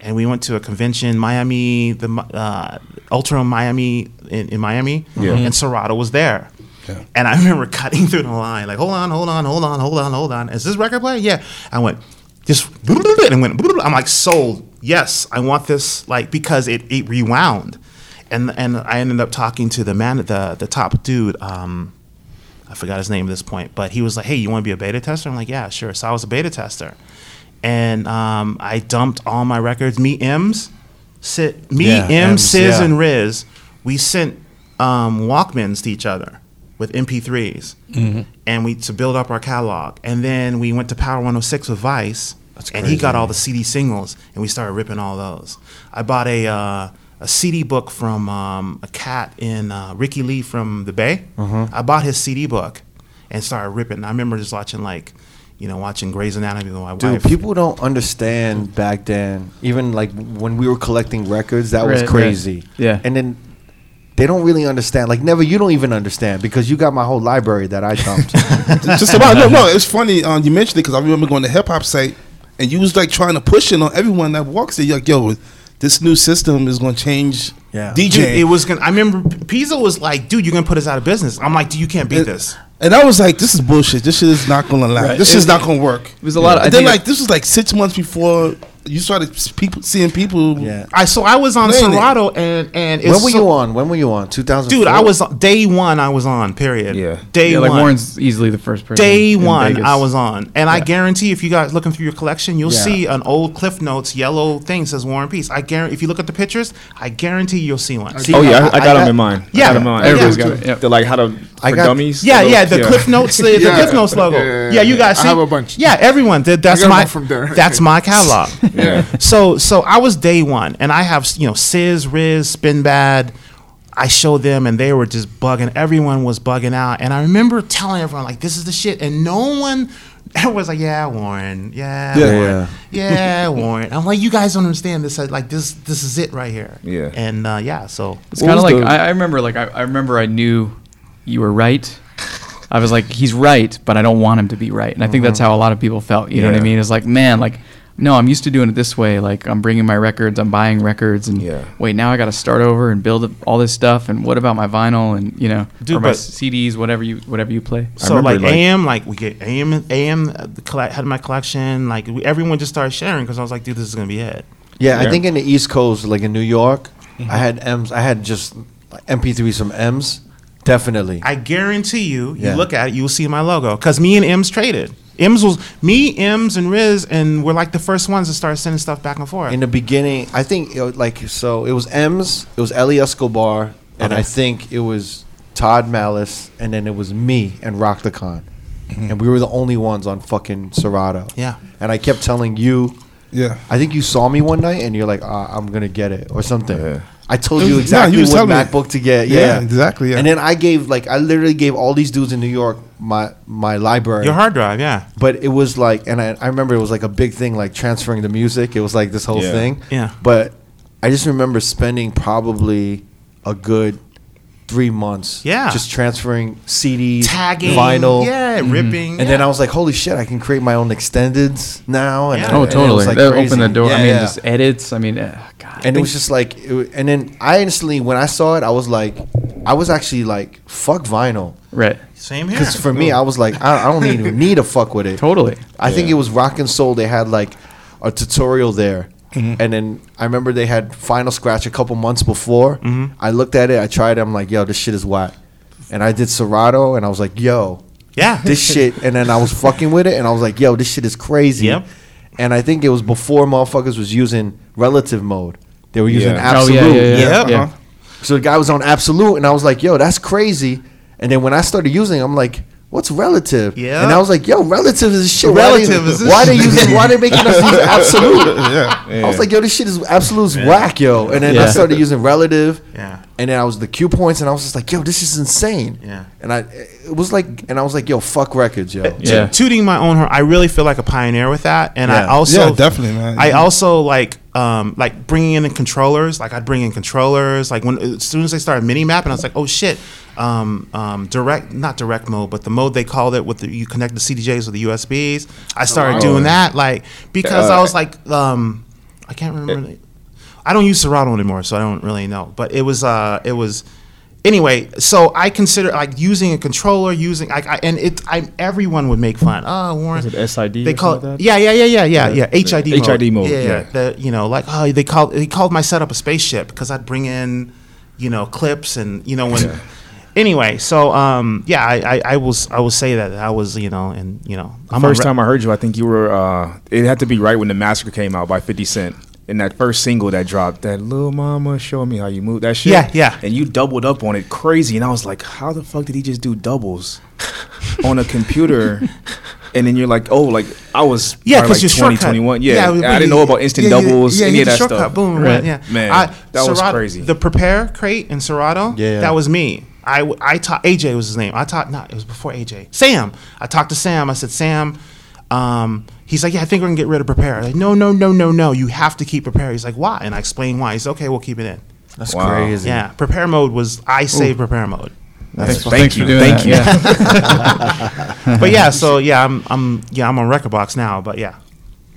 and we went to a convention, Miami, the uh, Ultra Miami in, in Miami, and Serato was there. And I remember cutting through the line, like, "Hold on, hold on, hold on, hold on, hold on. Is this record play?" Yeah. I went just and went. I'm like, sold. Yes, I want this. Like because it it rewound and and I ended up talking to the man, the the top dude. Um, I forgot his name at this point, but he was like, "Hey, you want to be a beta tester?" I'm like, "Yeah, sure." So I was a beta tester, and um, I dumped all my records. Me, M's, sit, me,
Yeah,
M,
M's,
Sizz,
yeah.
and Riz. We sent um, Walkmans to each other with MP3s,
Mm-hmm.
and we to build up our catalog. And then we went to Power 106 with Vice, and he got all the CD singles, and we started ripping all those. I bought a uh, a CD book from um, a cat in uh, Ricky Lee from the Bay. I bought his CD book and started ripping. And I remember just watching like, you know, watching Grey's Anatomy with my
Dude,
wife.
people don't understand back then. Even like when we were collecting records, that was
Right,
crazy.
right. Yeah.
And then they don't really understand. Like never, you don't even understand because you got my whole library that I dumped.
Just about no, no. It's funny um, you mentioned it because I remember going to hip hop site and you was like trying to push it on everyone that walks there. You're like, yo, this new system is going to change
Yeah.
DJ.
Dude, it was gonna. I remember Pizza was like, "Dude, you're gonna put us out of business." I'm like, "Dude, you can't beat
It-
this."
And I was like, this is bullshit. This shit is not going to last.
Right.
This shit's
It-
not going to work. It
was a lot of- I
and then
think
like
it-
this was like six months before you started s- people seeing people.
yeah.
I so I was on
Wait a minute.
Serato and and it's
When were
so-
you on? When were you on? 2000.
Dude, I was on- day one. I was on. Period.
Yeah.
Day
yeah, like
one.
Warren's easily the first person.
Day
in
one,
Vegas.
I was on, and I guarantee if you guys looking through your collection, you'll
Yeah.
see an old Cliff Notes yellow thing says War and Peace. I guarantee if you look at the pictures, I guarantee you'll see one.
Oh yeah, I, I got
I-
him in mind.
Yeah,
I got him in mind.
everybody's
got it, yep.
They're like how to
I
for
got-
dummies.
Yeah,
Those-
yeah, the Cliff Notes, the, the
Yeah.
Cliff Notes logo.
Yeah, yeah,
Yeah,
yeah,
you
yeah.
guys
I
see.
have a bunch.
Yeah, everyone. That, that's
got
my
one from there.
that's my catalog.
Yeah.
So so I was day one, and I have you know Sizz, Riz, Spin Bad, I showed them and they were just bugging. Everyone was bugging out. And I remember telling everyone, like, this is the shit. And no one, everyone was like, yeah, Warren. Yeah,
Yeah,
Warren. Yeah, Warren. I'm like, you guys don't understand this. Like, this this is it right here.
Yeah.
And uh, yeah, so.
It's kind of
was
like
the-
I, I remember, like I, I remember, I knew you were right. I was like, he's right, but I don't want him to be right, and I think that's how a lot of people felt. You know what
Yeah.
I mean? It's like, man, like no, I'm used to doing it this way. Like I'm bringing my records, I'm buying records, and
Yeah.
wait, now I got to start over and build up all this stuff. And what about my vinyl and you know,
Dude,
or my
but-
CDs, whatever you whatever you play.
So like,
remember, like-
AM, like we get AM, AM uh, the colle- had my collection. Like we, everyone just started sharing because I was like, dude, this is gonna be it.
Yeah, I
Yeah.
think in the East Coast, like in New York,
Mm-hmm.
I had M's. I had just like, MP3s from M's. Definitely.
I guarantee you, you
Yeah.
look at it, you will see my logo because me and M's traded. M's was me, M's, and Riz, and we're like the first ones to start sending stuff back and forth.
in the beginning, I think it, was, like so it was M's, it was Ellie Escobar, and I think it was Todd Malice, and then it was me and Rock the Con,
Mm-hmm.
and we were the only ones on fucking Serato.
Yeah.
and I kept telling you.
Yeah.
I think you saw me one night and you're like, ah, I'm gonna get it or something.
Yeah.
I told
It
you
was-
exactly
nah, you was
what
telling me.
MacBook to get. Yeah,
Yeah, exactly, yeah.
And then I gave like I literally gave all these dudes in New York my my library.
Your hard drive, yeah.
but it was like, and I, I remember it was like a big thing, like transferring the music. It was like this whole
Yeah.
thing.
Yeah.
But I just remember spending probably a good three months.
Yeah.
Just transferring CDs,
Tagging,
vinyl. Mm-hmm.
yeah, ripping,
And then
yeah.
I was like, holy shit, I can create my own extendeds now. And
Yeah.
I-
Oh,
and it was,
totally.
like,
that
crazy.
opened the door.
Yeah,
I mean,
yeah.
just edits. I mean, uh, God.
And it was just like, it, wa- and then I instantly, when I saw it, I was like, I was actually like, fuck vinyl.
right.
Same here.
Because for me, I was like, I, I don't even need to fuck with it.
Totally.
I think it was Rock and Soul. They had like a tutorial there,
Mm-hmm.
and then I remember they had Final Scratch a couple months before.
Mm-hmm.
I looked at it, I tried it. I'm like, yo, this shit is whack. And I did Serato, and I was like, yo,
yeah.
this shit. And then I was fucking with it, and I was like, yo, this shit is crazy.
Yep.
And I think it was before motherfuckers was using relative mode. They were using
Yeah.
absolute.
Oh yeah, yeah, yeah.
Yep.
yeah.
So the guy was on absolute, and I was like, "Yo, that's crazy." And then when I started using, it, I'm like, "What's relative?"
Yeah.
And I was like, "Yo, relative is shit.
Relative is this
why they, why they using? Why they making us use absolute?"
yeah.
I was like, "Yo, this shit is absolute's whack, yo." And then I
Yeah.
started using relative.
Yeah.
And then I was the cue points, and I was just like, "Yo, this is insane."
Yeah.
And I, it was like, and I was like, "Yo, fuck records, yo."
Yeah.
tooting my own horn, I really feel like a pioneer with that, and I
Yeah.
also
Yeah, definitely, man.
I also like um, like bringing in the controllers. Like I'd bring in controllers. Like when as soon as they started mini mapping, I was like, oh shit, um, um, direct not direct mode, but the mode they called it with the, you connect the CDJs with the USBs. I
Oh,
started doing that like because I was like um, I can't remember. the- I don't use Serato anymore, so I don't really know. But it was uh, it was anyway. So I consider like using a controller, using like I, and it. I everyone would make fun. Oh, Warren.
Is it SID
They
or
call it,
something like that?
yeah, yeah, yeah, yeah, yeah, yeah. HID mode.
HID mode, yeah.
Yeah, the, you know, like oh, they called they called my setup a spaceship because I'd bring in, you know, clips and you know when. Anyway, so um, yeah, I, I, I was I will say that I was you know and you know
The first time I heard you, I think you were. Uh, it had to be right when the massacre came out by Fifty Cent. In that first single that dropped, that little mama show me how you move that shit.
Yeah, yeah.
And you doubled up on it crazy, and I was like, how the fuck did he just do doubles on a computer? And then you're like, oh, like I was
Yeah,
probably like
because your
20,
shortcut.
21. Yeah,
it would
I didn't
be-
know about instant
yeah, yeah,
doubles,
yeah,
any
you
of
get
that
shortcut,
stuff.
Boom, right. yeah.
Man, that was crazy.
The prepare crate in Serato.
Yeah.
that was me. I, w- I taught AJ was his name. I taught not it was before AJ. Sam. I talked to Sam. I said Sam. Um, he's like, yeah, I think we're gonna get rid of prepare. I'm like, no, no, no, no, no. You have to keep prepare. He's like, why? And I explained why. He's okay. We'll keep it in.
That's
Wow.
crazy.
Yeah, prepare mode was I saved prepare mode.
Thanks,
thank
thanks
you,
for doing
thank
that.
you.
Yeah.
But yeah, so yeah, I'm I'm yeah I'm on Record Box now. But yeah,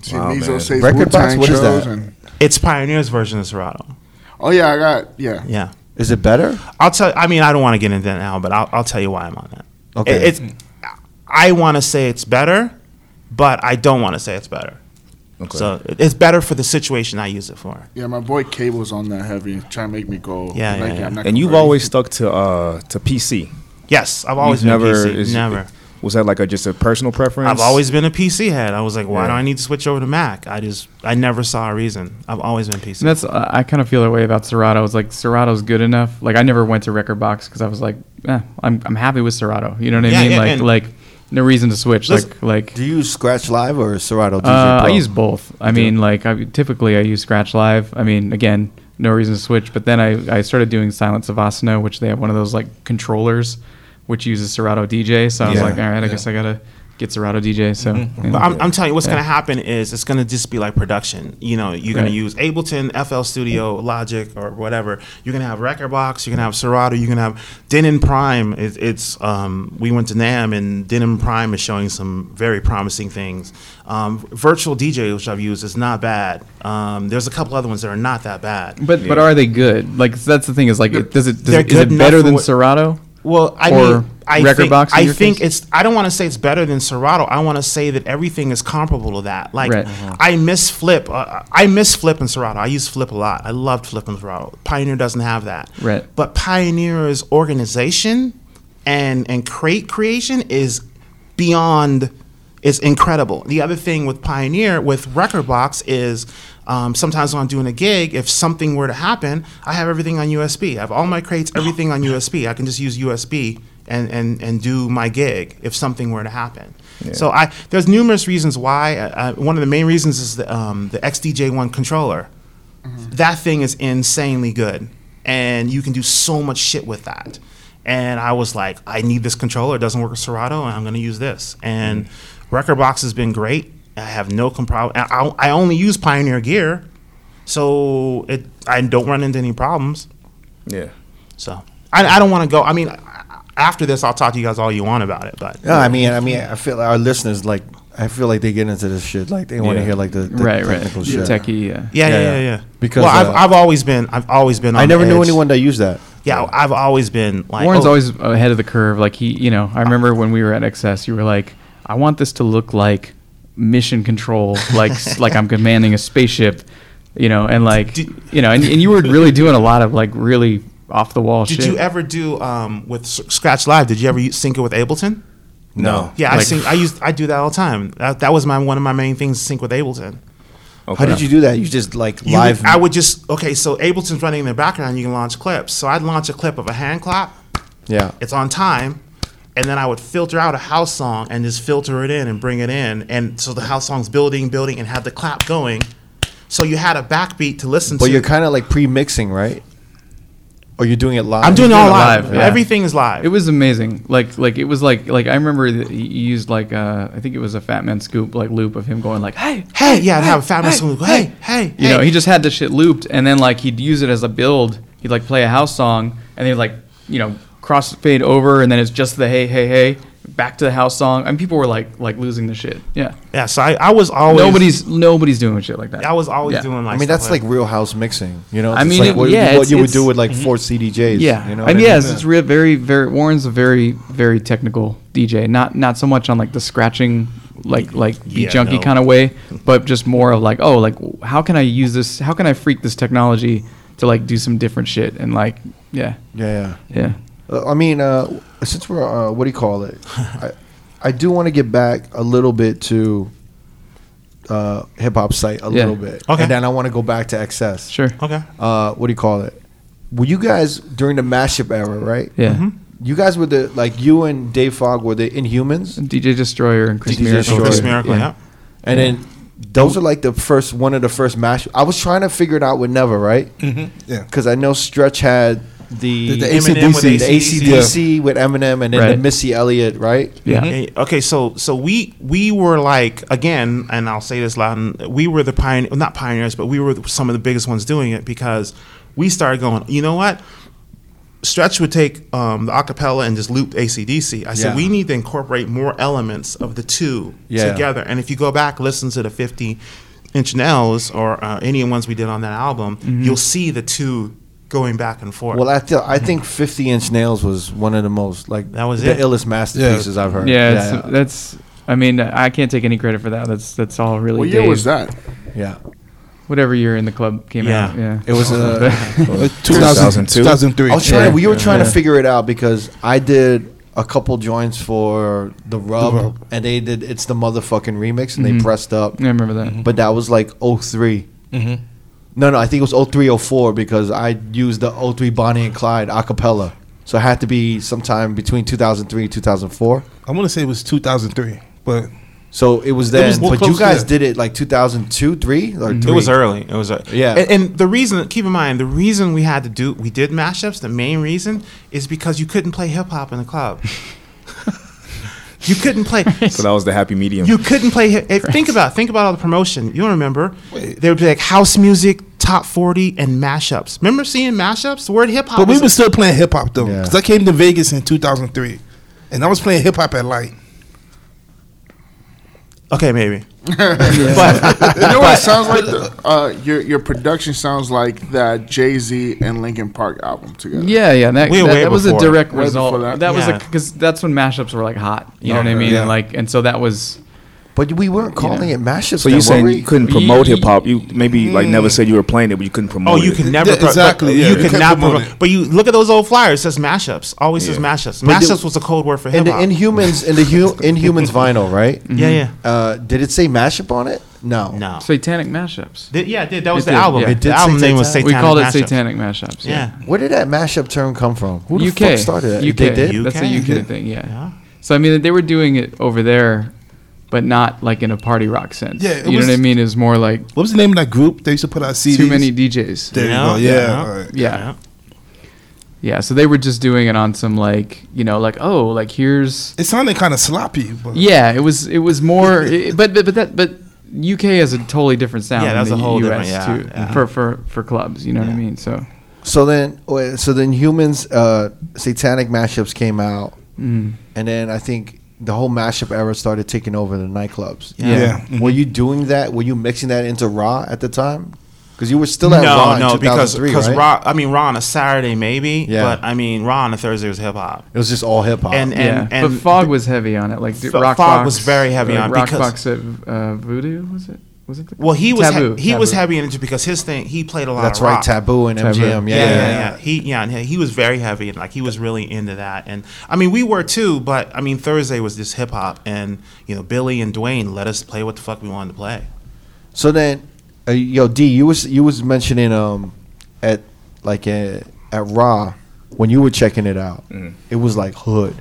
Shit, Lizzo says
Record box?
Wu-Tang
What is
shows
that?
and-
it's Pioneer's version of Serato.
oh yeah, I got yeah.
Yeah.
Is it better?
I'll tell. I mean, I don't want to get into that now, but I'll, I'll tell you why I'm on that.
Okay.
It- it's. I want to say it's better, but I don't want to say it's better. Okay. So it- it's better for the situation I use it for.
Yeah, my boy Cable's on that heavy, trying to make me go.
Yeah,
like,
yeah, yeah.
I'm not
And you've
converting.
always stuck to uh to PC.
Yes, I've always
You've
been PC.
is-
never.
Was that like a just a personal preference?
I've always been a PC head. I was like, why
Yeah.
do I need to switch over to Mac? I just, I never saw a reason. I've always been PC.
And that's I I kind of feel that way about Serato. It's like Serato's good enough. Like I never went to Record Box because I was like, eh, I'm I'm happy with Serato. You know what I
Yeah,
mean?
yeah,
like
and-
like no reason to switch.
Listen-
Like like
Do you use Scratch Live or Serato DJ
uh, I
Pro?
use both. I mean, like I, typically I use Scratch Live. I mean, again, no reason to switch. But then I, I started doing Silent Savasano, which they have one of those like controllers, which uses Serato DJ. So I was
Yeah.
like, all right, I guess I gotta get Serato DJ. So you know.
But I'm, I'm telling you, what's
Yeah.
going to happen is it's going to just be like production. You know, you're going
Right.
to use Ableton, FL Studio, Logic, or whatever. You're going to have Record Box. You're going to have Serato. You're going to have Denon Prime. It, it's um, we went to Nam and Denon Prime is showing some very promising things. Um, virtual DJ, which I've used, is not bad. Um, there's a couple other ones that are not that bad.
But but are they good? Like that's the thing is like it, does it does
They're
it, is
good
it better
enough for
than
what-
Serato?
Well, I
Or
mean, I
record
think,
box in
I
your
think
case?
it's. I don't want to say it's better than Serato. I want to say that everything is comparable to that. Like
Right. Mhm.
I miss Flip. Uh, I miss Flip and Serato. I use Flip a lot. I loved Flip and Serato. Pioneer doesn't have that.
Right.
But Pioneer's organization and and crate creation is beyond. It's incredible. The other thing with Pioneer with Record Box is. Um, sometimes when I'm doing a gig, if something were to happen, I have everything on USB. I have all my crates, everything on USB. I can just use USB and, and, and do my gig if something were to happen. So I there's numerous reasons why. I, I, one of the main reasons is the, um, the XDJ1 controller. That thing is insanely good, and you can do so much shit with that. And I was like, I need this controller. It doesn't work with Serato, and I'm going to use this. And
Mm-hmm.
Record Box has been great. I have no com- problem. I, I I only use Pioneer gear, so it I don't run into any problems.
Yeah.
So I, I don't want to go. I mean, I- after this, I'll talk to you guys all you want about it. But
No, I mean, I mean, I feel like our listeners like. I feel like they get into this shit. Like they want to
Yeah.
hear like the, the
Right, right.
technical shit.
Techie, yeah.
Yeah,
Yeah,
yeah, yeah.
yeah.
yeah,
Because,
well, I've,
uh,
I've always been I've always been. On
I never
the
knew
edge.
anyone that used that.
Yeah, I've always been like
Warren's
oh,
always ahead of the curve. Like he, you know, I remember when we were at XS, you were like, "I want this to look like Mission Control, like like I'm commanding a spaceship," you know, and like
Did-
you know, and, and you were really doing a lot of like really off the wall
Did
shit.
you ever do um, with S- Scratch Live? Did you ever u- sync it with Ableton?
No.
Yeah, I
Like-
sync. I used. I do that all the time. That, that was my one of my main things to sync with Ableton.
How did you do that? You just like
You
live.
would- I would just okay. So Ableton's running in the background. You can launch clips. So I'd launch a clip of a hand clap.
yeah.
It's on time. And then I would filter out a house song and just filter it in and bring it in. And so the house song's building, building, and had the clap going. So you had a backbeat to listen
But
to.
you're kind of like pre-mixing, right? Or you're doing it live.
I'm doing it all live.
yeah.
Everything is live.
It was amazing. Like like it was like like I remember that he used like uh, I think it was a Fat Man Scoop like loop of him going like, "Hey,
hey, yeah, I'd have a family school. Hey, hey,
you
hey.
know, he just had this shit looped, and then like he'd use it as a build. He'd like play a house song, and they'd like you know crossfade over, and then it's just the hey hey hey back to the house song. And people were like like losing the shit. Yeah,
yeah. So I, I was always
nobody's nobody's doing shit like that.
I was always
Yeah.
doing like.
I mean,
stuff
that's like real house mixing. You know,
I
It's
mean,
like
it-
what,
yeah,
what
it's-
you would
it's-
do with like four CDJs.
Yeah,
you know,
I
what
mean, yes, it's real, very, very. Warren's a very, very technical DJ. Not, not so much on like the scratching, like, like beat
Yeah,
junkie
no.
kind of way, but just more of like, oh, like, w- how can I use this? How can I freak this technology to like do some different shit? And like, yeah,
Yeah, yeah.
yeah,
Uh, I mean, uh, since we're uh, what do you call it? I, I do want to get back a little bit to uh, hip hop site a
Yeah.
little bit,
Okay.
and then I want to go back to excess.
sure,
Okay.
Uh, what do you call it? Were you guys during the mashup era, right?
yeah.
You guys were the like you and Dave Fogg were the Inhumans,
DJ Destroyer and Chris
DJ
Miracle.
Destroyer.
Chris Miracle. Yeah.
and then those are like the first one of the first mash. I was trying to figure it out with Never, right?
Mm-hmm.
Yeah.
Because I know Stretch had the
The-
the,
the
Eminem with
AC/DC.
ACDC with Eminem, and then the
Right.
Missy Elliott, right?
Yeah,
Yeah, Mm-hmm. Okay, so so we we were like again, and I'll say this loud. and We were the pioneer, not pioneers, but we were some of the biggest ones doing it because we started going. You know what? Stretch would take um, the acapella and just loop ACDC. I said
Yeah.
we need to incorporate more elements of the two
Yeah.
together. And if you go back, listen to the fifty inch nails or uh, any ones we did on that album, you'll see the two going back and forth.
Mm-hmm. Well, I th- I think Fifty Inch Nails was one of the most like
That was
the
it.
illest masterpieces I've heard.
yeah. It's, That's. I mean, I can't take any credit for that. That's that's all really.
What year
Dave.
was that?
yeah.
Whatever year in the club came out.
Yeah.
Yeah,
It was a.
Uh, 2000,
2002?
2003.
I was trying.
Yeah.
Oh, we were trying to figure it out because I did a couple joints for the rub,
The Rub.
and they did it's the motherfucking remix, and they
Mhm.
pressed up.
I remember that.
But that was like 3 No, no, I think it was 03, 04 because I used the 03 Bonnie and Clyde a cappella. So it had to be sometime between 2003 and 2004.
I want to say it was 2003, but
So it was then,
was more
but you
close to
guys
that.
did it like 2002, three or
It was
three?
early. It was early.
Yeah.
And, and the reason, keep in mind, the reason we had to do we did mashups. The main reason is because you couldn't play hip hop in the club. you couldn't play.
So that was the happy medium.
You couldn't play. hi- If, think about think about all the promotion. You don't remember?
Wait.
There would be like house music, top forty, and mashups. Remember seeing mashups? The word hip hop.
But
Oh,
we
was-
were still playing hip hop though,
Yeah.
because I came to Vegas in 2003, and I was playing hip hop at Light.
okay, maybe.
You know what it sounds like? Uh, your your production sounds like that Jay Z and Linkin Park album together.
Yeah, yeah, that,
We were
that,
way
that was a
before.
direct
Way
result.
before that.
That, was
Yeah.
because that's when mashups were like hot. You know what I
Okay.
mean?
Yeah.
And like, and so that was
But we weren't calling it mashups.
So you
then,
saying
were
you couldn't
You-
promote
you-
hip hop? You maybe like never said you were playing it, but you couldn't
Mm. Oh,
promote.
you
it.
can never
Yeah,
pro-
exactly,
but
yeah,
you
you
could
can't
not.
promote
promote-
it.
but you look at those old flyers. It says mashups. Always says
Yeah.
mashups.
But the-
Mashups was a code word for
in
hip
the
hop.
Inhumans in the hu- Inhumans vinyl, right?
Mm-hmm.
yeah, yeah.
Uh, did it say mashup on it? No.
No.
satanic mashups.
Did- yeah, it did. That was the
It did,
album.
yeah. It
did
The album
say
name was
Satanic.
Satanic.
we called it
Mashup.
satanic mashups. Yeah,
Yeah.
Where did that mashup term come from? Who the
UK
fuck started that?
UK.
They did?
That's
UK?
a UK
Yeah.
thing. Yeah.
Yeah.
So I mean, they were doing it over there, but not like in a party rock sense.
Yeah, it
you know
was-
what I mean? It's more like
What was the name of that group they used to put out CDs?
too many DJs.
There
Yeah,
you go. Yeah.
yeah.
all right.
yeah. Yeah, so they were just doing it on some like you know like oh like here's
It sounded kind of sloppy. But
yeah it was it was more it, but but but that but UK has a totally different sound.
Yeah,
than
that's
the
a whole
US
different-
too
yeah, yeah.
for for for clubs. You know what I mean? So
So then, wait, so then humans, uh, satanic mashups came out,
Mm.
and then I think the whole mashup era started taking over the nightclubs. Mm-hmm.
Yeah. Yeah.
Were you doing that? Were you mixing that into raw at the time? Because you were still at raw.
No,
in
no, because
2003,
because
right?
Raw. I mean, Raw on a Saturday maybe,
Yeah.
but I mean, Raw on a Thursday was hip hop.
it was just all hip hop.
And and
yeah,
and
but Fog was heavy on it. Like
Fo-
Rock
Fog
Box,
was very heavy
uh,
on
Rock
because-
Box at uh, Voodoo was it? Was it? The
well, he was
Taboo,
he was
Taboo.
heavy into because his thing he played a lot.
that's
of
right,
rock.
Taboo and
Taboo.
MGM. Yeah,
yeah,
yeah,
yeah, yeah. He yeah, and he, he was very heavy and like he was really into that. And I mean, we were too, but I mean, Thursday was just hip hop, and you know, Billy and Dwayne let us play what the fuck we wanted to play.
So then, uh, yo, D, you was you was mentioning um at like uh, at raw when you were checking it out,
Mm-hmm.
it was like hood.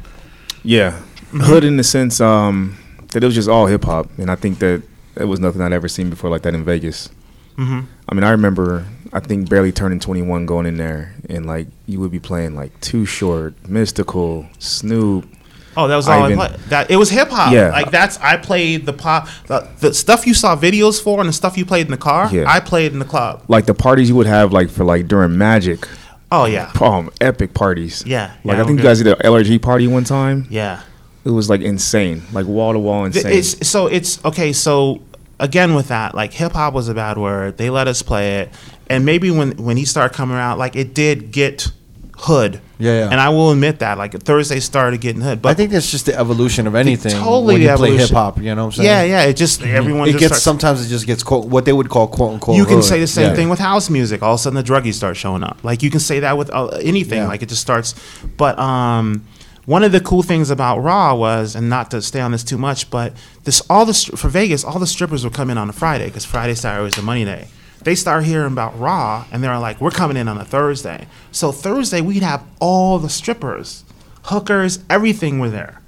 Yeah, hood in the sense um, that it was just all hip hop, and I think that it was nothing I'd ever seen before like that in Vegas.
Mm-hmm.
I mean, I remember I think barely turning twenty one, going in there, and like you would be playing like Too Short, Mystical, Snoop.
Oh, that was all I,
Ivan.
played. That it was hip hop.
Yeah.
like that's I played the pop, the, the stuff you saw videos for, and the stuff you played in the car.
Yeah.
I played in the club.
Like the parties you would have like for like during Magic,
Oh yeah,
um, epic parties.
Yeah,
like
yeah,
I think you
okay.
guys did an LRG party one time.
yeah.
It was like insane, like wall to wall
Th-
insane.
It's so it's okay. So again, with that, like hip hop was a bad word. They let us play it, and maybe when when he started coming out, like it did get hood.
Yeah, yeah.
And I will admit that, like Thursday started getting hood, but
I think that's just the evolution of anything.
totally
when you
the
play hip
evolution.
hop, you know what I'm saying?
yeah, yeah. It just
Mm-hmm.
everyone
It
just
gets
starts-
sometimes it just gets quote what they would call quote unquote.
You can
hood.
say the same
Yeah.
thing with house music. All of a sudden, the druggies start showing up. Like you can say that with uh, anything.
Yeah.
Like it just starts. But um, one of the cool things about Raw was, and not to stay on this too much, but this all the stri- for Vegas, all the strippers would come in on a Friday because Friday Saturday was the money day. They start hearing about Raw, and they're like, "We're coming in on a Thursday." So Thursday, we'd have all the strippers, hookers, everything were there.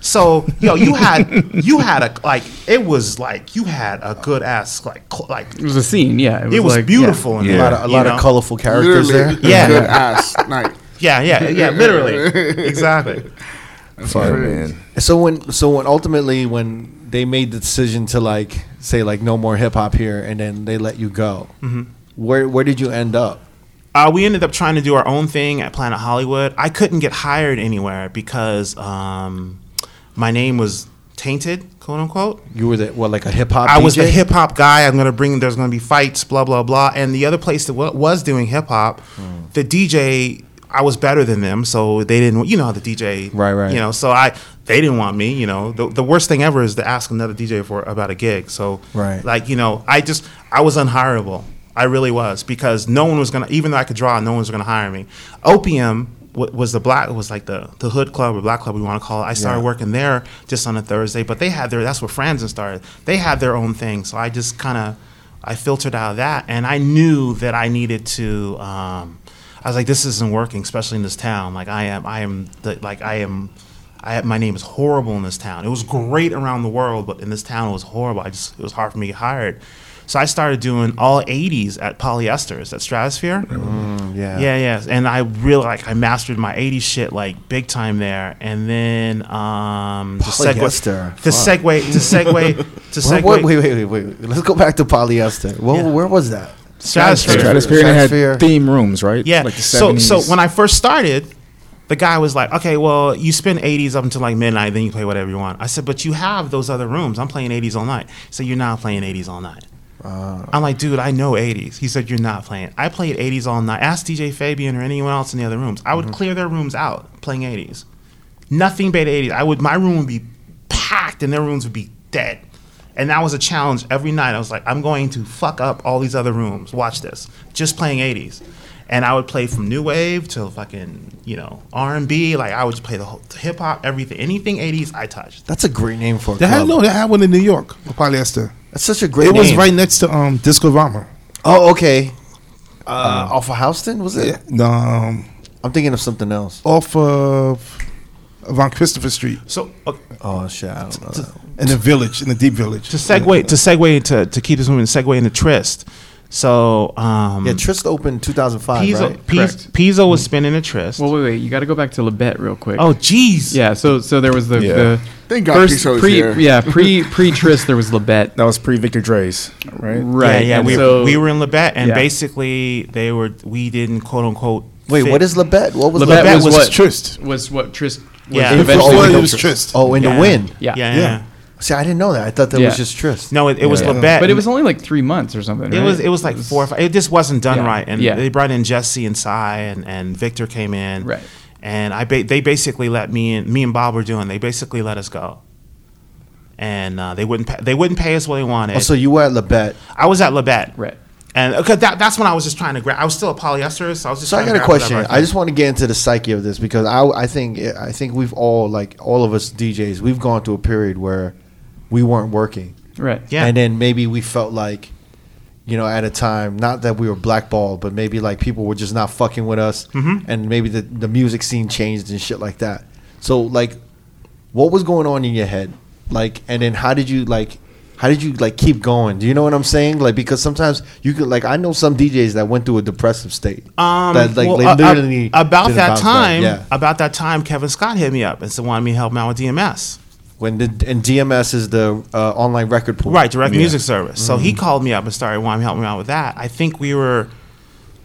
So yo, you had you had a like it was like you had a good ass like cl- like
It was a scene. Yeah,
it was
like, yeah.
beautiful and
A lot of, a lot of colorful characters
Literally,
there.
Yeah.
good ass night.
Yeah, yeah, yeah, literally, exactly.
Fuck, man.
So when so when ultimately when they made the decision to like say like no more hip hop here, and then they let you go.
Mm-hmm.
Where where did you end up?
Uh, we ended up trying to do our own thing at Planet Hollywood. I couldn't get hired anywhere because um, my name was tainted, quote unquote.
You were the what like a hip hop.
I was the hip hop guy. I'm gonna bring. There's gonna be fights. Blah blah blah. And the other place that w- was doing hip hop, the DJ, I was better than them, so they didn't. You know how the DJ,
Right, right.
You know, so I they didn't want me. You know, the, the worst thing ever is to ask another DJ for about a gig. So
Right.
like you know, I just I was unhireable. I really was because no one was gonna. Even though I could draw, no one was gonna hire me. Opium. wa- Was the black was like the the hood club or black club we want to call it. I started
Yeah.
working working there just on a Thursday, but they had their that's where Franzen started. They had their own thing, so I just kind of I filtered out of that, and I knew that I needed to. Um, I was like, this isn't working, especially in this town. Like I am, I am the, like I am. I had, my name is horrible in this town. It was great around the world, but in this town it was horrible. I just it was hard for me to get hired. So I started doing all 80s at Polyesters at Stratosphere.
Mm, yeah.
Yeah, yeah. And I really like I mastered my 80s shit like big time there. And then um to
Polyester,
segue to segue to segue to
Wait,
segue
wait, wait, wait, wait, wait. Let's go back to polyester. Where,
Yeah.
where was that?
Stratosphere.
Stratosphere had
Stratosphere.
theme rooms, right?
Yeah.
Like the
so
70s.
so when I first started, the guy was like, "Okay, well, you spend 80s up until like midnight, then you play whatever you want." I said, "But you have those other rooms. I'm playing 80s all night." So you're not playing 80s all night.
Ah.
I'm like, dude, I know 80s. He said, you're not playing. I played 80s all night. Ask DJ Fabian or anyone else in the other rooms. I would
Mm-hmm.
clear their rooms out playing 80s. Nothing but 80s. I would. My room would be packed, and their rooms would be dead. And that was a challenge every night. I was like, I'm going to fuck up all these other rooms. Watch this. Just playing 80s. And I would play from new wave to fucking, you know, R&B. Like I would just play the whole hip hop, everything, anything 80s I touched.
That's a great name for a
They had
club.
no, they had one in New York, a polyester.
That's such a great
It
name.
was right next to um Disco Rama.
Oh, okay. Uh, off of Houston, was it?
Yeah. Um,
I'm thinking of something else.
off of Von Christopher Street
So uh,
Oh shit, I don't know. that.
in the village, in the deep village.
to segue to segue to, to keep this moving segue into Trist. So um,
Mm.
Yeah, Trist opened 2005,
Pizzo,
right?
Piz-
Correct.
Pizzo was spinning a Trist.
Well, wait, wait. You got to go back to Labette real quick.
oh, jeez.
yeah. So, so there was the,
Yeah.
the
Thank God Piso is
pre,
here.
yeah, pre pre Tris. There was Labette,
that was pre Victor Dre's, right?
Right.
right?
Yeah,
and
we,
so
we were in Labette, and
Yeah.
basically they were we didn't quote unquote.
Wait,
fit-
what is Labette? What was
Labette
Labette?
was, what
Trist.
was what Tris. Was
Yeah.
eventually
Oh, it
become
was
Tris.
Trist.
Oh, in
Yeah.
the wind.
Yeah.
Yeah.
Yeah.
See, I didn't know that. I thought that
Yeah.
was just Trist.
No, it, it was
Yeah.
Labette.
But it was only like three months or something.
It
right?
was it was like four or five. It just wasn't done
Yeah,
right, and
yeah.
they brought in Jesse and Cy and, and Victor came in,
Right.
And I ba- they basically let me and me and Bob were doing. They basically let us go, and uh, they wouldn't pa- they wouldn't pay us what they wanted.
Oh, so you were at Labette.
I was at Labette,
Right.
And okay, that, that's when I was just trying to grab. I was still a polyester, so I was just.
So I
trying
got
to
a
grab whatever
question.
could.
I just want to get into the psyche of this because I, I think I think we've all like all of us DJs we've gone through a period where we weren't working.
Right.
Yeah.
And then maybe we felt like, you know, at a time, not that we were blackballed, but maybe like people were just not fucking with us.
Mm-hmm.
And maybe the, the music scene changed and shit like that. So, like, what was going on in your head? Like, and then how did you, like, how did you like keep going? Do you know what I'm saying? Like because sometimes you could like I know some DJs that went through a depressive state.
Um,
that
well,
they
uh, uh, about
didn't
that
bounce back.
time,
Yeah.
about that time, Kevin Scott hit me up and said wanted me to help him out with DMS.
When the and DMS is the uh, online record pool.
Right, direct music service. So
Mm-hmm.
he called me up and started wanting me to help me out with that. I think we were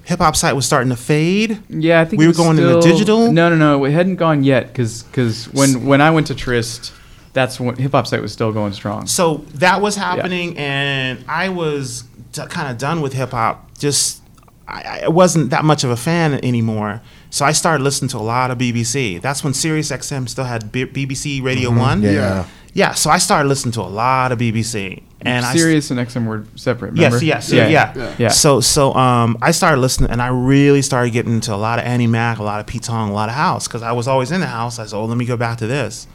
hip hop site was starting to fade.
Yeah, I think
we
it
were
was
going into
still-
digital.
No, no, no, it hadn't gone yet because when when I went to Trist, that's when hip hop site was still going strong.
So that was happening, and I was d- kind of done with hip hop. Just I, I wasn't that much of a fan anymore. So I started listening to a lot of BBC. That's when Sirius XM still had B- BBC Radio One.
Yeah.
Yeah, so I started listening to a lot of BBC, and I s-
Sirius and XM were separate. Remember?
Yes, yes, yeah, yeah,
yeah.
So, so um, I started listening, and I really started getting into a lot of Annie Mac, a lot of Pete Tong, a lot of house, because I was always in the house. I said, "Oh, let me go back to this,"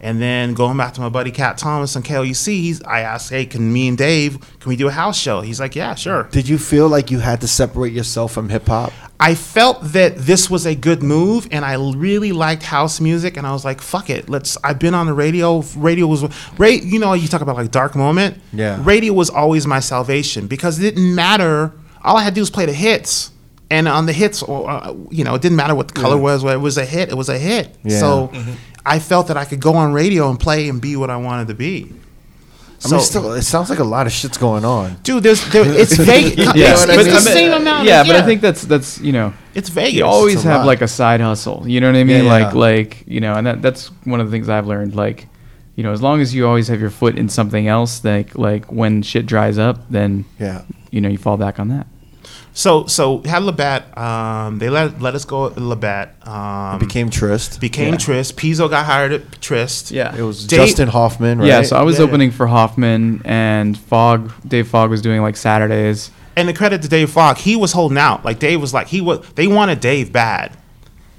and then going back to my buddy Cat Thomas and KLUC. He's, I asked, "Hey, can me and Dave, can we do a house show?" He's like, "Yeah, sure."
Did you feel like you had to separate yourself from hip hop?
I felt that this was a good move, and I really liked house music, and I was like, "Fuck it, let's." I've been on the radio. Radio was, ra- you know, you talk about like dark moment.
Yeah.
Radio was always my salvation because it didn't matter. All I had to do was play the hits, and on the hits, or uh, you know, it didn't matter what the color was. Whether it was a hit, it was a hit.
Yeah.
So,
Mm-hmm.
I felt that I could go on radio and play and be what I wanted to be.
I mean, still, it sounds like a lot of shit's going on.
dude, there's there, it's vague.
Yeah,
it's,
but
it's
I
the
mean-
same amount.
Yeah,
of,
but I think that's that's you know
it's Vegas.
you always
a
have
lot.
like a side hustle. You know what I mean?
Yeah,
Like
yeah.
like you know, and that that's one of the things I've learned. Like you know, as long as you always have your foot in something else, like like when shit dries up, then
Yeah.
you know you fall back on that.
So so had Labatt. Um, they let let us go at Labatt. Um,
Became Trist.
became
Yeah.
Trist. Pizzo got hired at Trist.
Yeah.
It was
Date-
Justin Hoffman, right?
Yeah, so I was
Yeah.
opening for Hoffman and Fogg. Dave Fogg was doing like Saturdays.
And the credit to Dave Fogg, he was holding out. Like Dave was like he was. They wanted Dave bad,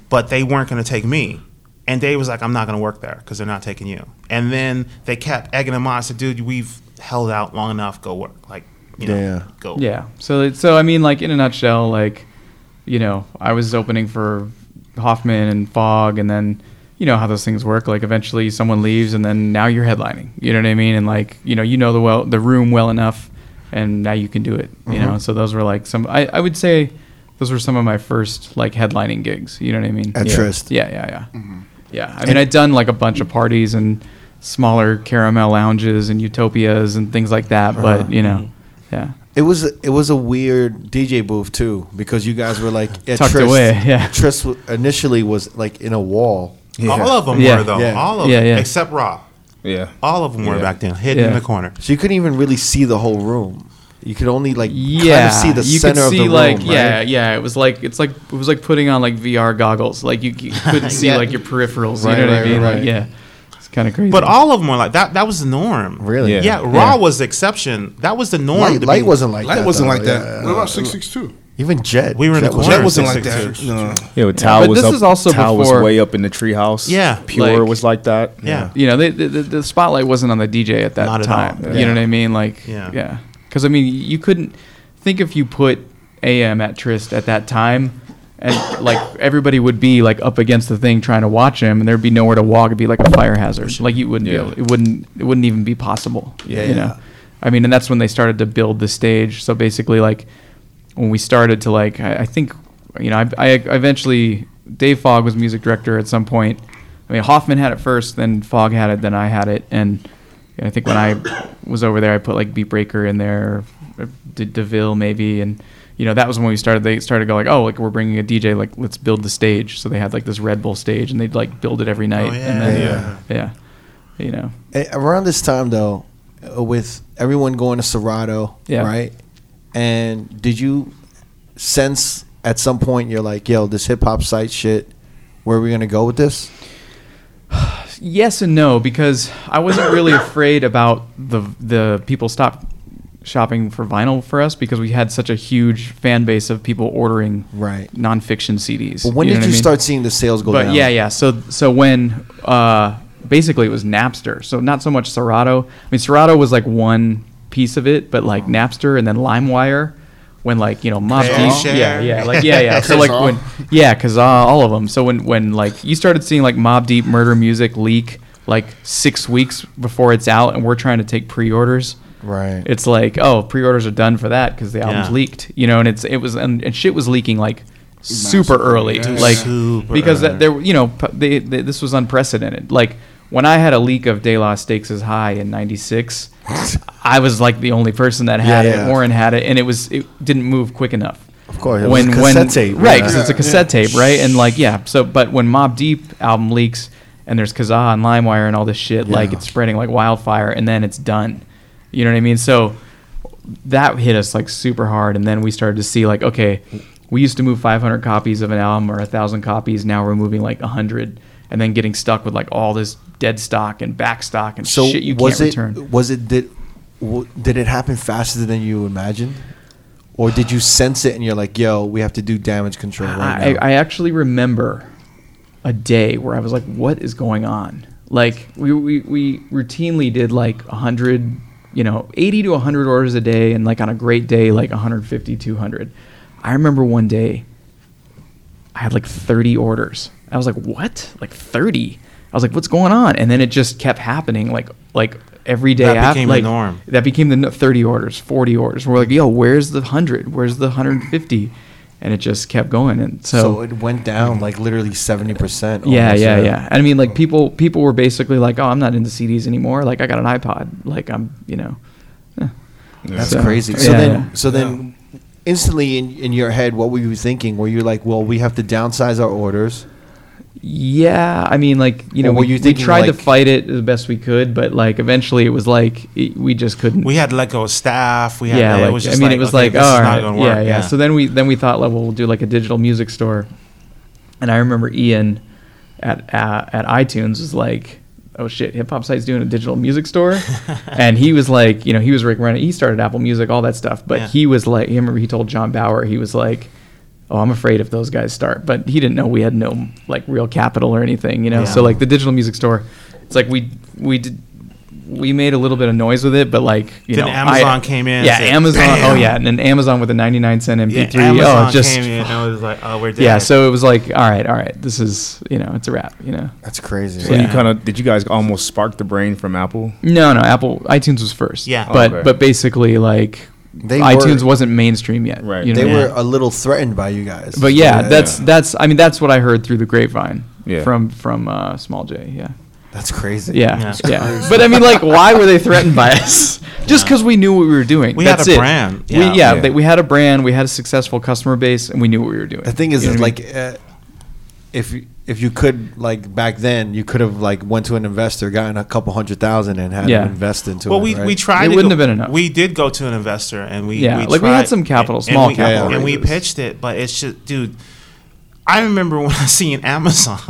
but they weren't going to take me. And Dave was like, I'm not going to work there because they're not taking you. And then they kept egging him on. I said, dude, we've held out long enough. Go work. Like you know,
Yeah.
go.
Yeah. So it- so I mean, like in a nutshell, like you know, I was opening for Hoffman and Fogg, and then you know how those things work. Like eventually someone leaves, and then now you're headlining. You know what I mean? And like you know, you know the well the room well enough, and now you can do it. You know. So those were like some. I, I would say those were some of my first like headlining gigs. You know what I mean?
At
yeah.
Trist.
Yeah, yeah, yeah. Yeah. I mean, I'd done like a bunch of parties and smaller caramel lounges and utopias and things like that. But you know, yeah.
It was it was a weird DJ booth too because you guys were like at
Tucked
Trist,
away, yeah.
Trist w- initially was like in a wall.
Yeah.
All of them
Yeah.
were though.
Yeah.
All of
Yeah,
them
yeah.
except Rob.
Yeah.
Uh,
All of them were
Yeah.
back then, hidden in
Yeah.
the corner.
So you couldn't even really see the whole room. You could only like
yeah,
kind of see the
you
center
could see
of the
like
room.
yeah,
right?
yeah. It was like it's like it was like putting on like VR goggles. Like you, you couldn't see
Yeah.
like your peripherals.
Right,
you know what
right,
I mean?
right.
Like, yeah, it's kind of crazy.
But all of them were like that. That was the norm.
Really?
Yeah.
Yeah.
Yeah.
Raw was the exception. That was the norm. to
Light,
be-
light wasn't like
Light
that.
wasn't
though.
like that.
Yeah.
What about six six two?
Even Jet.
We were in
Jet
the
was-
corner.
That wasn't like
666.
that. No.
Yeah, Tao
but
was
this
up,
is also
Tao
before-
was way up in the treehouse.
Yeah.
Pure
Like-
was like that.
Yeah.
you know, they, the, the the spotlight wasn't on the DJ at that
Not at
time.
all.
You know
Yeah.
what I mean? Like
Yeah.
yeah, Because I mean, you couldn't think if you put AM at Trist at that time. And like everybody would be like up against the thing trying to watch him, and there'd be nowhere to walk. It'd be like a fire hazard. Like you wouldn't
Yeah.
be able. It wouldn't. It wouldn't even be possible.
Yeah,
you
yeah.
know. I mean, and that's when they started to build the stage. So basically, like when we started to like, I, I think, you know, I, I eventually Dave Fogg was music director at some point. I mean, Hoffman had it first, then Fogg had it, then I had it, and I think when I was over there, I put like Beat Breaker in there, or De- Deville maybe, and you know that was when we started. They started to go like, oh, like we're bringing a DJ, like let's build the stage. So they had like this Red Bull stage, and they'd like build it every night.
yeah,
and then,
yeah.
yeah, You know,
Eh, around this time though, uh, with everyone going to Serato,
Yeah.
right? And did you sense at some point you're like, yo, this hip hop site shit, where are we gonna go with this?
yes and no because I wasn't really afraid about the the people stop shopping for vinyl for us because we had such a huge fan base of people ordering
Right.
nonfiction CDs.
But when
know
did
what
you
I mean?
start seeing the sales go
but
down?
yeah, yeah. So so when uh, basically it was Napster. So not so much Serato. I mean, Serato was like one piece of it, but like Napster and then LimeWire. When like you know Mob Deep,
Kazaa.
yeah, yeah, like yeah, yeah. So like
Kazaa.
when yeah, Kazaa, all of them. So when when like you started seeing like Mob Deep, Murder Music leak like six weeks before it's out, and we're trying to take pre-orders.
Right.
It's like oh, pre-orders are done for that because the album's
Yeah.
leaked, you know. And it's it was and, and shit was leaking like super early, like
Super
because that,
early.
there you know p- they, they, this was unprecedented. Like when I had a leak of De La Stakes is high in '96, I was like the only person that had
Yeah,
it.
yeah.
Warren had it, and it was it didn't move quick enough. Of
course, it was a cassette tape,
right?
yeah.
Because it's a cassette tape, right? And like yeah, so but when Mob Deep album leaks and there's Kazaa and LimeWire and all this shit, like it's spreading like wildfire, and then it's done. You know what I mean? So that hit us like super hard and then we started to see like okay we used to move 500 copies of an album or 1000 copies now we're moving like 100 and then getting stuck with like all this dead stock and back stock and
So
shit you
was
can't
it
return
was it did w- did it happen faster than you imagined, or did you sense it and you're like, yo, we have to do damage control right
I,
now?
I actually remember a day where i was like what is going on like we, we, we routinely did like 100 you know 80 to 100 orders a day and like on a great day like 150 200 i remember one day I had like 30 orders. I was like, what? Like 30? I was like, what's going on? And then it just kept happening, like like every day.
That
af-
became the
like,
norm.
That became the no- 30 orders, 40 orders. We're like, yo, where's the 100? Where's the 150? And it just kept going. And
so, it went down like literally seventy percent.
yeah, yeah, yeah. And I mean, like people, people were basically like, "Oh, I'm not into CDs anymore. Like, I got an iPod. Like, I'm, you know." eh."
That's
So-
crazy. So
yeah,
then,
yeah.
so then, instantly in, in your head, what were you thinking? Were you like, well, we have to downsize our orders?
Yeah, I mean, like you know,
Or were
we,
you
we
thinking,
tried to
like-
fight it the best we could, but like eventually it was like it, we just couldn't.
We had to let go of staff. We had
yeah,
to,
like,
it was
I
just
mean, it was
okay,
like,
this is
all
not
right,
gonna
yeah,
work.
yeah, So then we then we thought, like, well, we'll do like a digital music store, and I remember Ian at uh, at iTunes was like, oh shit, Hip Hop Site's doing a digital music store, and he was like, you know, he was Rick Renner, he started Apple Music, all that stuff, but
Yeah.
he was like, I remember he told John Bauer, he was like. Oh, I'm afraid if those guys start, but he didn't know we had no like real capital or anything, you know.
Yeah.
So like the digital music store, it's like we we did we made a little bit of noise with it, but like you
Then
know,
Amazon
I-
came in and
Yeah,
said,
Amazon. Oh
"Bam."
yeah, and then Amazon with a 99 cent
Yeah,
MP3.
Amazon
oh, just
came in and I was like, oh, we're dead.
yeah. So it was like, all right, all right, this is you know, it's a wrap. You know,
That's crazy.
Yeah.
you kind of did you guys almost spark the brain from Apple?
no, no, Apple iTunes was first.
Yeah.
but
Okay.
but basically like
They
iTunes
were-
wasn't mainstream yet.
Right.
You know?
They
Yeah.
were a little threatened by you guys.
But yeah, that's that's. I mean, that's what I heard through the grapevine.
Yeah.
From from uh, Small J. Yeah.
that's crazy.
Yeah.
That's
Yeah. But I mean, like, why were they threatened by us? Just because we knew what we were doing.
We had
That's
a
it.
brand.
We,
Yeah.
yeah.
Yeah.
that we had a brand. We had a successful customer base, and we knew what we were doing.
The thing is,
You know
is
what I
like, uh, if you- if you could like back then, you could have like went to an investor, gotten a couple hundred thousand, and had
Yeah.
them invest into
well,
it.
we,
right?
we tried.
It
to
wouldn't
go-
have been enough.
We did go to an investor, and we
Yeah,
we
like, we had
tried-
some capital,
and-
small
and we,
capital
and we
raises.
pitched it. But it's just, dude, I remember when I seen Amazon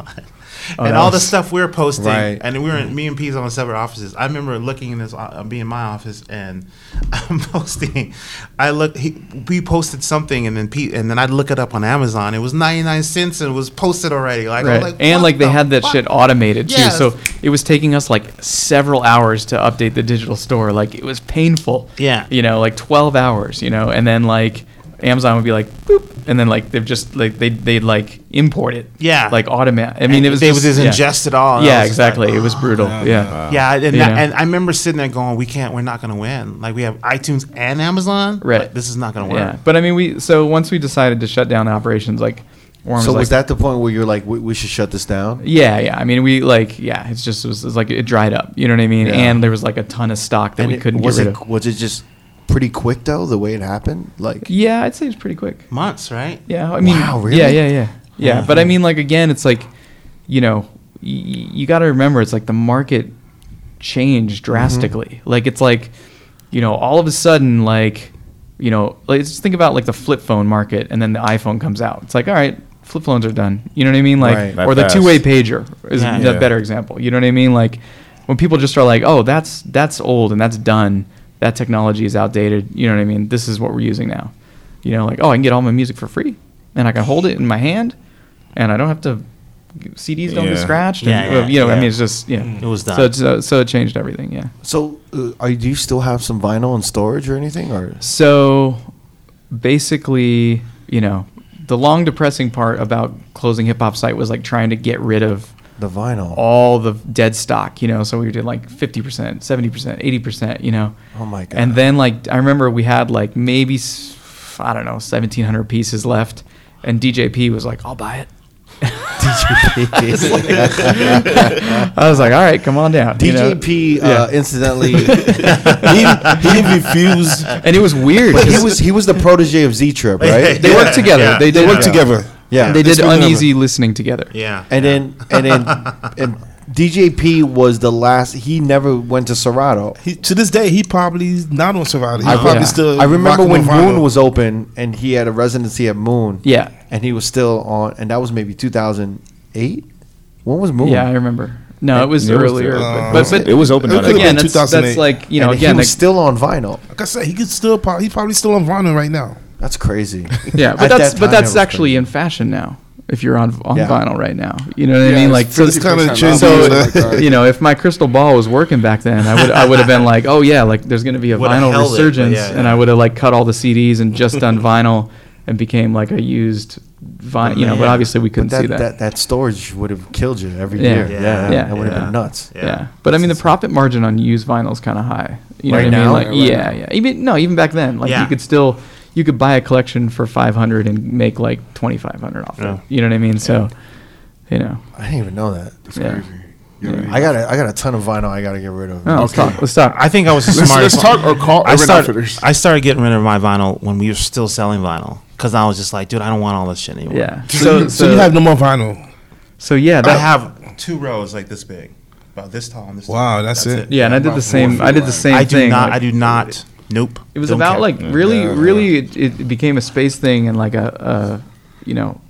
and
Oh, that
all the
was-
stuff we were posting,
Right.
and we were in, me and P's on separate offices. I remember looking in this, uh, being in my office, and I'm posting. I look, he, we posted something, and then P, and then I'd look it up on Amazon. It was 99 cents, and it was posted already. Like, I'm
Right.
like
and
what
like they
the
had that
fuck?
shit automated too.
Yes.
So it was taking us like several hours to update the digital store. Like it was painful.
Yeah.
You know, like 12 hours, you know, and then like Amazon would be like boop and then like they've just like they they'd like import it.
Yeah.
Like automat. I mean, it was
they
just,
would just
yeah.
ingest it all. and I
Yeah,
was just like, "Oh,
exactly. it was brutal. Yeah.
Yeah, and,
You
that-
know?
and I remember sitting there going, "We can't. We're not going to win. Like we have iTunes and Amazon.
Right.
but this is not going to work."
Yeah. But I mean, we so once we decided to shut down operations like Warren
so
was,
was
like,
that the point where you're like, we, we should shut this down?
Yeah, yeah. I mean, we like, yeah. It's just it was, it was like it dried up. You know what I mean?
Yeah.
And there was like a ton of stock that
And
we
it-
couldn't get
was
rid
it
of.
was it just pretty quick though the way it happened? Like
Yeah, I'd say it's pretty quick.
Months, right?
Yeah, I mean,
Wow, really?
yeah, yeah, yeah, yeah. But I mean, like again, it's like, you know, y- you got to remember, it's like the market
Mm-hmm.
changed drastically. Like it's like, you know, all of a sudden, like, you know, like, just think about like the flip phone market, and then the iPhone comes out. It's like, all right, flip phones are done. You know what I mean? Like,
Right.
That
or the
fast.
two-way pager is
Yeah.
a
Yeah.
better example. You know what I mean? Like, when people just are like, oh, that's that's old and that's done. That technology is outdated. You know what I mean? This is what we're using now you know, like, oh, I can get all my music for free, and I can hold it in my hand, and I don't have to. CDs don't
Yeah.
get scratched.
Yeah,
and,
yeah,
you know, I
yeah.
mean, it's just yeah.
It was done.
So, it's, uh, so it changed everything. Yeah.
so uh, are do you still have some vinyl in storage or anything or
So basically, you know, the long depressing part about closing hip hop site was like trying to get rid of
the vinyl?
all the dead stock, you know. So we did like 50%, 70%, 80%, you know.
Oh my God.
And then like I remember we had like maybe s- I don't know, 1700 pieces left and DJP was like, "I'll buy it." I was like, "All right, come on down." you know?
DJP, uh,
Yeah.
incidentally, he, he refused.
And it was weird.
But he
'cause
was he was the protege of Z Trip, right?
they worked together. They, did,
They work together.
Yeah,
They did
They speak
uneasy listening together.
Yeah.
and then and then and DJP was the last. He never went to Serato.
He, to this day, he probably's not on Survivor. He's
I,
probably
yeah.
still.
I remember
rocking
when
on vinyl.
Moon was open and he had a residency at Moon.
Yeah.
and he was still on, and that was maybe 2008. When was Moon?
Yeah, I remember. No, it was Oh.
It was-
earlier,
uh,
but, but, but
it was open.
it
on
could've
again,
been
that's, that's
2008.
like you know,
and
again,
he was
like-
still on vinyl.
Like I said, he could still. Pro- he's probably still on vinyl right now.
That's crazy.
Yeah,
At that
but that's but
time,
that's
that was
actually
crazy.
in fashion now. If you're on on
Yeah.
vinyl right now, you know what I mean. Like so,
it's kinda
so,
changed,
like, uh,
you know, if my crystal ball was working back then, I would I would have been like, oh yeah, like there's gonna be a
Would've
vinyl
held it, but
resurgence,
yeah,
and
yeah.
I would have like cut all the CDs and just done vinyl, and became like a used vinyl, you know. But
Yeah.
obviously we couldn't
But that,
see that.
that that storage would have killed you every
Yeah.
year. Yeah,
Yeah.
yeah,
Yeah.
that would have
Yeah.
been nuts.
yeah. but I mean the profit margin on used vinyl is kind of high. You know
Right
what
now?
I mean? Like
Yeah, right
yeah, yeah. Even no, even back then, like
Yeah.
you could still you could buy a collection for five hundred and make like twenty five hundred off
Yeah.
it. You know what I mean? So, you know.
I didn't even know that.
yeah.
You know what I mean?
I got a, I got a ton of vinyl I got to get rid of.
No, let's talk. Let's talk.
I think I was the
Let's,
smartest.
let's talk or call
I
Urban
started.
Outfitters.
I started getting rid of my vinyl when we were still selling vinyl because I was just like, dude, I don't want all this shit anymore.
yeah.
So, you, so you have no more vinyl.
so yeah,
I
that
have two rows like this big, about this tall and this.
Wow,
tall.
that's it.
yeah, and I did the same. I did the same
I do
thing.
not.
like-
I do not. Nope.
It was
Don't
about
care.
like really, really, it, it became a space thing and like a, a you know,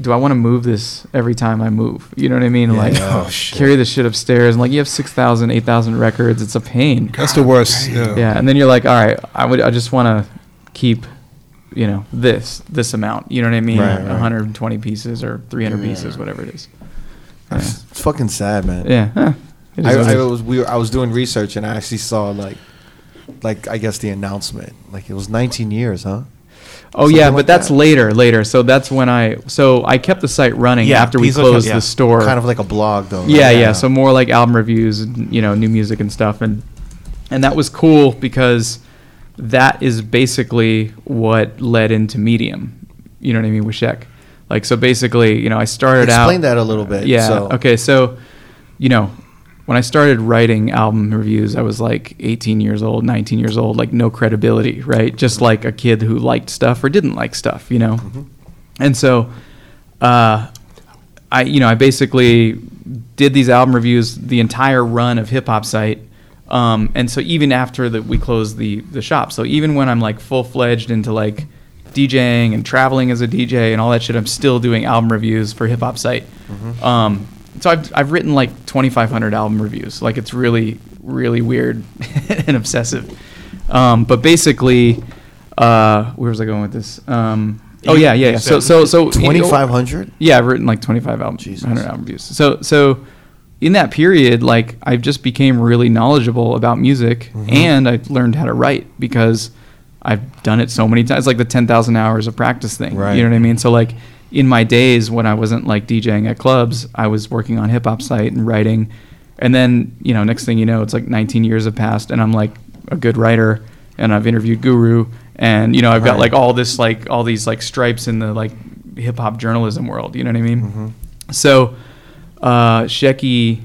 do I want to move this every time I move? You know what I mean? like
Oh, shit.
carry this shit upstairs and like you have 6,000, 8,000 records. It's a pain.
That's the worst. Yeah.
Yeah, and then you're like, all right, I would, I just want to keep, you know, this this amount. You know what I mean?
Right, right.
120 pieces or 300 pieces, whatever it is.
It's fucking sad, man.
Yeah. huh.
It is what
I,
it
I
is.
was we were, I was doing research and I actually saw like like I guess the announcement like it was 19 years, huh?
Oh
Something
yeah,
like
but that's
that.
later, later. So that's when I so I kept the site running
Yeah,
after we
Pizza-
closed
yeah.
the store.
Kind of like a blog though.
yeah,
right?
yeah, So more like album reviews, and, you know, new music and stuff, and and that was cool because that is basically what led into Medium. You know what I mean with Sheck. Like so, basically, you know, I started out.
Explain that a little bit.
Yeah.
So.
Okay. So, you know, when I started writing album reviews, I was like 18 years old, 19 years old, like no credibility, right? Just
Mm-hmm.
like a kid who liked stuff or didn't like stuff, you know. And so, uh, I you know I basically did these album reviews the entire run of Hip Hop Site, um, and so even after that we closed the the shop. So even when I'm like full fledged into like DJing and traveling as a DJ and all that shit, I'm still doing album reviews for Hip Hop Site. Um, so I've I've written like 2,500 album reviews. Like it's really really weird and obsessive. Um, but basically, uh, where was I going with this? Um, oh yeah, yeah. yeah. So so so
2500.
yeah, I've written like 25 albums,
Jesus.
100 album reviews. So so in that period, like I just became really knowledgeable about music,
Mm-hmm.
and I learned how to write because I've done it so many times, like the 10,000 hours of practice thing.
Right.
You know what I mean? So like in my days when I wasn't like DJing at clubs, I was working on hip hop site and writing, and then you know next thing you know, it's like 19 years have passed, and I'm like a good writer, and I've interviewed Guru, and you know I've got like all this like all these like stripes in the like hip hop journalism world. You know what I mean? So uh, Shecky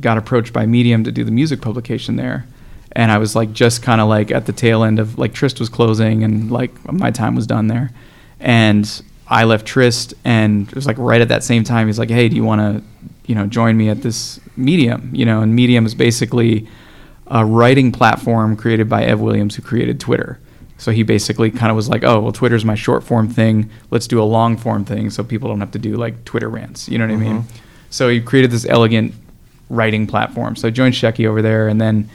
got approached by Medium to do the music publication there. And I was like, just kind of like at the tail end of like Trist was closing and like my time was done there. And I left Trist and it was like right at that same time, he's like, hey, do you want to, you know, join me at this Medium? You know, and Medium is basically a writing platform created by Ev Williams, who created Twitter. So he basically kind of was like, oh, well, Twitter's my short form thing. Let's do a long form thing so people don't have to do like Twitter rants. You know what I mean?
Mm-hmm.
So he created this elegant writing platform. So I joined Shecky over there and then,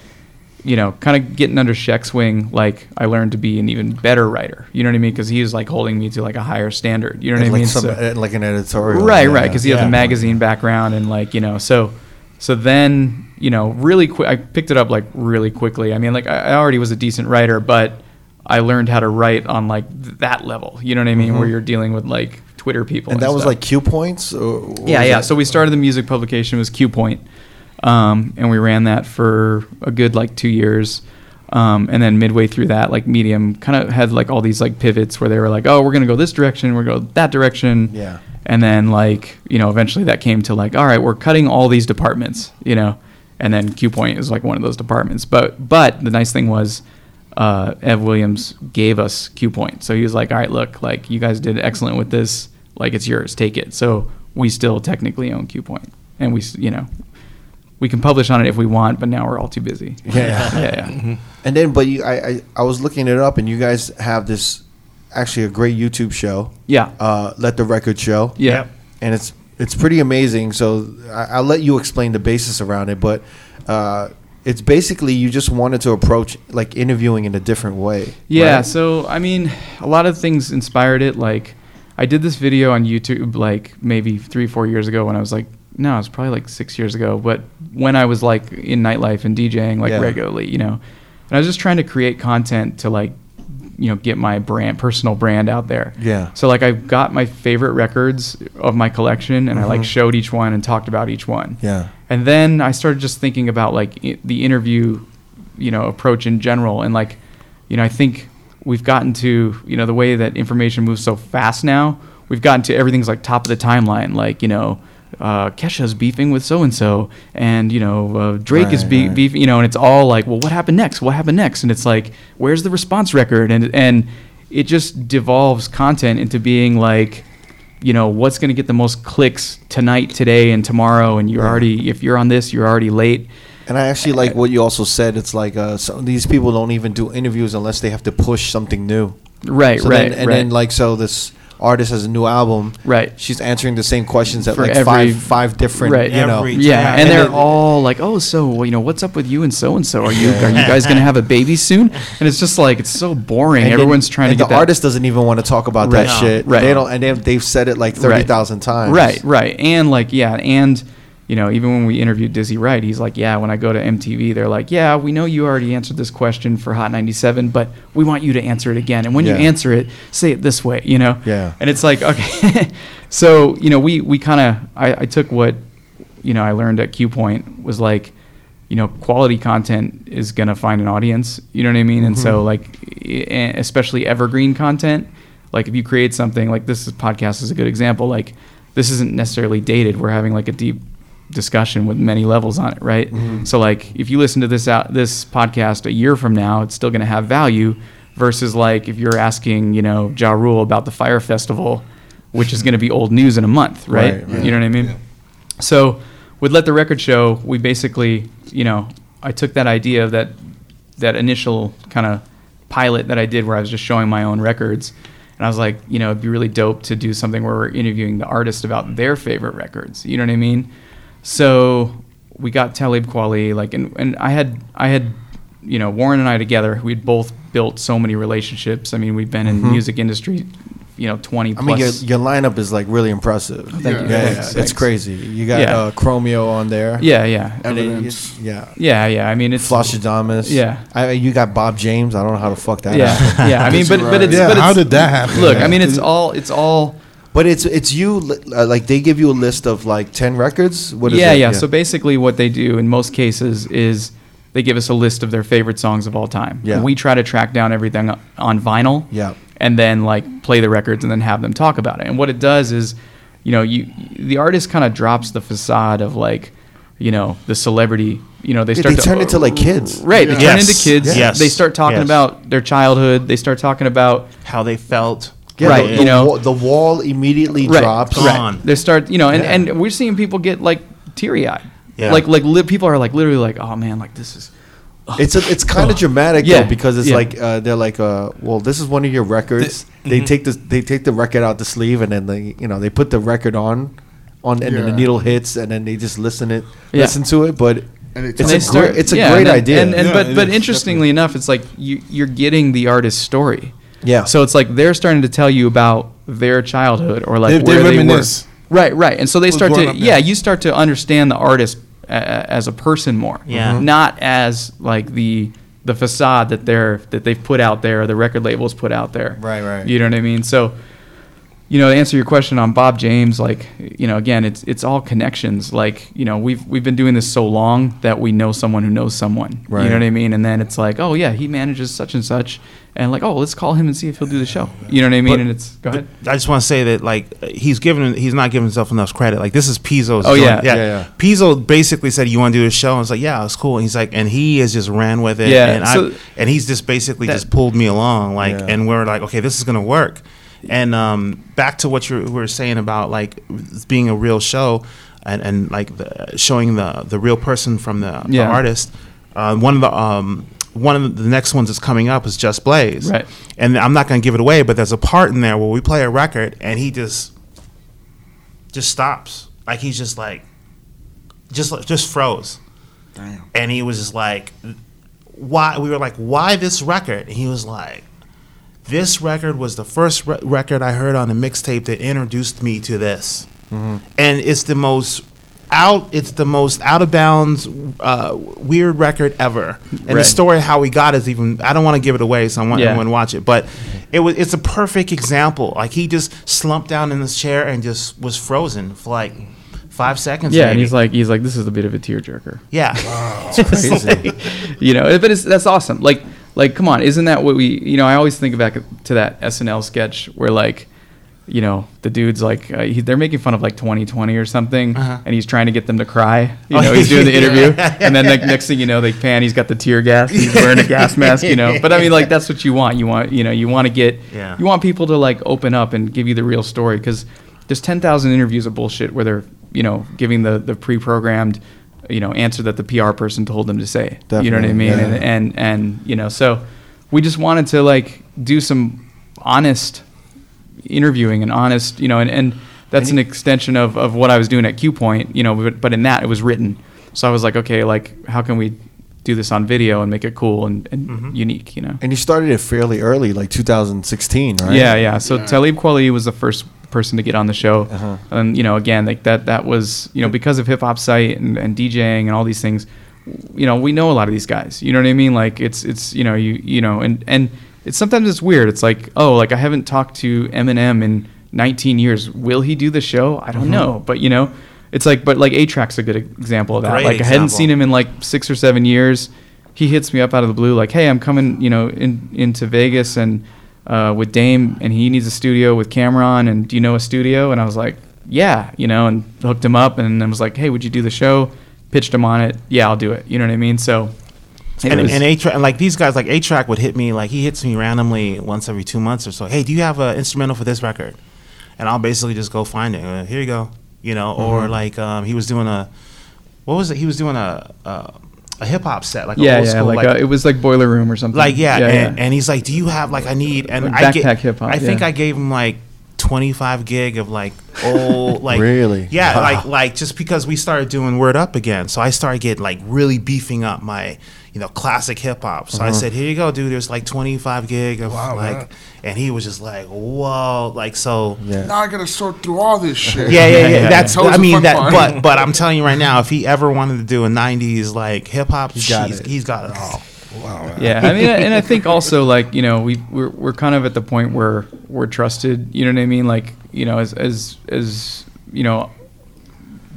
you know, kind of getting under Sheck's wing, like I learned to be an even better writer. You know what I mean? Because he was like holding me to like a higher standard. You know what
And
I
like,
mean?
some,
So-
uh, like an editorial.
Right,
yeah,
right, because he
yeah.
has a magazine background and like you know, so so then you know, really quick, I picked it up like really quickly. I mean, like I I already was a decent writer, but I learned how to write on like th- that level. You know what I mean? Where you're dealing with like Twitter people,
Mm-hmm. And that was
stuff.
like cue points. Or, what
yeah,
was
yeah.
that?
So we started the music publication it was Q Point, um, and we ran that for a good like two years. Um, and then midway through that, like Medium kind of had like all these like pivots where they were like, oh, we're gonna go this direction, we're gonna go that direction.
Yeah.
And then like you know eventually that came to like, all right, we're cutting all these departments, you know. And then Q Point is like one of those departments. But but the nice thing was. Uh, Ev Williams gave us Q Point, so he was like, "All right, look, like you guys did excellent with this. Like it's yours, take it." So we still technically own QPoint, and we, s- you know, we can publish on it if we want, but now we're all too busy.
Yeah.
yeah, yeah.
Mm-hmm. And then, but you, I, I, I was looking it up, and you guys have this actually a great YouTube show.
Yeah.
Uh, Let the record show.
yeah.
And it's it's pretty amazing. So I, I'll let you explain the basis around it, but uh, it's basically you just wanted to approach like interviewing in a different way.
Yeah,
right?
so I mean, a lot of things inspired it. Like, I did this video on YouTube like maybe three, four years ago when I was like, no, it was probably like six years ago. But when I was like in nightlife and DJing like
Yeah.
regularly, you know, and I was just trying to create content to like, you know, get my brand, personal brand out there.
Yeah.
So like, I got my favorite records of my collection, and I
Mm-hmm.
like showed each one and talked about each one.
Yeah.
And then I started just thinking about like i- the interview, you know, approach in general. And like, you know, I think we've gotten to, you know, the way that information moves so fast now, we've gotten to everything's like top of the timeline. Like, you know, uh, Kesha's beefing with so and so, and you know uh, Drake is
Right,
be-
right.
beefing, you know, and it's all like, well, what happened next? What happened next? And it's like, where's the response record? And and it just devolves content into being like, you know, what's going to get the most clicks tonight, today, and tomorrow? And you're already, if you're on this, you're already late.
And I actually like what you also said. It's like uh, some of these people don't even do interviews unless they have to push something new.
Right,
So
right,
Then, and
right.
then like so this artist has a new album.
Right.
She's answering the same questions at
For
like
every-
five five different
Right.
you know.
Every-
Yeah,
Yeah.
and they're
And it-
all like, "Oh, so well, you know, what's up with you and so and so? Are you are you guys gonna have a baby soon?" And it's just like it's so boring.
And then-
Everyone's trying
and
to
the
get that-
artist doesn't even want to talk about
Right.
that
No.
shit.
Right.
They don't and they've, they've said it like
Right.
thirty thousand times.
Right, right, and like yeah, and you know, even when we interviewed Dizzy Wright, he's like, yeah, when I go to MTV, they're like, yeah, we know you already answered this question for Hot 97, but we want you to answer it again. And when
Yeah.
you answer it, say it this way, you know?
Yeah.
And it's like, okay. so, you know, we, we kind of, I, I took what, you know, I learned at Q Point was like, you know, quality content is going to find an audience. You know what I mean? And so, like, e- and especially evergreen content. Like, if you create something like this is- podcast is a good example. Like, this isn't necessarily dated. We're having like a deep discussion with many levels on it, right? So, like, if you listen to this out this podcast a year from now, it's still going to have value. Versus like if you're asking, you know, Ja Rule about the Fire Festival, which is going to be old news in a month, right?
Right, right.
You know what I mean? So with Let the Record Show, we basically, you know, I took that idea of that that initial kind of pilot that I did where I was just showing my own records. And I was like, you know, it'd be really dope to do something where we're interviewing the artist about their favorite records. You know what I mean? So we got Talib Kweli, like, and, and I had I had, you know, Warren and I together. We'd both built so many relationships. I mean, we've been
Mm-hmm.
in the music industry, you know, twenty
I
plus. Oh,
mean, your, your lineup is like really impressive.
thank
yeah,
you.
yeah,
Thanks,
it's
thanks.
crazy. You got
Yeah.
uh, Chromeo on there.
yeah, yeah,
And then you-
Evidence.
yeah.
yeah, yeah. I mean, it's
Floshadamus.
Yeah.
I mean, you got Bob James. I don't know how to fuck that up.
Yeah, yeah. I mean, but but it's
Yeah,
but it's,
how did that happen?
Look, I mean, it's all it's all.
But it's it's you li- uh, like they give you a list of like ten records. What is
yeah,
it?
yeah. So basically, what they do in most cases is they give us a list of their favorite songs of all time.
Yeah.
We try to track down everything on vinyl.
Yeah.
And then like play the records and then have them talk about it. And what it does is, you know, you the artist kind of drops the facade of like, you know, the celebrity. You know, they
Yeah,
start
they
to,
turn into like kids.
Right, they turn
Yes.
into kids.
Yes.
They start talking
Yes.
about their childhood. They start talking about
how they felt.
Yeah,
Right,
The,
you
the
know.
wall, the wall immediately drops.
Gone. on.
They start, you know, and,
Yeah.
and we're seeing people get like teary eyed.
Yeah.
Like like li- people are like literally like, oh man, like this is
It's a, it's kind of dramatic
Yeah,
though because it's
yeah.
like uh, they're like, uh, well, this is one of your records. They take this, they take the record out the sleeve, and then they, you know, they put the record on, on, and then the
Yeah.
needle hits, and then they just listen it,
Yeah.
listen to it. But
And they
it's
talk
a
they
about
great, it's a
yeah,
great
and then-
idea.
And, and
Yeah,
but
it
but
is,
interestingly enough, it's like you you're getting the artist's story.
Yeah.
So it's like they're starting to tell you about their childhood or like
They- they
where they were.
reminisce.
Right, right. And so they
What's
start
going
to
up,
yeah,
yeah.
you start to understand the artist a, a- as a person more.
Yeah.
Mm-hmm.
Mhm.
Not as like the the facade that they're that they've put out there, or the record labels put out there.
Right, right.
You know what I mean? So you know, to answer your question on Bob James, like you know, again, it's it's all connections. Like you know, we've we've been doing this so long that we know someone who knows someone. You
Right.
know what I mean? And then it's like, oh yeah, he manages such and such, and like, oh, let's call him and see if he'll do the show. You know what I mean?
But-
and it's go ahead.
I just want to say that like he's given he's not giving himself enough credit. Like this is Pizzo's.
Oh,
joint.
yeah.
Yeah, yeah.
Pizzo basically said, "You want to do a show?" I was like, "Yeah, it's cool." And he's like, and he has just ran with it.
Yeah,
and
so-
I and he's just basically
That-
just pulled me along. Like,
Yeah.
and we're like, okay, this is gonna work. And um, back to what you were saying about like it's being a real show and and like the, showing the the real person from the, the
Yeah.
artist. Uh, one of the um, one of the next ones that's coming up is Just Blaze
Right.
and I'm not gonna give it away, but there's a part in there where we play a record and he just just stops. Like he's just like just like- just froze.
Damn.
And he was just like why we were like why this record? And he was like this record was the first re- record I heard on a mixtape that introduced me to this.
Mm-hmm.
And it's the most out it's the most out of bounds uh, weird record ever. And the
Right.
story how we got is even I don't want to give it away so I want
Yeah.
everyone to watch it, but it was it's a perfect example. Like he just slumped down in his chair and just was frozen for like 5 seconds
Yeah, and
maybe.
he's like, he's like, this is a bit of a tearjerker.
yeah.
you know, but it's that's awesome. Like, like, come on, isn't that what we? You know, I always think back to that SNL sketch where like, you know, the dude's like, uh, he, they're making fun of like 2020 or something, and he's trying to get them to cry. You
Uh-huh. Oh,
know, he's doing the
yeah.
interview, and then like next thing you know, they pan, he's got the tear gas, he's wearing a gas mask. You know, but I mean, like, that's what you want. You want, you know, you want to get,
Yeah.
you want people to like open up and give you the real story because there's 10,000 interviews of bullshit where they're, you know, giving the, the pre-programmed, you know, answer that the PR person told them to say. You know what I
Definitely,
mean?
yeah.
And, and, and, you know, so we just wanted to like do some honest interviewing and honest, you know, and, and that's an extension of, of what I was doing at Q Point, you know, but, but in that it was written. So I was like, okay, like how can we do this on video and make it cool and, and
Mm-hmm.
unique, you know?
and you started it fairly early, like 2016, right?
Yeah, yeah. So Talib Kweli was the first person to get on the show.
Uh-huh.
And you know, again, like that that was you know because of hip hop site and, and DJing and all these things, you know, we know a lot of these guys. You know what I mean? Like it's it's you know you you know and and it's sometimes it's weird. It's like oh like I haven't talked to Eminem in 19 years. Will he do the show? I don't
Mm-hmm.
know, but you know. It's like, but like A Track's a good example of that.
Great
like I hadn't
example.
seen him in like six or seven years. He hits me up out of the blue, like, "Hey, I'm coming, you know, in, into Vegas and uh, with Dame, and he needs a studio with Cameron, and do you know a studio?" And I was like, "Yeah," you know, and hooked him up, and I was like, "Hey, would you do the show?" Pitched him on it. Yeah, I'll do it. You know what I mean? So, it
and,
was-
and A track, like these guys, like A track would hit me, like he hits me randomly once every two months or so. Hey, do you have an instrumental for this record? And I'll basically just go find it. Uh, Here you go, you know.
Mm-hmm.
Or like um, he was doing a, what was it? He was doing a a, a hip hop set, like a
yeah,
old
yeah,
school,
like, uh, it was like Boiler Room or something.
like yeah, and, and he's like, "Do you have like I need?" And
Like
I ga-
backpack hip hop,
I think
yeah.
I gave him like twenty five gig of like old like
Really?
yeah
Wow.
like like just because we started doing word up again, so I started getting like really beefing up my you know classic hip hop. So I said, "Here you go, dude. There's like twenty five gig of like," and he was just like, "Whoa!" Like so.
Yeah.
Now I gotta sort through all this shit.
Yeah, yeah, yeah. That's
That was
I
the
mean
fun
that,
part.
but but I'm telling you right now, if he ever wanted to do a '90s like hip hop, he's
got it.
he's got it all.
yeah i mean and i think also like you know we we're, we're kind of at the point where we're trusted you know what i mean like you know as as as you know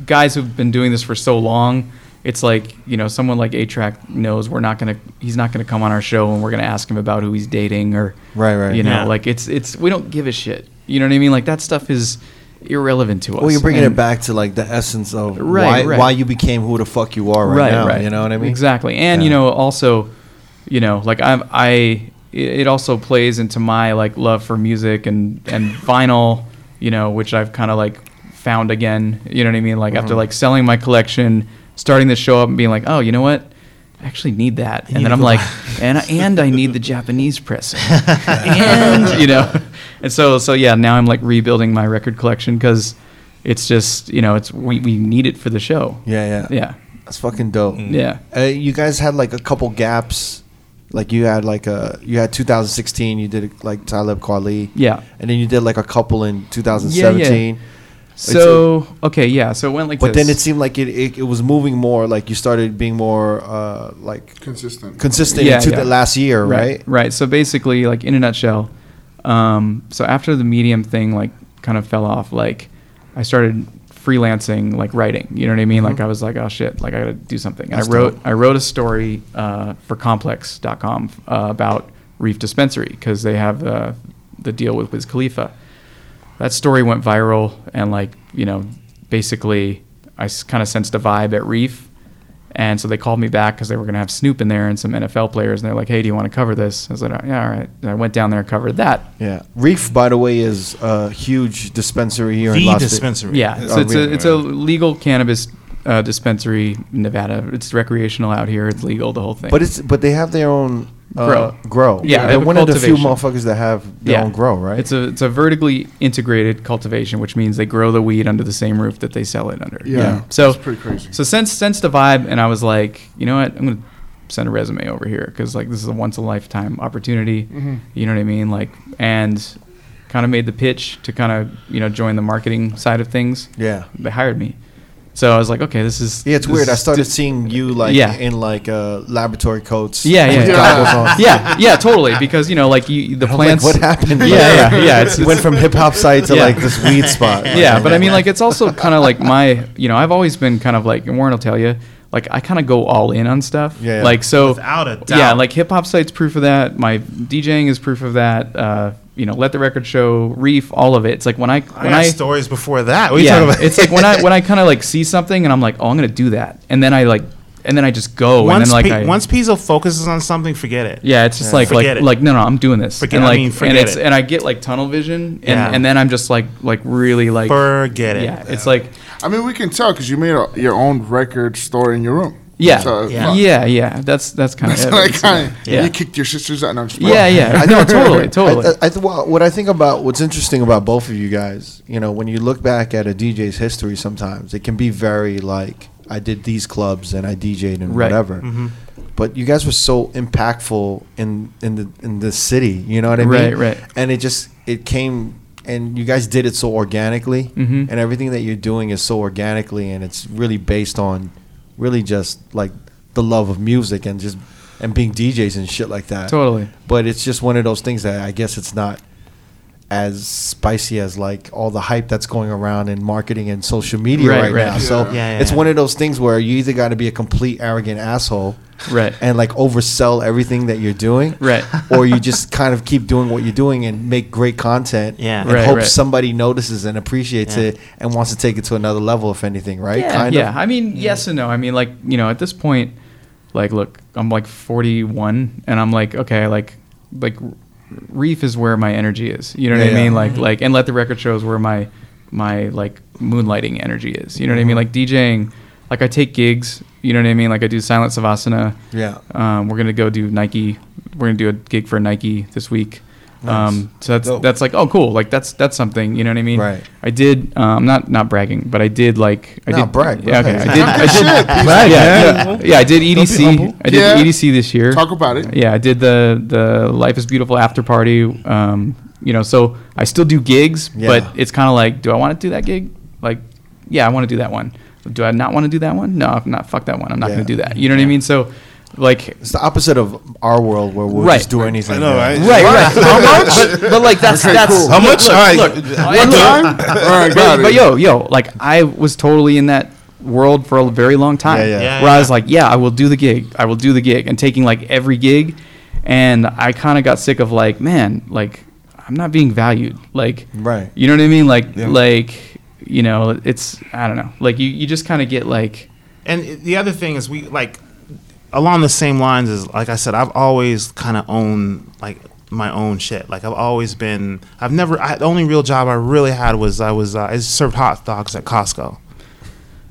guys who've been doing this for so long it's like you know someone like A-Track knows we're not gonna he's not gonna come on our show and we're gonna ask him about who he's dating or
Right, right.
you know
Yeah.
like it's it's we don't give a shit you know what i mean like that stuff is irrelevant to us
Well, you're bringing
And-
it back to like the essence of
Right,
why,
right.
why you became who the fuck you are right, now. You know what I mean?
Exactly. And you
Yeah.
know, also, you know, like I'm, I, it it also plays into my like love for music and and vinyl, you know, which I've kind of like found again. You know what I mean? Like
Mm-hmm.
after like selling my collection, starting to show up and being like, oh, you know what? I actually need that. And then I'm like, and and I need the Japanese pressing. and you know, and so so yeah, now I'm like rebuilding my record collection because. It's just you know it's we, we need it for the show.
Yeah, yeah.
Yeah. Mm.
That's fucking dope.
Yeah.
Uh, you guys had like a couple gaps. Like you had like a you had 2016. You did like Talib Kweli.
Yeah.
And then you did like a couple in 2017.
So okay, yeah. So it went like
But
this.
then it seemed like it, it, it was moving more. Like you started being more uh, like
consistent.
consistent
Yeah,
to
yeah.
the last year, right?
right, right. So basically, like in a nutshell, um, so after the medium thing like kind of fell off, like I started freelancing, like writing. You know what I mean? Like I was like, oh shit, like I gotta do something. And I wrote I wrote a story uh, for Complex.com uh, about Reef Dispensary because they have uh, the deal with Wiz Khalifa. that story went viral and like you know basically i kind of sensed a vibe at reef and so they called me back because they were going to have snoop in there and some nfl players and they're like hey do you want to cover this i was like yeah all right and i went down there and covered that
Yeah. Reef, by the way, is a huge dispensary here in
The
Las Ve-
dispensary.
yeah so
Oh,
it's,
really?
a, it's a legal cannabis uh, dispensary in nevada it's recreational out here it's legal the whole thing
But it's but they have their own uh,
Grow.
grow.
Yeah, they
they're
have a
one of the few
cultivation.
motherfuckers that have their own grow, right?
It's a it's a vertically integrated cultivation, which means they grow the weed under the same roof that they sell it under.
Yeah.
So
That's pretty crazy.
So since since the vibe, and I was like, you know what, I'm gonna send a resume over here because like this is a once in a lifetime opportunity.
Mm-hmm.
You know what I mean? Like and kind of made the pitch to kind of you know join the marketing side of things.
Yeah.
They hired me. So I was like, okay, this is
yeah, it's
this
weird. I
is-
started seeing you like
Yeah.
in like uh, laboratory coats.
Yeah, yeah,
with
yeah.
goggles on.
yeah, yeah, totally. Because you know, like you, the
I'm like,
plants.
what happened?
Yeah, yeah, yeah. It's,
It went from hip hop site to
Yeah.
like this weed spot.
yeah, but I mean, like, it's also kind of like my, you know, I've always been kind of like, and Warren will tell you, like, I kind of go all in on stuff.
Yeah, yeah.
Like, so.
Without a
Yeah,
doubt.
like, hip hop site's proof of that. My DJing is proof of that. Uh, you know, let the record show, reef, all of it. It's like when I.
I
when I
got stories before that. What are you
yeah,
talking about?
it's like when I when I kind of like see something and I'm like, oh, I'm gonna do that, and then I like, and then I just go, and
once
then like
P-
I,
once Pizzo focuses on something, forget it.
yeah, it's just like like
Forget it.
like no no, I'm doing this.
Forget-
and
I
like
mean, forget
and it's
it.
and I get like tunnel vision and,
Yeah.
and then I'm just like like really like
Forget it.
yeah, it's like
I mean, we can tell because you made a, your own record store in your room.
yeah.
So,
yeah.
fuck.
Yeah, yeah. That's that's kind of
So
it.
like, kinda,
Yeah.
you kicked your sisters out. No, I'm just
yeah, yeah. No, totally, totally.
I, I, th- well, what I think about what's interesting about both of you guys, you know, when you look back at a DJ's history, sometimes it can be very like I did these clubs and I DJ'd and
Right. Mm-hmm.
whatever. But you guys were so impactful in in the in the city, you know what I mean?
Right, right.
And it just it came and you guys did it so organically,
Mm-hmm.
and everything that you're doing is so organically, and it's really based on really just like the love of music and just and being DJs and shit like that.
Totally.
But it's just one of those things that I guess it's not as spicy as like all the hype that's going around in marketing and social media right,
Right, right.
now. So
Yeah. Yeah, yeah,
it's
yeah.
one of those things where you either got to be a complete arrogant asshole,
Right.
and like oversell everything that you're doing,
Right.
or you just kind of keep doing what you're doing and make great content,
Yeah.
and
Right,
hope
right.
somebody notices and appreciates
Yeah.
it and wants to take it to another level, if anything, right?
Yeah, yeah. I mean, yes and no. I mean, like you know, at this point, like look, I'm like 41, and I'm like, okay, like like Reef is where my energy is. You know what
Yeah,
I
yeah.
mean? Like like, and let the record shows where my my like moonlighting energy is. You know what I
Mm-hmm.
mean? Like DJing, like I take gigs. You know what I mean? Like I do Silent Savasana.
Yeah.
Um, we're gonna go do Nike. We're gonna do a gig for Nike this week. Um, so that's
Dope.
that's like oh cool like that's that's something you know what I mean
Right.
I did um not not bragging but I did like I
Nah,
did
brag,
yeah okay
brag.
I did I did
Brag,
yeah, yeah yeah I did
humble.
EDC I did
Yeah.
EDC this year
Talk about it.
yeah I did the the Life is Beautiful after party um you know so I still do gigs
Yeah.
but it's kind of like do I want to do that gig like yeah I want to do that one do I not want to do that one no I'm not fuck that one I'm not
Yeah.
gonna do that you know what I mean so like
It's the opposite of our world where we'll
Right.
just do anything.
I know,
yeah.
right?
Right, right. How much? But, but like that's that's
How much? All right.
Look,
One time?
All right, got
but,
it.
but yo, yo, like I was totally in that world for a very long time.
Yeah, yeah. Yeah,
where I was like, yeah, I will do the gig. I will do the gig, and taking like every gig, and I kind of got sick of like, man, like I'm not being valued. Like,
Right.
You know what I mean? Like, like you know, it's I don't know. Like you, you just kind of get like,
And the other thing is we like along the same lines is like I said, I've always kind of owned like my own shit. Like I've always been. I've never. I, the only real job I really had was I was uh, I served hot dogs at Costco.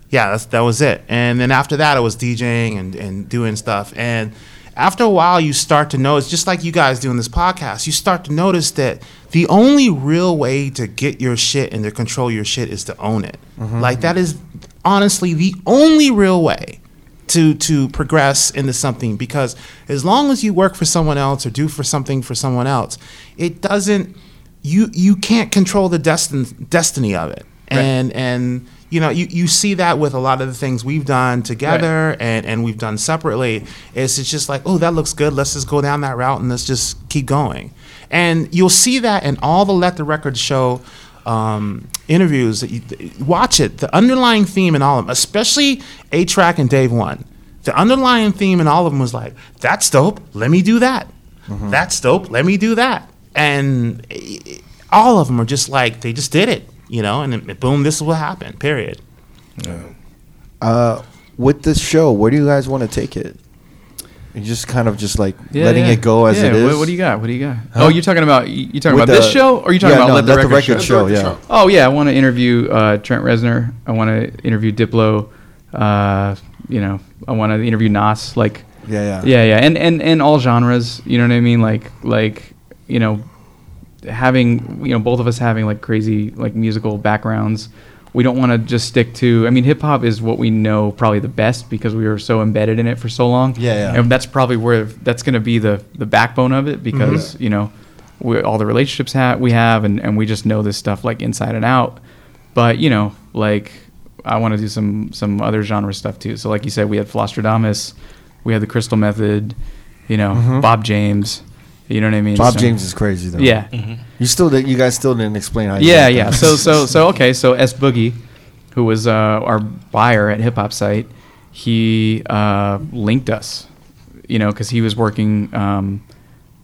Yeah, that's, that was it. And then after that, I was DJing and and doing stuff. And after a while, you start to notice, just like you guys doing this podcast, you start to notice that the only real way to get your shit and to control your shit is to own it. Like that is honestly the only real way to to progress into something because as long as you work for someone else or do for something for someone else it doesn't you you can't control the destin, destiny of it and and you know you, you see that with a lot of the things we've done together and and we've done separately it's, it's just like oh that looks good let's just go down that route and let's just keep going and you'll see that in all the let the record show um, interviews that you watch it. The underlying theme in all of them, especially A Track and Dave One, the underlying theme in all of them was like, "That's dope. Let me do that. That's dope. Let me do that." And i- i- all of them are just like they just did it, you know. And then, boom, this is what happened. Period.
With this show, where do you guys want to take it? You just kind of just like
yeah,
letting
yeah.
it go as
Yeah,
it is.
What, what do you got? What do you got? Oh, you're talking about you you talking
With
about this
the-
show, or you talking
Yeah,
about
no,
let, the, record
show?
show?
Yeah.
Oh yeah, I want to interview uh, Trent Reznor. I want to interview Diplo. Uh, you know, I want to interview Nas. Like,
Yeah, yeah.
yeah, yeah, and and and all genres. You know what I mean? Like, like you know, having you know both of us having like crazy like musical backgrounds. We don't want to just stick to. I mean, hip hop is what we know probably the best because we were so embedded in it for so long.
Yeah, yeah.
And that's probably where that's going to be the the backbone of it because
Mm-hmm.
you know we, all the relationships ha- we have and, and we just know this stuff like inside and out but you know like i want to do some some other genre stuff too so like you said we had flostradamus we had the crystal method you know bob james you know what i mean
Mm-hmm. Bob
So-
James is Mm-hmm. crazy though.
yeah
You still did. You guys still didn't explain how. You
yeah
did
yeah
that.
so so so okay so s boogie who was uh, our buyer at hip hop site he uh, linked us you know because he was working um,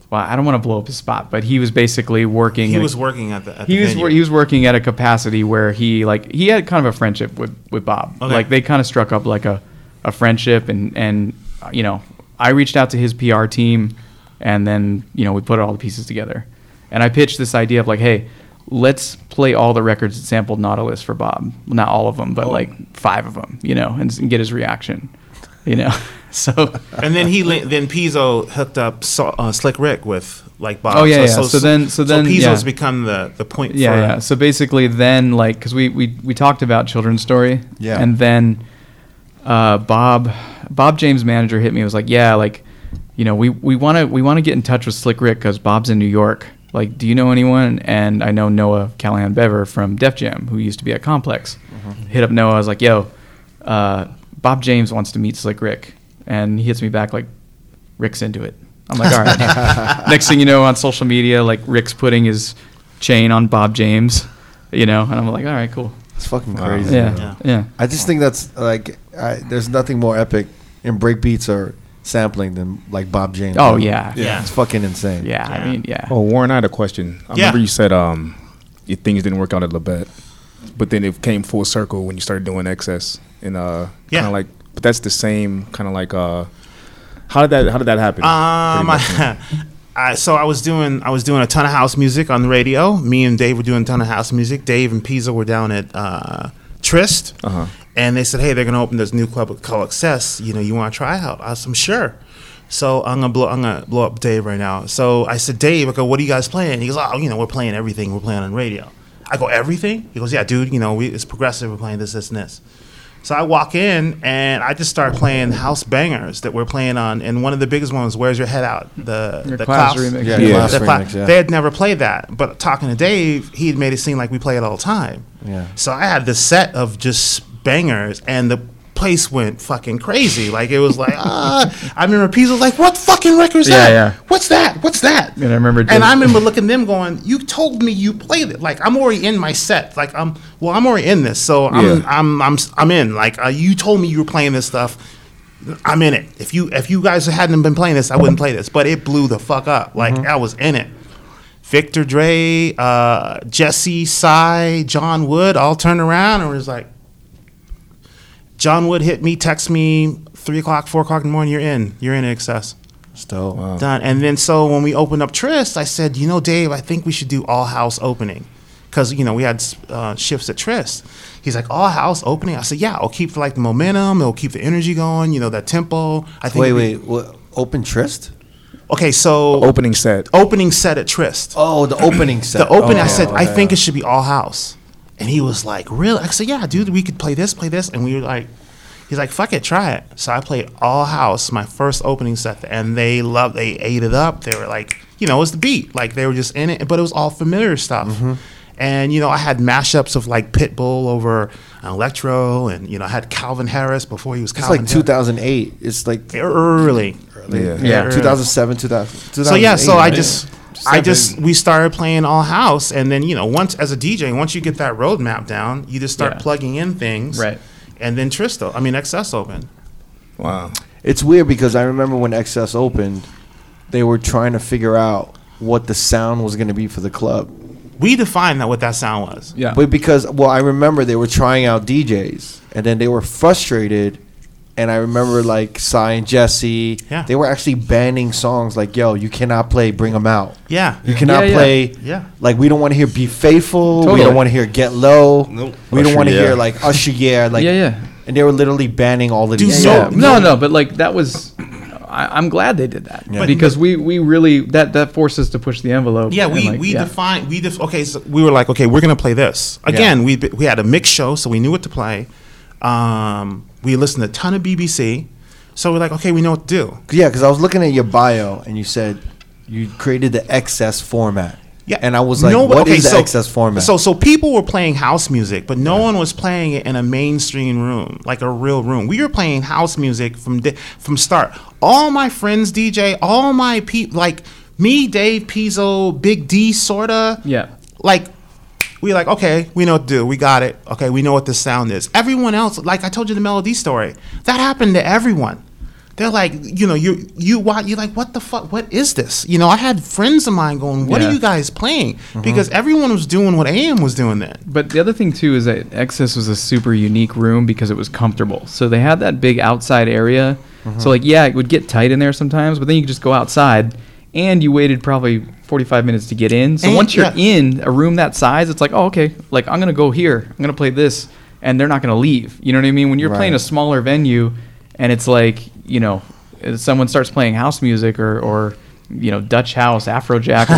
well i don't want to blow up his spot but he was basically working
He
in a-
was working at the. At
he
the
was
venue.
wor- he was working at a capacity where he like he had kind of a friendship with with Bob.
Okay.
Like they kind of struck up like a a friendship and and uh, you know I reached out to his PR team and then you know we put all the pieces together and I pitched this idea of like hey let's play all the records that sampled Nautilus for Bob not all of
Oh.
them but like five of them you know and, s- and get his reaction you know so
and then he lin- then Pizzo hooked up so, uh, Slick Rick with like Bob.
Oh, yeah, yeah. So then- so then,
Pizzo's
yeah.
become the the point.
yeah,
for,
yeah. So basically, then like because we, we we talked about children's story,
Yeah.
and then uh, Bob Bob James' manager hit me and was like, yeah, like you know we we want to we want to get in touch with Slick Rick because Bob's in New York, like, do you know anyone? And I know Noah Callahan Bever from Def Jam, who used to be at Complex. Hit up Noah. I was like, yo, uh, Bob James wants to meet Slick Rick, and he hits me back like, Rick's into it. I'm like, all right. Next thing you know, on social media, like Rick's putting his chain on Bob James, you know, and I'm like, all right, cool.
It's fucking crazy.
Yeah,
man.
yeah.
I just think that's like I, there's nothing more epic in breakbeats or sampling than like Bob James.
Oh yeah. yeah,
Yeah.
It's fucking insane.
I mean, yeah.
Oh, Warren, I had a question. I
Yeah.
remember you said um, your things didn't work out at Labette, but then it came full circle when you started doing excess and uh,
Yeah.
kind of like. But that's the same kind of like uh, how did that how did that happen?
Um,
Pretty much.
I, I, so I was doing I was doing a ton of house music on the radio. Me and Dave were doing a ton of house music. Dave and Pisa were down at uh, Trist,
Uh-huh.
and they said, "Hey, they're going to open this new club called Access. You know, you want to try out?" I said, "I'm sure." So I'm gonna blow I'm gonna blow up Dave right now. So I said, Dave, I go, what are you guys playing? He goes, oh, you know, we're playing everything. We're playing on radio. I go, everything? He goes, yeah, dude. You know, we, it's progressive. We're playing this, this, and this. So I walk in and I just start playing house bangers that we're playing on, and one of the biggest ones, "Where's Your Head Out?" The
Your
the
Klaus
Klaus-
remix.
Yeah,
Yeah.
Klaus
the Klaus-
remix, yeah.
They had never played that, but talking to Dave, he had made it seem like we play it all the time.
Yeah.
So I had this set of just bangers, and the place went fucking crazy. Like it was like, ah, I remember Pisa was like, "What fucking record is
Yeah,
that?
yeah.
What's that? What's that?"
And I remember Dave-
and I remember looking at them going, "You told me you played it. Like I'm already in my set. Like I'm well, I'm already in this. So I'm
Yeah.
I'm, I'm I'm in. Like uh, you told me you were playing this stuff." I'm in it. If you if you guys hadn't been playing this, I wouldn't play this. But it blew the fuck up. Like
Mm-hmm.
I was in it. Victor Dre, uh, Jesse, Cy, John Wood all turned around and was like, John Wood hit me, text me, three o'clock, four o'clock in the morning. You're in. You're in excess.
Still.
Done. And then so when we opened up Trist, I said, you know, Dave, I think we should do all house opening. Because, you know, we had uh, shifts at Trist. He's like, all house opening? I said, yeah, it'll keep like the momentum. It'll keep the energy going, you know, that tempo. I think.
Wait,
it'd be-
wait. Oh. What, open Trist?
Okay, so
Opening set.
opening set at Trist.
Oh, the opening set.
The opening, I
Okay.
said, I think it should be all house. And he was like, really? I said, yeah, dude, we could play this, play this. And we were like, he's like, fuck it, try it. So I played all house, my first opening set. And they loved, they ate it up. They were like, you know, it was the beat. Like they were just in it, but it was all familiar stuff.
Mm-hmm.
And, you know, I had mashups of like Pitbull over uh, Electro. And, you know, I had Calvin Harris before he was
It's
Calvin
like 2008. It's like
Early.
Yeah.
yeah, 2007, 2000.
So yeah, so I
2008.
just I just we started playing all house, and then you know once as a DJ, once you get that roadmap down, you just start
Yeah.
plugging in things,
Right.
And then Tristo, I mean XS Open,
Wow.
It's weird because I remember when XS opened, they were trying to figure out what the sound was going to be for the club.
we defined that what that sound was.
Yeah.
But because, well, I remember they were trying out DJs and then they were frustrated. And I remember like Cy and Jesse,
Yeah.
they were actually banning songs like, yo, you cannot play Bring 'Em Out.
Yeah,
You cannot
Yeah, yeah.
play,
Yeah.
like, we don't want to hear Be Faithful. We
Totally.
don't want to hear Get Low.
Nope.
We don't
Usher,
want to
yeah.
hear like Usher, yeah. Like,
Yeah, yeah.
And they were literally banning all of
Do
these.
so-
songs.
Yeah. No, no, but like that was. I, I'm glad they did that
But-
because we we really that that forced us to push the envelope.
Yeah,
and,
we
like,
we defined we def- okay. So we were like, okay, we're gonna play this again. We we had a mix show, so we knew what to play. Um, we listened to a ton of BBC, so we're like, okay, we know what to do.
Yeah, because I was looking at your bio and you said you created the XS format.
Yeah,
and I was like,
No,
what
but-
is
okay,
the
so-
XS format?
So, so people were playing house music, but no one was playing it in a mainstream room, like a real room. We were playing house music from di- from start. All my friends DJ, all my people, like me, Dave Pizzo, Big D, sorta.
Yeah.
Like, we like okay, we know what to do. We got it. Okay, we know what this sound is. Everyone else, like I told you the melody story, that happened to everyone they're like, you know, you you what you like, what the fuck, what is this? You know, I had friends of mine going, what
Yeah.
are you guys playing? Because everyone was doing what AM was doing then.
But the other thing too is that Excess was a super unique room because it was comfortable. So they had that big outside area.
Uh-huh.
So like yeah, it would get tight in there sometimes, but then you could just go outside and you waited probably 45 minutes to get in. So
And-
once you're
yeah.
in a room that size, it's like, "Oh, okay. Like I'm going to go here. I'm going to play this." And they're not going to leave. You know what I mean? When you're playing a smaller venue and it's like, you know, if someone starts playing house music or or you know, Dutch house, Afrojack,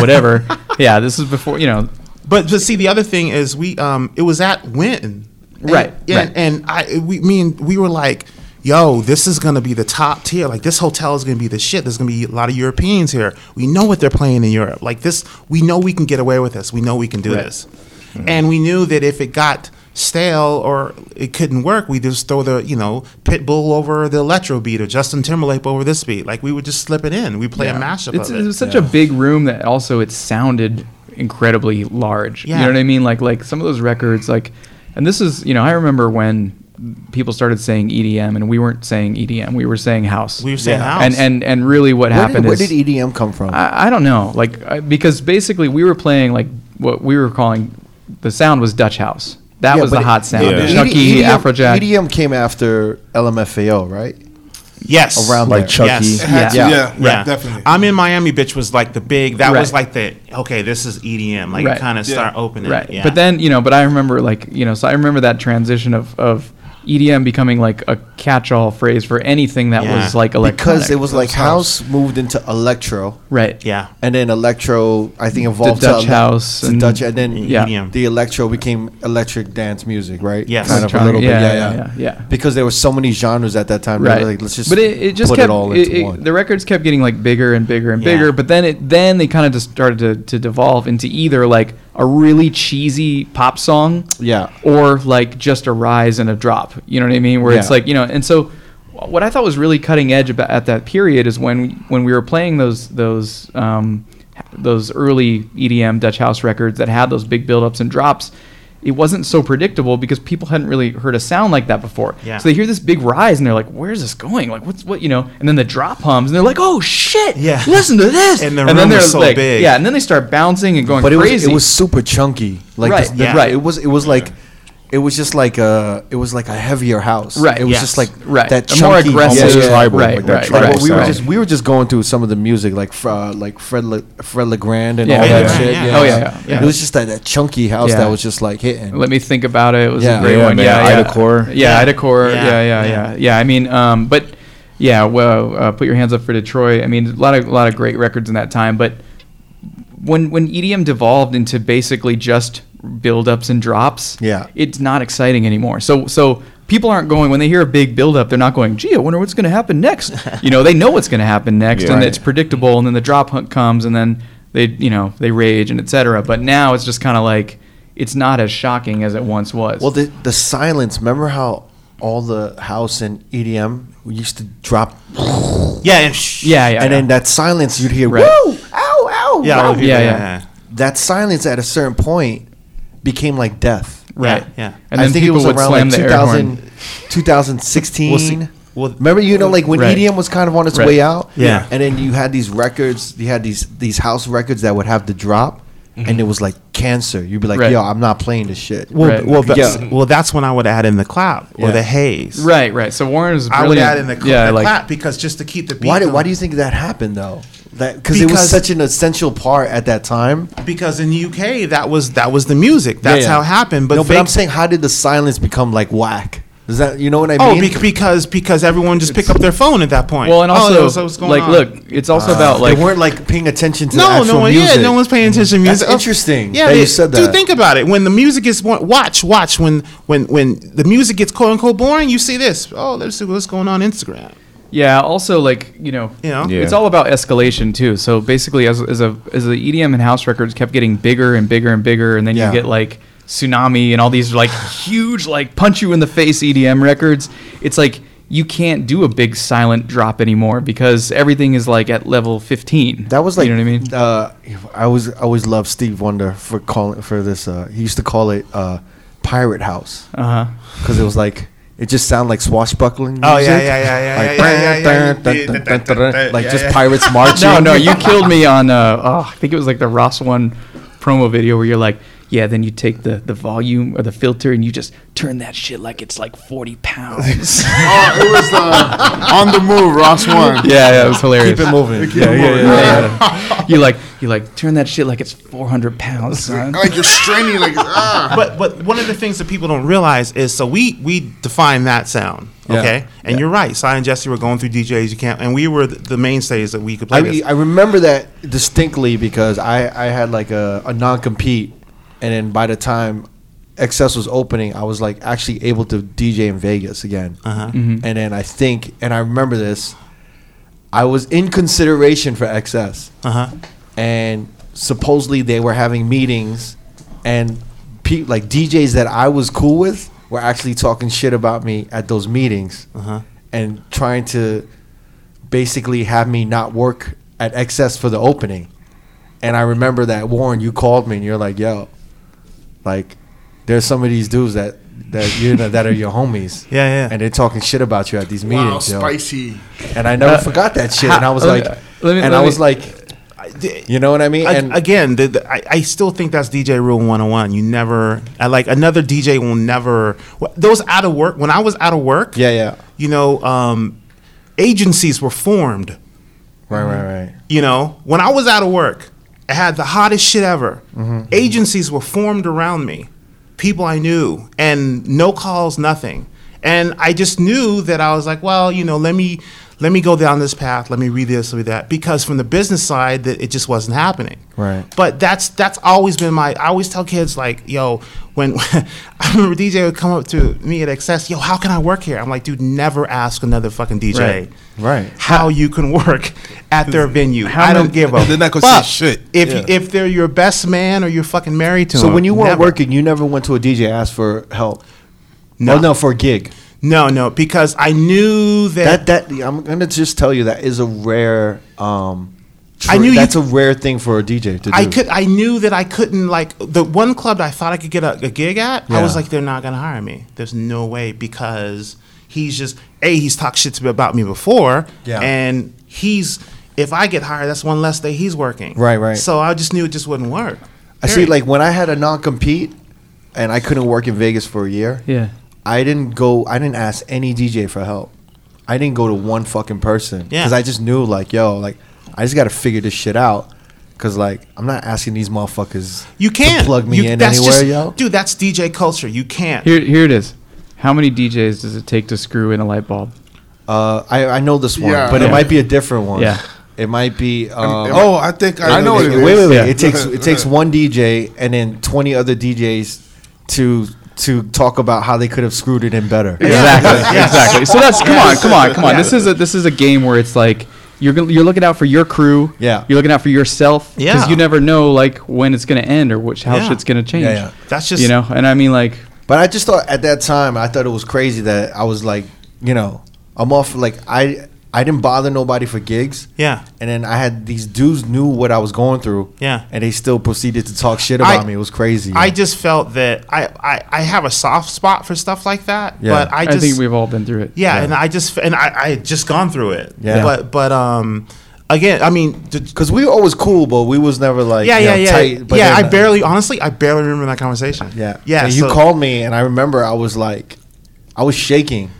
whatever. yeah, this is before, you know,
But but see, the other thing is we um it was at Wynn. And-
Right,
And,
right.
and I we me and we were like. yo, this is gonna be the top tier. Like this hotel is gonna be the shit. There's gonna be a lot of Europeans here. We know what they're playing in Europe. Like this, we know we can get away with this. We know we can do this.
Mm-hmm.
And we knew that if it got stale or it couldn't work, we just throw the you know Pitbull over the electro beat or Justin Timberlake over this beat. Like we would just slip it in. We play a mashup
It's,
of
it
it.
was such a big room that also it sounded incredibly large. You
Yeah.
know what I mean? Like like some of those records, like, and this is you know I remember when people started saying EDM and we weren't saying EDM, we were saying house.
We were saying house.
And and and really
Where
what
did,
happened
where
is
did EDM come from?
I, I don't know, like I, because basically we were playing like what we were calling the sound was Dutch house. That
Yeah, E
was
but
the
it-
hot sound.
ED-
Chucky,
EDM
Afrojack.
EDM came after LMFAO, right?
yes,
Around like
there.
Chucky.
Yes.
Had to-
Yeah.
yeah, yeah, definitely.
I'm in Miami, bitch was like the big. That was
Right.
like the okay. This is EDM. Like
Right.
kind of
Yeah.
start opening.
right
Yeah.
but then you know but i remember like you know so i remember that transition of of edm becoming like a catch-all phrase for anything that
Yeah.
was like electronic
Because it was like house moved into electro.
right
yeah,
And then electro, I think, evolved
Dutch
to ele-
house
to
and-
Dutch, and then
Yeah.
EDM.
the electro became electric dance music, right?
Yes.
kind of a
Electronic,
little bit, yeah
yeah,
yeah,
yeah, yeah, yeah.
Because there were so many genres at that time. they
right
were Like, let's just,
but it, it just
put
kept
it all
it-
into
it-
one.
the records kept getting like bigger and bigger and
Yeah.
bigger but then it then they kind of just started to, to devolve into either like a really cheesy pop song
Yeah.
or like just a rise and a drop you know what i mean where it's
Yeah.
like you know and so what i thought was really cutting edge about, at that period is when when we were playing those those um, those early edm dutch house records that had those big buildups and drops it wasn't so predictable because people hadn't really heard a sound like that before
Yeah.
so they hear this big rise and they're like, "Where's this going? Like, what's what you know?" And then the drop hums and they're like, "Oh shit!
Yeah.
listen to this!"
And the room was so
like,
big.
yeah, and then they start bouncing and going
but it was,
crazy.
it was super chunky. Like
Right,
the- the-
yeah.
right. It was it was like it was just like a it was like a heavier house.
Right,
It was
yes.
just like
Right.
that
A more
chunky,
aggressive-
almost
Yeah.
tribal,
Right,
like that
right,
tribal
right,
we were
right.
just we were just going through some of the music like fr- uh, like Fred Le, Fred Legrand and
Yeah,
all
yeah,
that
yeah,
shit.
yeah.
Oh, yeah, yeah, yeah.
It was just that, that chunky house
Yeah.
that was just like hitting.
Let me think about it. It was
Yeah.
a great
Yeah,
one.
man.
Yeah, yeah,
Idacor.
Yeah,
Yeah.
Idacor.
Yeah.
Yeah, yeah, yeah,
Yeah.
yeah. I mean, um, but yeah, well, uh, put your hands up for Detroit. I mean, a lot of a lot of great records in that time, but when when EDM devolved into basically just build-ups and drops,
Yeah.
it's not exciting anymore. So so people aren't going when they hear a big build-up, they're not going, "Gee, I wonder what's going to happen next." you know, they know what's going to happen next,
Yeah.
and
Right.
it's predictable. And then the drop hunt comes, and then they you know they rage and etc. But now it's just kind of like it's not as shocking as it once was.
Well, the the silence. Remember how all the house and EDM used to drop,
yeah, and sh-
yeah, yeah,
and
yeah.
then that silence you'd hear.
Right.
Woo! Ow! Ow!
yeah,
wow."
all the people,
Yeah, yeah.
That silence at a certain point became like death.
Right.
Right.
Yeah.
And then people would slam the air horn.
2016.
Well, see- well-
Remember, you know, like when
Right.
EDM was kind of on its
Right.
way out.
Yeah.
And then you had these records, you had these these house records that would have the drop,
Mm-hmm.
and it was like cancer. You'd be like,
Right.
yo, I'm not playing this shit.
Well,
Right.
well, that's,
Yeah.
well, that's when I would add in the clap or
Yeah.
the haze.
Right, right. So Warren was
I
brilliant.
would add in the, cl-
yeah,
the
like,
clap because just to keep the beat.
Why do,
going.
why do you think that happened though? That because it was
Because-
such an essential part at that time.
Because in the UK, that was that was the music. That's
Yeah, yeah.
how it happened. But,
no, but
fake-
I'm saying, how did the silence become like whack? Is that you know what I
oh,
mean?
bec- because because everyone just picked up their phone at that point.
well, and
Oh,
also
that's what's going
like,
on.
look, it's also about like
Uh, they weren't like paying attention to the
No,
actual
no one.
music.
Yeah, no one's paying attention to
That's
music. Oh,
interesting that you said
dude,
that.
think about it. When the music is wa- watch, watch. When when when the music gets quote unquote boring, you see this. Oh, let's see what's going on Instagram.
Yeah. Also, like you know,
You know?
Yeah.
it's all about escalation too. So basically, as as a as the EDM and house records kept getting bigger and bigger and bigger, and then
Yeah.
you get like tsunami and all these like huge like punch you in the face EDM records. It's like you can't do a big silent drop anymore because everything is like at level fifteen.
That was like
you know what I mean.
Uh, I was I always loved Steve Wonder for calling for this. Uh, he used to call it uh, Pirate House
Uh huh.
because it was like it just sounded like swashbuckling.
Oh, yeah,
music.
yeah, yeah, yeah,
Like,
yeah, yeah, yeah,
dun,
yeah.
dun, dun, dun, dun, dun, like just pirates marching.
No, no, you killed me on. Uh, oh, I think it was like the Ross one promo video where you're like, yeah, then you take the the volume or the filter and you just turn that shit like it's like forty pounds.
Oh, it was uh, on the move, Ross one.
yeah, yeah, it was hilarious.
keep it moving.
Yeah, yeah,
you like you like turn that shit like it's four hundred pounds, son.
Like you're straining, like ah.
but but one of the things that people don't realize is so we we define that sound
Yeah.
okay and you're right Si and Jesse were going through DJs you can't and we were the, the mainstays that we could play
I,
this.
re- I remember that distinctly because I, I had like a, a non compete, and then by the time Excess was opening, I was like actually able to DJ in Vegas again.
Uh-huh.
And then I think, and I remember this, I was in consideration for Excess,
Uh-huh.
and supposedly they were having meetings, and pe- like DJs that I was cool with were actually talking shit about me at those meetings,
Uh-huh.
and trying to basically have me not work at Excess for the opening. And I remember that Warren, you called me and you're like, "Yo, like, there's some of these dudes that that you know that are your homies,
Yeah, yeah.
and they're talking shit about you at these
Wow,
meetings, yo."
spicy.
And I never forgot that shit. And I was
how-
like,
let me-
and
let
I
me-
was like, you know what I mean?
I,
And
again, the, the, I, I still think that's DJ Rule 101. You never, I like another DJ will never, wh- those out of work, when I was out of work,
yeah, yeah,
you know, um, agencies were formed.
right, right, right.
You know, when I was out of work, I had the hottest shit ever. Agencies were formed around me, people I knew, and no calls, nothing. And I just knew that I was like, well, you know, let me let me go down this path, let me read this, read that, because from the business side, that it just wasn't happening.
Right.
But that's that's always been my. I always tell kids like, yo, when I remember DJ would come up to me at Excess, yo, how can I work here? I'm like, dude, never ask another fucking DJ
Right.
Right.
how you can work at their venue. I don't give a
They're not gonna
fuck
say shit.
If if they're your best man or you're fucking married to
So
them.
when you weren't
never.
working, you never went to a DJ asked for help. No,
No.
no, for a gig.
no, no, because I knew that,
That that I'm gonna just tell you that is a rare. um
I knew you-
that's a rare thing for a DJ to do.
I could. I knew that I couldn't like the one club that I thought I could get a, a gig at. I was
Yeah.
like, they're not gonna hire me. There's no way because he's just a he's talked shit to me about me before,
Yeah.
and he's if I get hired, that's one less day he's working.
Right, right.
So I just knew it just wouldn't work.
I see.
Period.
Like when I had a non compete, and I couldn't work in Vegas for a year.
Yeah.
I didn't go. I didn't ask any DJ for help. I didn't go to one fucking person
Yeah.
because I just knew, like, yo, like, I just got to figure this shit out. Cause like, I'm not asking these motherfuckers.
You can't
to plug me
You-
in
that's
anywhere,
just-
yo.
Dude, that's DJ culture. You can't.
Here, here it is. How many DJs does it take to screw in a light bulb?
Uh, I I know this one,
Yeah.
but it
Yeah.
might be a different one.
Yeah.
It might be. Um,
Oh, I think I,
I know what
this.
it
wait, wait,
is.
wait.
Yeah.
It takes it takes one DJ and then 20 other DJs to to talk about how they could have screwed it in better.
Exactly. Exactly. So that's come on, come on, come on. This is a this is a game where it's like you're gonna- you're looking out for your crew.
Yeah.
You're looking out for yourself because
Yeah.
you never know like when it's gonna end or which how
Yeah.
shit's gonna change.
Yeah, yeah.
That's just-
you know. And I mean like
But I just thought at that time, I thought it was crazy that I was like, you know, I'm off. Like I, I didn't bother nobody for gigs.
Yeah.
And then I had these dudes knew what I was going through.
Yeah.
And they still proceeded to talk shit about
I-
me. It was crazy.
I just felt that I, I, I have a soft spot for stuff like that.
Yeah.
But I
I,
just
think we've all been through it.
yeah, and I just and I, I had just gone through it.
Yeah.
But but um again, I mean d-
because we were always cool, but we was never like
yeah,
you know,
yeah, yeah.
tight, but
yeah,
then- uh,
I barely honestly I barely remember that conversation.
yeah
Yeah.
And you
so-
called me, and I remember I was like, I was shaking.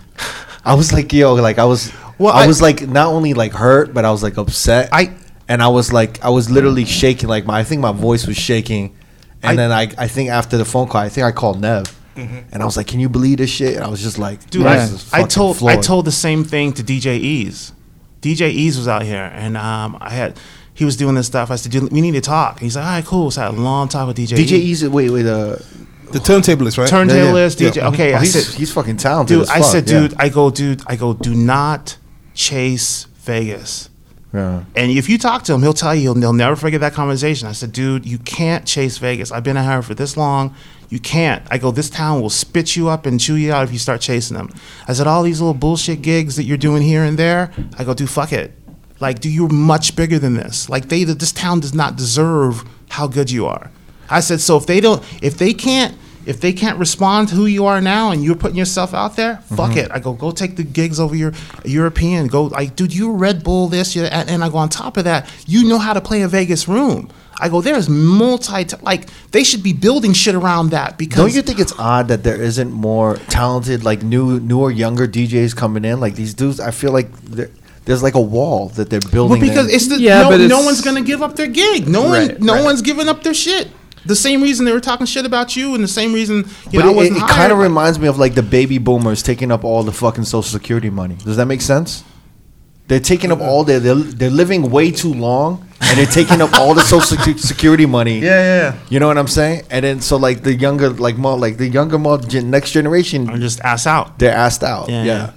I was like yo, like I was.
Well,
I,
I-
was like not only like hurt, but I was like upset.
I-
and I was like I was literally shaking. Like my I think my voice was shaking, and
I- Mm-hmm.
then I I think after the phone call, I think I called Nev, and I was like, "Can you believe this shit?" And I was just like,
Dude,
Right.
I,
I,
was
I
fucking
told I
floored.
told the same thing to DJ Ease. DJ Ease was out here, and um, I had he was doing this stuff. I said, "Dude, "We need to talk." He's like, "All right, cool." So I had a long talk with DJ.
DJ Easy. Wait, wait, uh,
The turntable is right.
Turntable is
Yeah.
DJ. Okay,
oh,
I
he's
said,
he's fucking talented.
dude.
as
I
fuck,
said,
yeah.
dude. I go, dude. I go. Do not chase Vegas.
Yeah.
And if you talk to him, he'll tell you he'll, he'll never forget that conversation. I said, dude, you can't chase Vegas. I've been out here for this long. You can't. I go, this town will spit you up and chew you out if you start chasing them. I said, all these little bullshit gigs that you're doing here and there. I go, dude, fuck it. Like, dude, you're much bigger than this. Like, they, this town does not deserve how good you are. I said, so if they don't, if they can't, if they can't respond to who you are now and you're putting yourself out there,
Mm-hmm.
fuck it. I go, go take the gigs over your European. Go, like, dude, you're Red Bull this, you're, and, and I go, on top of that, you know how to play a Vegas room. I go, there's multi, like, they should be building shit around that because.
Don't you think it's odd that there isn't more talented, like new, newer, younger DJs coming in? Like these dudes, I feel like there- there's like a wall that they're
well,
building.
because
there.
it's the,
Yeah,
no,
but
no
it's-
one's going to give up their gig. No one,
Right,
no
right.
one's giving up their shit. The same reason they were talking shit about you and the same reason,
but
you know, I
it- it,
wasn't
kind of
hired.
reminds me of like the baby boomers taking up all the fucking social security money. Does that make sense? They're taking up all their, they're, they're living way too long and they're taking up all the social secu- security money.
Yeah, yeah, yeah.
You know what I'm saying? And then so like the younger like more like the younger more gen- next
I'm
generation
just ass out.
they're asked out. Yeah.
Yeah, yeah.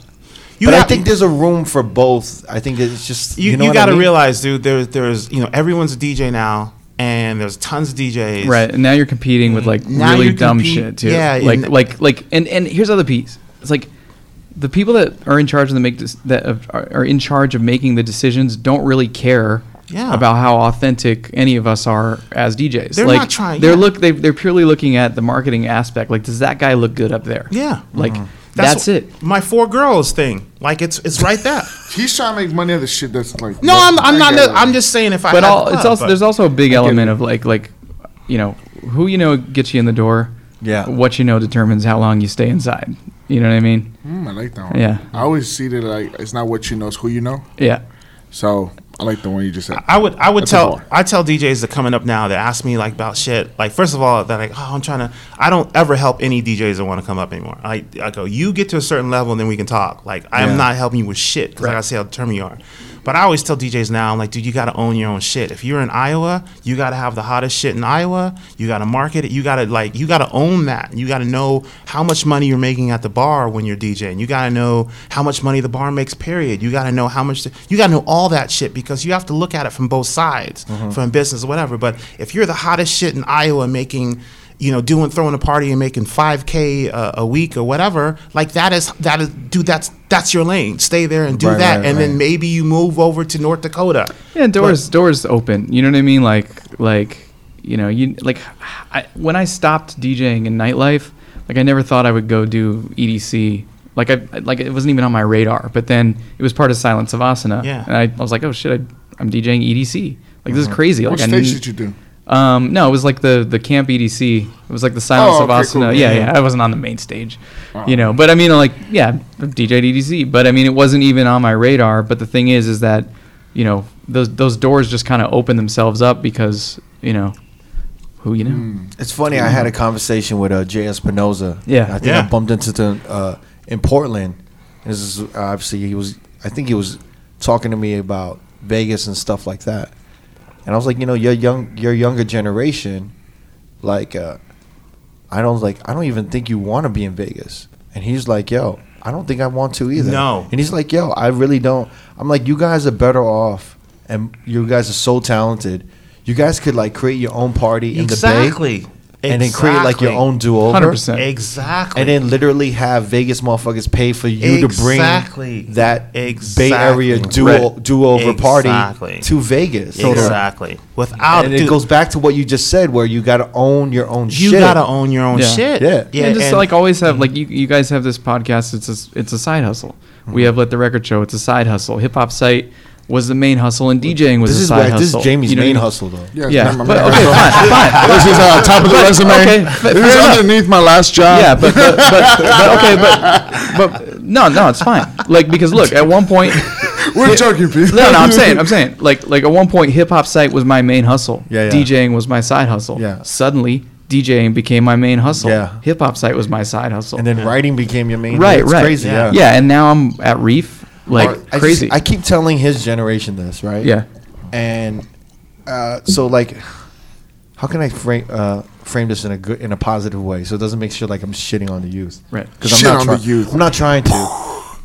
You
but I
have-
think there's a room for both. I think it's just
you,
you,
you,
know what I
got to
mean?
realize, dude. There's there's you know everyone's a DJ now, and there's tons of DJs.
Right. And now you're competing with like
Mm-hmm. Now
really
you're
dumb
compete-
shit too.
yeah,
Like
and-
like like and and here's the other piece. It's like the people that are in charge of the make this, that of, are are in charge of making the decisions don't really care
Yeah.
about how authentic any of us are as DJs.
They're
like,
not trying-
They're
yeah.
look they they're purely looking at the marketing aspect. Like, does that guy look good up there?
Yeah. Mm-hmm.
Like that's,
wh-
it.
My four girls thing. Like it's it's right there.
He's trying to make money out of shit that's like.
No, I'm I'm
I
not.
get it.
I'm just saying if I.
But
had
all
the
it's
club,
also
but-
there's also a big element of like like you know who you know gets you in the door.
Yeah.
What you know determines how long you stay inside. You know what I mean?
Mm, I like that one.
Yeah.
I always see that like it's not what you know, it's who you know.
Yeah.
So I like the one you just said.
I would I would
That's a
tell
bar.
I tell DJs that coming up now that ask me like about shit like first of all they're like oh I'm trying to I don't ever help any DJs that want to come up anymore I, I go you get to a certain level and then we can talk like I am
Yeah.
not helping you with shit because like I say how determined you are but I always tell DJs now I'm like dude you got to own your own shit if you're in Iowa you got to have the hottest shit in Iowa you got to market it you got to like you got to own that you got to know how much money you're making at the bar when you're DJing you got to know how much money the bar makes period you got to know how much you got to know all that shit because you have to look at it from both sides
Mm-hmm.
from business or whatever but if you're the hottest shit in iowa making you know doing throwing a party and making 5k a, a week or whatever like that is that is dude that's that's your lane stay there and do
Right,
that
right,
and then
right.
maybe you move over to north dakota
Yeah, doors doors open. You know what I mean? Like like you know you like I, when I stopped DJing in nightlife, like I never thought I would go do EDC. Like I like it wasn't even on my radar. But then it was part of Silent Savasana.
Yeah.
And I, I was like, oh shit, I, I'm DJing EDC. Like this is crazy. Like
Uh-huh. What
I
stage
didn't-
did you do?
Um, no, it was like the the camp EDC. It was like the Silence
Oh,
of
okay,
Asana.
cool.
Yeah,
Yeah,
yeah,
yeah.
I wasn't on the main stage, you know. But I mean, like, yeah, DJ EDC. But I mean, it wasn't even on my radar. But the thing is, is that you know those those doors just kind of open themselves up because you know who you know.
Hmm.
It's funny. I had a conversation with uh, J.S. Spinoza.
Yeah.
I think
Yeah.
I bumped into him uh, in Portland. This is obviously he was. I think he was talking to me about Vegas and stuff like that. And I was like, you know, your young, your younger generation, like, uh, I don't like. I don't even think you want to be in Vegas. And he's like, yo, I don't think I want to either.
No.
And he's like, yo, I really don't. I'm like, you guys are better off, and you guys are so talented. You guys could like create your own party in the Bay
exactly
and then create like your own do over.
100%.
exactly
And then literally have Vegas motherfuckers pay for you
Exactly.
to bring that
Exactly.
Bay Area do
Right.
do over
Exactly.
party to Vegas.
exactly without
And
dude,
it goes back to what you just said, where you got to own your own
you
shit.
gotta own your own
Yeah.
shit
Yeah.
Yeah, and just
and-
like always have like you, you guys have this podcast. It's a, it's a side hustle.
Mm-hmm.
We have let the record show. It's a side hustle. Hip hop site was the main hustle, and DJing was
This
a
is
side
where,
hustle.
this is Jamie's
You know what I
main
mean?
hustle, though.
Yeah,
Yeah,
not
but
my-
okay, fine, fine.
This is uh, top of the resume.
okay,
This
fair
is
enough.
underneath my last job.
yeah, but but, but, but okay, but but no, no, it's fine. Like because look, at one point,
we're joking, people.
no, no, I'm saying, I'm saying, like like at one point, hip hop site was my main hustle.
Yeah, yeah.
DJing was my side hustle.
Yeah.
Suddenly, DJing became my main hustle.
Yeah.
Hip hop site was my side hustle.
And then writing became your main.
right,
it's
right,
Crazy, yeah.
yeah, and now I'm at Reef, like
Or- I just-
crazy.
I keep telling his generation this, right?
yeah,
and uh, so like how can i frame uh, frame this in a good in a positive way so it doesn't make sure like i'm shitting on the youth
Right.
because
Shit
i'm not
on
trying
the youth.
i'm not trying to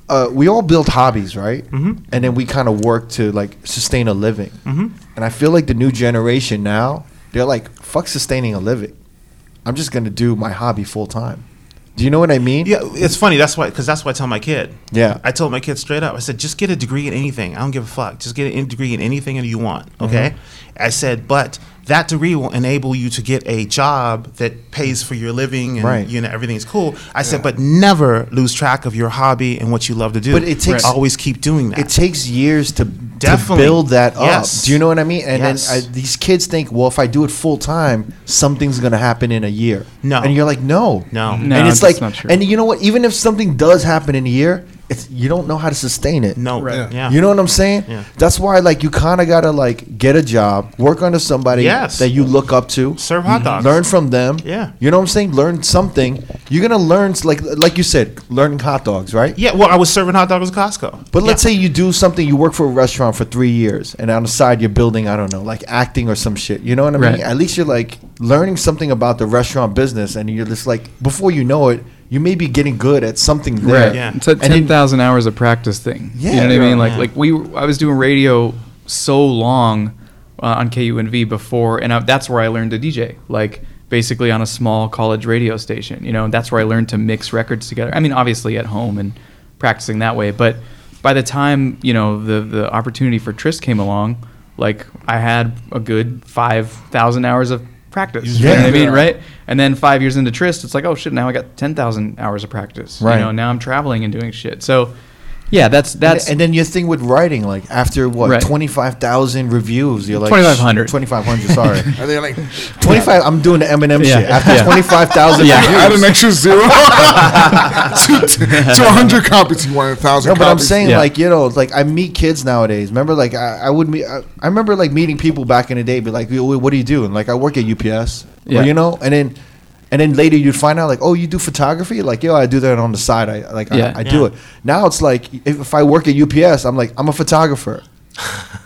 uh, we all build hobbies right mm-hmm. and then we kind of work to like sustain a living mm-hmm. and i feel like the new generation now they're like fuck sustaining a living i'm just gonna do my hobby full time do you know what i mean
Yeah, it's funny. That's why, because that's what I tell my kid.
Yeah.
I told my kid straight up. I said, just get a degree in anything. I don't give a fuck. Just get a degree in anything that you want.
Mm-hmm.
Okay. I said, but that degree will enable you to get a job that pays for your living and
Right.
you know everything's cool. I said, but never lose track of your hobby and what you love to do.
But it takes-
always keep doing that.
It takes years to, to
Definitely.
build that up.
Yes.
Do you know what I mean? And
Yes.
then I, these kids think, well, if I do it full time, something's going to happen in a year.
No.
And you're like, no.
No.
No,
and it's like,
that's not true.
and you know what? Even if something does happen in a year, it's you don't know how to sustain it.
No.
Right.
Yeah. yeah.
You know what I'm saying?
Yeah.
That's why like you kind of gotta like get a job, work under somebody
Yes.
that you look up to,
Serve hot dogs.
Mm-hmm. learn from them.
Yeah.
you know what I'm saying? Learn something. You're gonna learn like like you said, learning hot dogs, right?
Yeah, well, I was serving hot dogs at Costco.
But let's say you do something, you work for a restaurant for three years, and on the side you're building, I don't know, like acting or some shit. You know what I mean?
Right.
At least you're like learning something about the restaurant business, and you're just like, before you know it, you may be getting good at something there.
Right.
Yeah.
It's a
And then-
ten thousand hours of practice thing. you
Yeah.
know what I mean. Like
Yeah.
like we were- I was doing radio so long uh, on KUNV before, and I, that's where I learned to DJ. Like basically on a small college radio station. You know, that's where I learned to mix records together. I mean, obviously at home and practicing that way, but by the time you know the the opportunity for Trist came along, like I had a good five thousand hours of practice. You know what I mean, right? And then five years into Trist, it's like, oh shit, now I got ten thousand hours of practice.
Right.
You know, now I'm traveling and doing shit. So, yeah, that's that's
and then your thing with writing, like after what
Right.
twenty five thousand reviews, you're like
2500.
Twenty five hundred, sorry,
Are they like
twenty five. I'm doing the Eminem
Yeah.
shit after
Yeah.
twenty five thousand
Yeah.
reviews.
add an extra zero to, to, to 100 copies? You want a thousand?
No, but I'm
copies.
saying
Yeah.
like you know, like I meet kids nowadays. Remember, like I, I would meet. I, I remember like meeting people back in the day, be like, "Yo, "What do you do?" And like, I work at UPS,
Yeah.
or you know, and then. And then later you'd find out like, oh, you do photography? Like, yo, I do that on the side. I like,
Yeah.
I, I do
Yeah.
it. Now it's like, if, if I work at UPS, I'm like, I'm a photographer.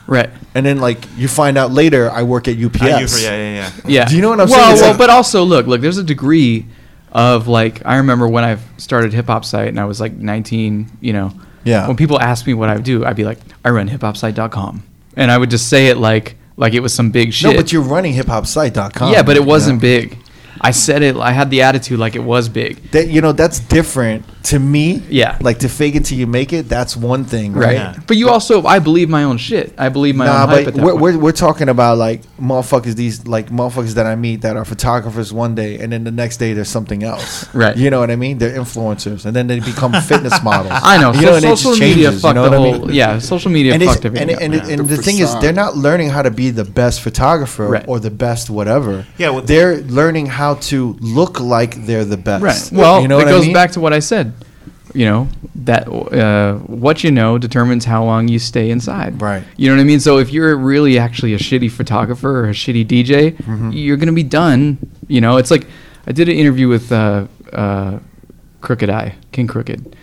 right.
And then like, you find out later, I work at UPS.
Yeah, yeah, yeah. yeah.
Yeah.
Do you know what I'm
well,
saying? It's
Well,
like-
but also look, look. There's a degree of like I remember when I started hip hop site and I was like 19. You know.
Yeah.
When people ask me what I do, I'd be like, I run hiphopsite.com, and I would just say it like like it was some big shit.
No, but you're running hiphopsite.com.
yeah, but
you
it
know?
wasn't big. I said it. I had the attitude like it was big.
that you know that's different to me.
Yeah.
like to fake it till you make it. That's one thing,
Right.
right?
Yeah.
But you also, I believe my own shit. I believe my
Nah,
own hype.
but
at that
we're,
point.
we're we're talking about like motherfuckers. These like motherfuckers that I meet that are photographers one day, and then the next day there's something else.
Right.
You know what I mean? They're influencers, and then they become fitness models.
I know.
You
so
and it
social
just
media
changes,
fucked
you know
the
what I
whole.
mean?
Yeah, social media
And, it's,
fucked
and,
everything. up,
and,
man.
and
The
the, thing is,
facade.
they're not learning how to be the best photographer
Right.
or the best whatever.
Yeah, well-
they're learning how to look like they're the best.
Right. Well,
you know
it
what I
goes
mean?
back to what I said. You know that uh, what you know determines how long you stay inside.
Right.
You know what I mean. So if you're really actually a shitty photographer or a shitty DJ,
Mm-hmm.
you're gonna be done. You know, it's like I did an interview with uh, uh, Crooked Eye, King Crooked,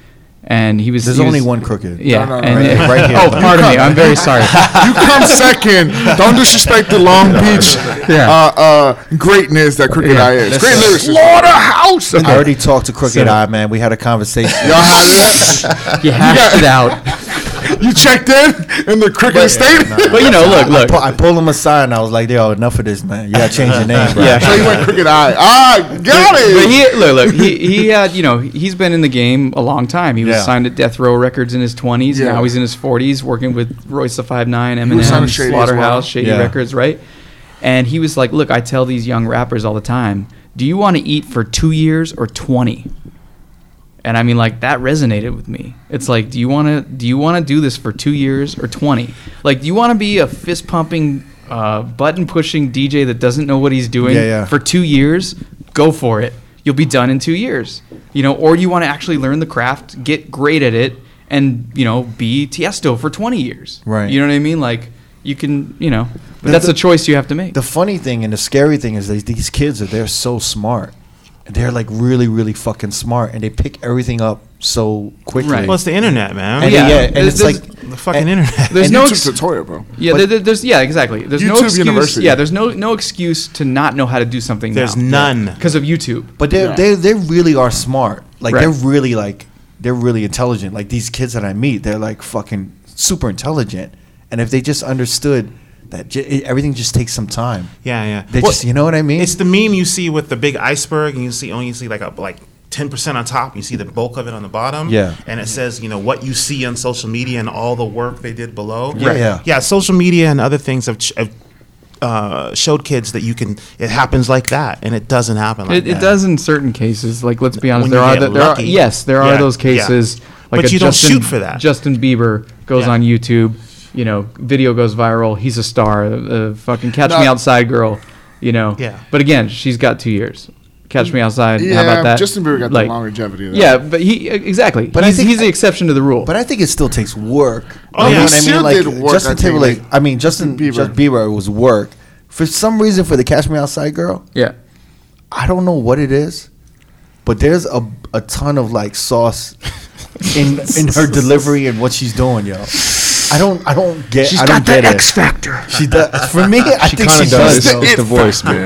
and he was.
There's
he was-
only one crooked.
Yeah.
No, no,
and-
right- right here.
Oh, pardon me. I'm very sorry.
You come second. Don't disrespect the Long Beach
Yeah.
uh, uh, greatness that Crooked
Yeah.
Eye is.
That's
Great
right.
lyricist. Slaughterhouse.
I already talked to Crooked
So-
Eye, man. We had a conversation.
Y'all had
You hashed it out.
one. Uh, You checked in in the Crooked Estate.
But you know, look,
I, pu-
look.
I pulled him aside and I was like, "Yo, enough of this, man. You gotta change your name, bro."
Yeah.
so you went Crooked Eye. Ah, got
But- But
it.
he, look, look, he, he had, you know, he's been in the game a long time. He was
Yeah.
signed at Death Row Records in his 20s.
Yeah.
Now he's in his 40s working with Royce the Five Nine,
was signed
Eminem,
to Shady as well.
Slaughterhouse, Shady
Yeah.
Records, right? And he was like, look, I tell these young rappers all the time, do you want to eat for two years or 20? And I mean, like that resonated with me. It's like, do you want to do you want to do this for two years or twenty? Like, do you want to be a fist pumping, uh, button pushing DJ that doesn't know what he's doing
Yeah, yeah.
for two years? Go for it. You'll be done in two years. You know, or you want to actually learn the craft, get great at it, and you know, be Tiesto for twenty years.
Right.
You know what I mean? Like, you can, you know, but that's a choice you have to make.
The funny thing and the scary thing is that these kids are they're so smart. They're like really, really fucking smart, and they pick everything up so quickly.
Right.
Well, it's the internet, man.
and
Yeah.
yeah, and
There's-
it's like
there's-
The fucking
and-
internet.
There's
and
no
YouTube's
ex-
a toy, bro.
Yeah,
But-
there- there- there's yeah, exactly. There's no
YouTube
excuse.
University.
Yeah, there's no no excuse to not know how to do something.
There's none.
because of YouTube.
But they
Yeah.
they they really are smart. Like
Right.
they're really like they're really intelligent. Like these kids that I meet, they're like fucking super intelligent. And if they just understood that j- everything just takes some time,
Yeah, yeah.
They just- you know what I mean?
It's the meme you see with the big iceberg, and you see only you see like a like ten percent on top. You see the bulk of it on the bottom.
Yeah.
and it says you know what you see on social media and all the work they did below.
Yeah, Right. yeah.
yeah. Social media and other things have. Ch- have uh, showed kids that you can. It happens like that, and it doesn't happen like
It,
that.
it does in certain cases. Like let's be honest,
When
there
you
are
get
the, there are
lucky.
yes, there are
Yeah,
those
yeah.
cases. Like
But
a
you don't
Justin,
shoot for that.
Justin Bieber goes
Yeah.
on YouTube. You know, video goes viral. He's a star. Uh, fucking catch me
No.
outside girl. You know.
Yeah.
But again, she's got two years. Catch Me Outside.
Yeah,
How about that?
Justin Bieber got
Like,
the longevity. Of that.
Yeah, but he e, exactly. But
I
he's,
think-
he's the exception to the rule.
But I think it still takes work.
Oh, yeah. It still
Like
did work, I
Justin
think,
Timberlake.
like,
I mean, Justin
Bieber.
Bieber. Just Bieber was work. For some reason, for the Cash Me Outside girl,
yeah,
I don't know what it is, but there's a a ton of like sauce in in her delivery and what she's doing, yo. I don't I don't get I don't get it.
factor.
She does for me. I think
Kinda
she
does.
does.
It's,
yo.
it's the voice, man.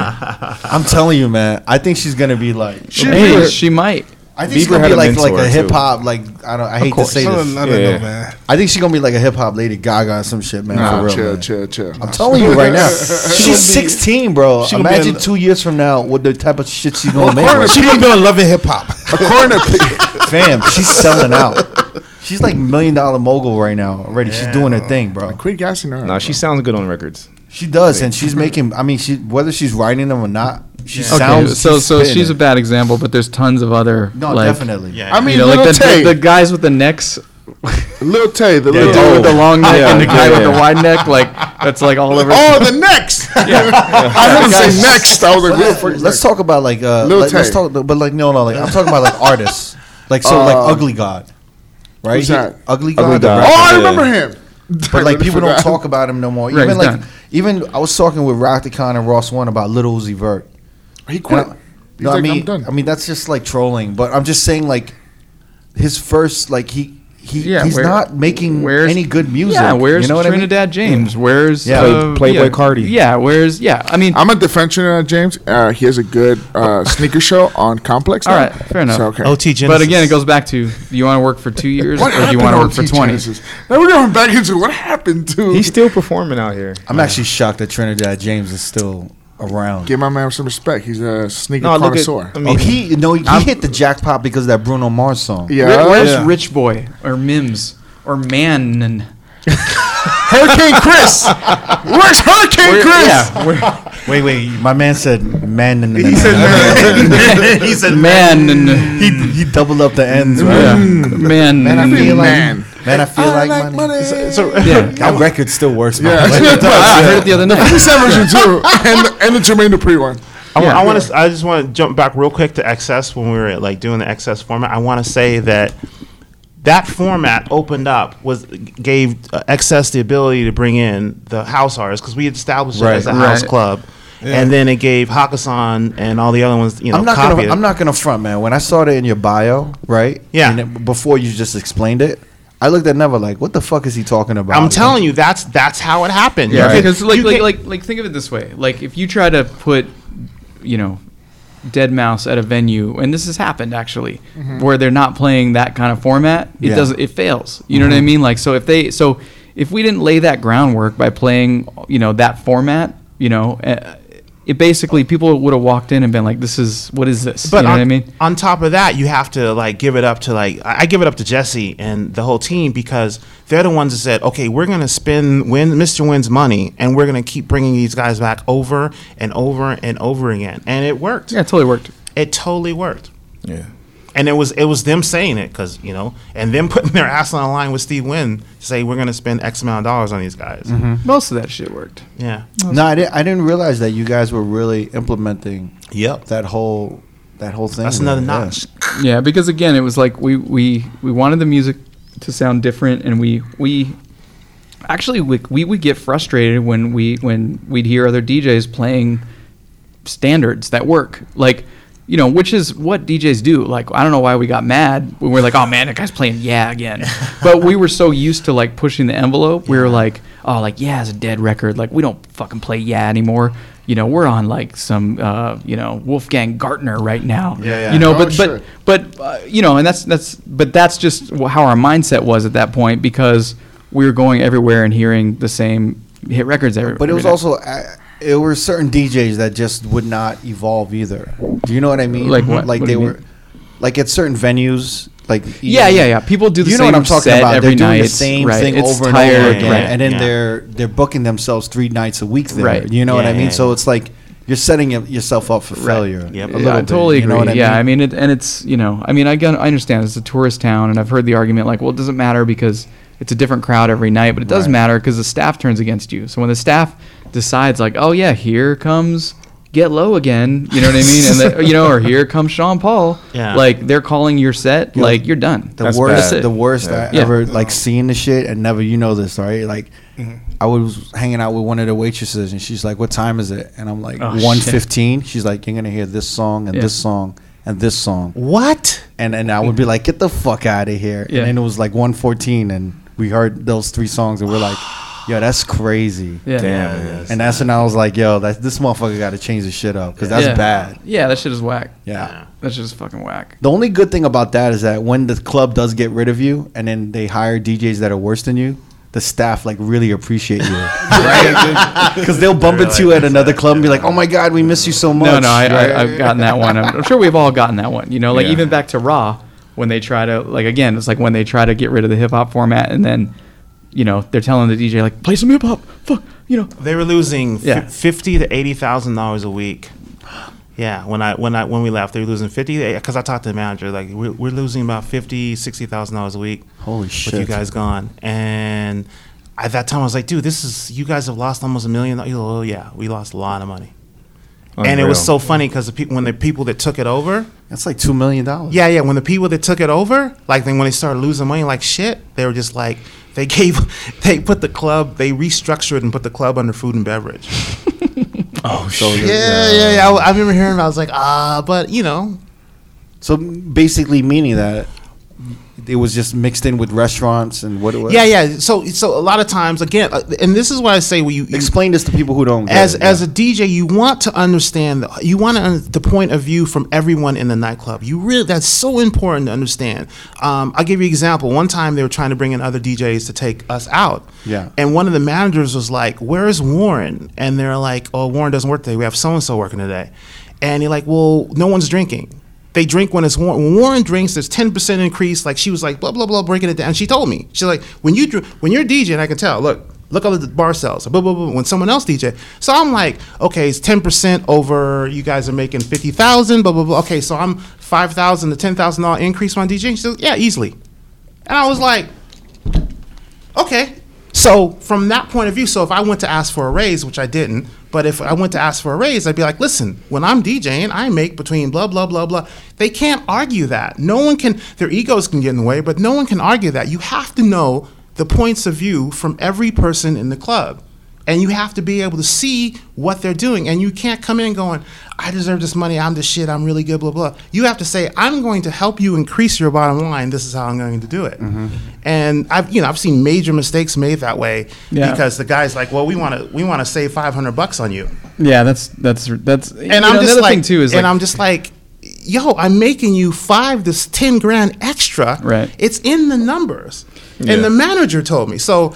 I'm telling you, man. I think she's gonna be like.
Should
Hey,
be-
she might.
I think she's
Bieber
gonna
had
be
a
like like
mentor,
a
too.
hip hop like I don't I hate to
course.
say
I
this.
don't, I don't
Yeah.
know, man.
I think she's gonna be like a hip hop Lady Gaga or some shit, man.
Nah,
for real,
chill,
man.
chill, chill.
I'm telling you right now, she's 16, bro.
she gonna be
Imagine
a-
two years from now what the type of shit she's gonna make.
Corner
Like,
She gonna be on Love and Hip Hop.
According to
fam, she's selling out. She's like million dollar mogul right now already. she's doing her thing, bro.
quit gassing her.
No, she sounds good on records.
She does, and she's making. I mean, she whether she's writing them or not, she
Okay,
sounds.
so so
spitting
she's
it.
a bad example, but there's tons of other.
no,
like,
definitely.
Yeah.
I mean,
You know, like
Lil
the,
Tay,
the, the guys with the necks,
Lil Tay, the
the
little
dude with the long neck,
Yeah,
and the guy
yeah,
with the
yeah.
wide neck, like that's like all over.
Oh, the next. I heard him say next. I was
Let's,
like, Lil Freak
let's
next.
talk about like uh,
Lil
let, us
Tay.
talk, but like no, no, like I'm talking about like artists, like so, like Ugly God, right?
Who's
He-
that?
Ugly God. the
God.
rapper.
Oh, I
Yeah.
remember him.
but like
really
people don't
forgot.
talk about him no more.
Right,
even
he's
like
done.
even I was talking with Rock the Con and Ross One about Little Uzi Vert. And
He
I-
quit. He's
no,
like,
I mean,
I'm done.
I mean that's just like trolling. But I'm just saying like his first like he he
Yeah,
he's
where-
not making
where's-
any good music.
Yeah, where's
you know what I mean?
Trinidad James? Where's
Yeah.
uh,
Playboy
yeah.
Cardi.
Yeah, where's yeah? I mean,
I'm a defender of James. Uh, he has a good uh, sneaker show on Complex.
All
now.
right, fair enough.
So, okay.
OT Genesis.
but again, it goes back to do you want to work for two years or
What
do you
happened
want to work
to
for
OT
twenty?
Genesis? Now we're going back into what happened to.
He's still performing out here.
I'm actually shocked that Trinidad James is still around.
Give my man some respect. He's a sneaker
No, look at.
connoisseur.
I
oh,
mean,
he no he hit the jackpot because of that Bruno Mars song.
yeah.
Where- where's
Yeah.
Rich Boy or Mims or Man?
Hurricane Chris? Where's Hurricane Chris?
Wait, wait, my man said man in the
He said, man.
he said Man.
he he doubled up the ends, right?
Yeah.
Man, I
Mm. Man.
feel like
Man.
man, I feel like, money.
So,
Yeah.
That record still works.
Yeah.
man.
Yeah.
I heard it the other night.
This version too, and the, and the Jermaine Dupri one.
I,
Yeah.
want to. I just want to jump back real quick to excess when we were like doing the excess format. I want to say that that format opened up was gave uh, excess the ability to bring in the house artists because we established it as a
Right.
house
Right.
club, and then it gave Hakusan and all the other ones. You know,
I'm not
copy
gonna.
it.
I'm not gonna front, man. When I saw that in your bio, right?
Yeah.
And it- before you just explained it, I looked at Never like, what the fuck is he talking about?
I'm telling you, that's that's how it happened.
Yeah,
Right.
because like
you
like,
get-
like like think of it this way: like if you try to put, you know, Dead Mouse at a venue, and this has happened actually, where they're not playing that kind of format, it
Yeah.
doesn't it fails. You
Mm-hmm.
know what I mean? Like so if they so if we didn't lay that groundwork by playing you know that format, you know. Uh, it basically people would have walked in and been like, "This is what is this?"
But
you know
on,
what I mean?
on top of that, you have to like give it up to like I I give it up to Jesse and the whole team because they're the ones that said, okay, we're gonna spend win Mr. Win's money and we're gonna keep bringing these guys back over and over and over again, and it worked.
Yeah, it totally worked.
It totally worked,
yeah.
and it was it was them saying it because you know, and them putting their ass on the line with Steve Wynn to say we're gonna spend X amount of dollars on these guys.
Most of that shit worked.
Yeah.
No, I didn't. I didn't realize that you guys were really implementing
Yep.
that whole that whole thing.
That's another notch.
Yeah, because again, it was like we we we wanted the music to sound different, and we we actually we we would get frustrated when we when we'd hear other DJs playing standards that work, like. You know, which is what DJs do. Like, I don't know why we got mad when we're like, "Oh man, that guy's playing yeah again." but we were so used to like pushing the envelope. We were like, "Oh, like yeah is a dead record. Like we don't fucking play yeah anymore." You know, we're on like some uh, you know Wolfgang Gartner right now.
Yeah, yeah.
You know,
Oh,
but
sure.
but but uh, you know, and that's that's but that's just wh- how our mindset was at that point because we were going everywhere and hearing the same hit records every.
But it
every
was
night.
also uh, it were certain DJs that just would not evolve either. Do you know what I mean?
Like what?
Like
What do
they
you
were,
mean?
like at certain venues. Like
Yeah, yeah, yeah. People do the
you know what
same
I'm talking
set
about.
every
They're doing
night.
the same
Right.
thing
It's
over and over
tired,
again,
right.
and then
Yeah.
they're they're booking themselves three nights a week there.
Right.
You know what
Yeah,
I mean?
yeah,
so
yeah.
it's like you're setting y- yourself up for failure.
Yep.
a
Yeah,
little
I
bit,
totally
you
agree.
know what I
yeah,
mean?
I mean, it, and it's you know, I mean, I, get- I understand it's a tourist town, and I've heard the argument like, well, it doesn't matter because it's a different crowd every night, but it does matter because the staff turns against you. So when the staff decides like, oh yeah, here comes Get Low Again, you know what I mean? And the, you know, or Here Comes Sean Paul.
Yeah.
Like they're calling your set, like you're done.
The
That's
worst,
bad.
the worst I
Yeah.
ever like seeing the shit and never. You know this, right? Like, I was hanging out with one of the waitresses, and she's like, "What time is it?" And I'm like,
Oh, shit.
1.15. She's like, "You're gonna hear this song and
Yeah.
this song and this song,"
What?
and and I would be like, "Get the fuck out of here!"
Yeah.
And then it was like 1.14, and we heard those three songs, and we're like, "Yo, that's crazy."
Yeah.
Damn. man.
And that's when I was like, "Yo, that this motherfucker got to change the shit up because that's
Yeah.
bad."
Yeah, that shit is whack.
yeah.
That shit is fucking whack.
The only good thing about that is that when the club does get rid of you and then they hire DJs that are worse than you, the staff like really appreciate you. Because they'll bump into you at another club and be like, oh my God, we miss you so much.
No, no, I, I, I've gotten that one. I'm, I'm sure we've all gotten that one. You know, like
Yeah.
even back to Raw when they try to like again, it's like when they try to get rid of the hip hop format, and then you know they're telling the DJ like play some hip hop. Fuck, you know.
They were losing fi-
Yeah.
fifty to eighty thousand dollars a week. Yeah, when I when I when we left, they were losing fifty. Because I talked to the manager, like we're, we're losing about fifty, sixty thousand dollars a week.
Holy
With you
shit.
guys gone, and at that time I was like, dude, this is you guys have lost almost a million. dollars." Oh yeah, we lost a lot of money, and it was so
Unreal.
funny because the people when the people that took it over,
That's like $2 million. Yeah.
yeah, yeah. When the people that took it over, like then when they started losing money, like shit, they were just like they gave, they put the club, they restructured and put the club under food and beverage.
So,
Yeah, yeah, yeah. I, I remember hearing. About it, I was like, ah, but you know,
so basically meaning that it was just mixed in with restaurants and what it was.
yeah, yeah. So, so a lot of times, again, uh, and this is why I say, well, you, you
Explain this to people who don't get
as
it,
as
yeah.
a DJ, you want to understand, the, you want to un- the point of view from everyone in the nightclub. You really, that's so important to understand. Um, I'll give you an example. One time they were trying to bring in other DJs to take us out.
Yeah.
And one of the managers was like, "Where is Warren?" And they're like, "Oh, Warren doesn't work today. We have so and so working today." And you're like, "Well, no one's drinking." They drink when it's Warren. When Warren drinks, there's 10% increase. Like she was like, blah, blah, blah, breaking it down. She told me. She's like, when you dr- when you're DJing, I can tell. Look, look up at the bar sales. Blah, blah, blah, when someone else DJ. So I'm like, okay, it's 10% over you guys are making 50,000, blah, blah, blah. Okay, so I'm 5,000 to $10,000 increase on DJing. She's like, yeah, easily. And I was like, okay. So from that point of view, so if I went to ask for a raise, which I didn't, but if I went to ask for a raise, I'd be like, listen, when I'm DJing, I make between blah blah blah blah. They can't argue that. No one can. Their egos can get in the way, but no one can argue that. You have to know the points of view from every person in the club, and you have to be able to see what they're doing. And you can't come in going, I deserve this money. I'm the shit. I'm really good. Blah blah. You have to say, I'm going to help you increase your bottom line. This is how I'm going to do it.
Mm-hmm.
And I've you know I've seen major mistakes made that way
Yeah.
because the guy's like, well, we want to we want to save 500 bucks on you
Yeah, that's that's that's. And
and I'm just
another
like,
thing too is
and
like,
I'm just like, yo, I'm making you five to ten grand extra.
Right.
It's in the numbers, and the manager told me so.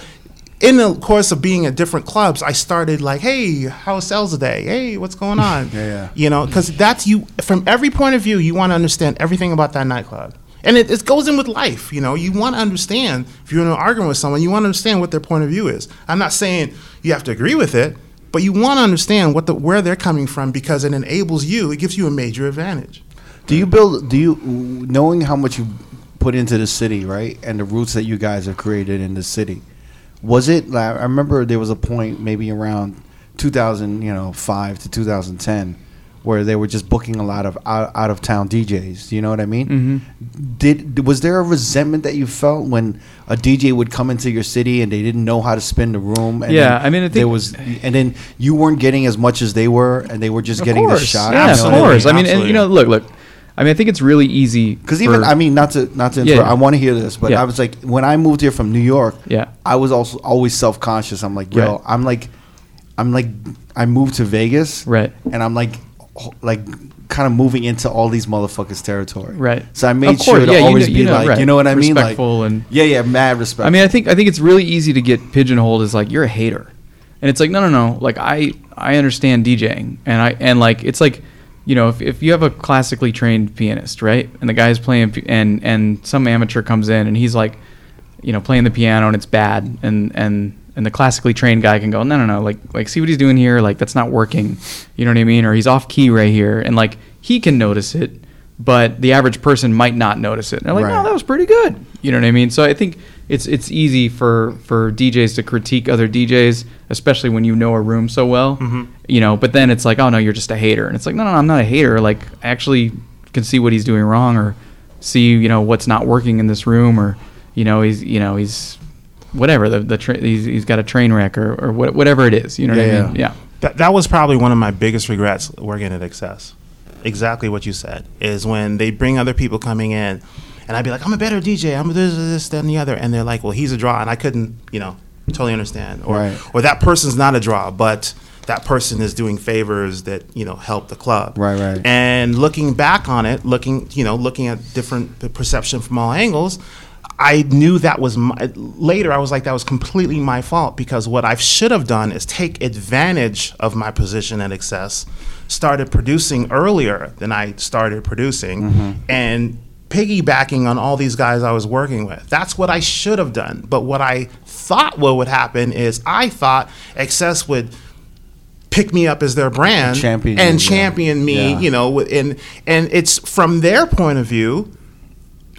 In the course of being at different clubs, I started like, "Hey, how sales today? Hey, what's going on?" yeah,
yeah.
You know, because that's you from every point of view. You want to understand everything about that nightclub, and it, it goes in with life. You know, you want to understand if you're in an argument with someone, you want to understand what their point of view is. I'm not saying you have to agree with it, but you want to understand what the where they're coming from because it enables you. It gives you a major advantage.
Do you build? Do you knowing how much you put into the city, right, and the roots that you guys have created in the city? Was it? like, I remember there was a point, maybe around 2000, you know, five to 2010, where they were just booking a lot of out, out of town DJs. You know what I mean? Mm-hmm. Did was there a resentment that you felt when a DJ would come into your city and they didn't know how to spin the room? And
Yeah,
then
I mean, I
there
think-
was, and then you weren't getting as much as they were, and they were just
of
getting
course,
the shot.
Yeah,
you
of
know what I mean?
course. I mean, and,
Absolutely.
you know, look, look. I mean, I think it's really easy
Because even
for-
I mean, not to not to
Yeah,
interrupt,
yeah.
I want to hear this, but
Yeah.
I was like, when I moved here from New York,
Yeah.
I was also always self conscious. I'm like, yo,
Right.
I'm like, I'm like, I moved to Vegas,
Right.
And I'm like, ho- like, kind of moving into all these motherfuckers' territory,
Right.
So I
Of
made
course,
sure to
yeah, you
always
know-
be
you know,
like,
right.
you know what I mean,
Respectful
like,
and-
yeah, yeah, mad respect.
I mean, I think I think it's really easy to get pigeonholed as like you're a hater, and it's like no, no, no. Like I I understand DJing, and I and like it's like you know if, if you have a classically trained pianist, right, and the guy's playing pi- and and some amateur comes in and he's like, you know, playing the piano and it's bad, and and and the classically trained guy can go no, no, no. Like like see what he's doing here. Like that's not working. You know what I mean? Or he's off key right here, and like he can notice it. But the average person might not notice it. And they're like, "Oh,
Right.
no, that was pretty good. You know what I mean? So I think it's it's easy for for DJs to critique other DJs, especially when you know a room so well.
Mm-hmm.
You know, but then it's like, oh no, you're just a hater, and it's like, no, no, no, I'm not a hater. Like, I actually can see what he's doing wrong, or see you know what's not working in this room, or you know he's you know he's whatever the the tra- he's, he's got a train wreck or or what, whatever it is. You know what
Yeah,
I mean?
yeah.
yeah.
That, that was probably one of my biggest regrets working at Excess. Exactly what you said is when they bring other people coming in, and I'd be like, I'm a better DJ. I'm this, this, that, and the other, and they're like, Well, he's a draw, and I couldn't, you know, totally understand. Or,
Right.
or that person's not a draw, but that person is doing favors that you know help the club.
Right, right.
And looking back on it, looking, you know, looking at different p- perception from all angles. I knew that was my, later. I was like, that was completely my fault because what I should have done is take advantage of my position at Excess, started producing earlier than I started producing,
Mm-hmm.
and piggybacking on all these guys I was working with. That's what I should have done. But what I thought what would happen is I thought Excess would pick me up as their brand
Champion,
and
yeah.
champion me,
Yeah.
you know, with- and and it's from their point of view,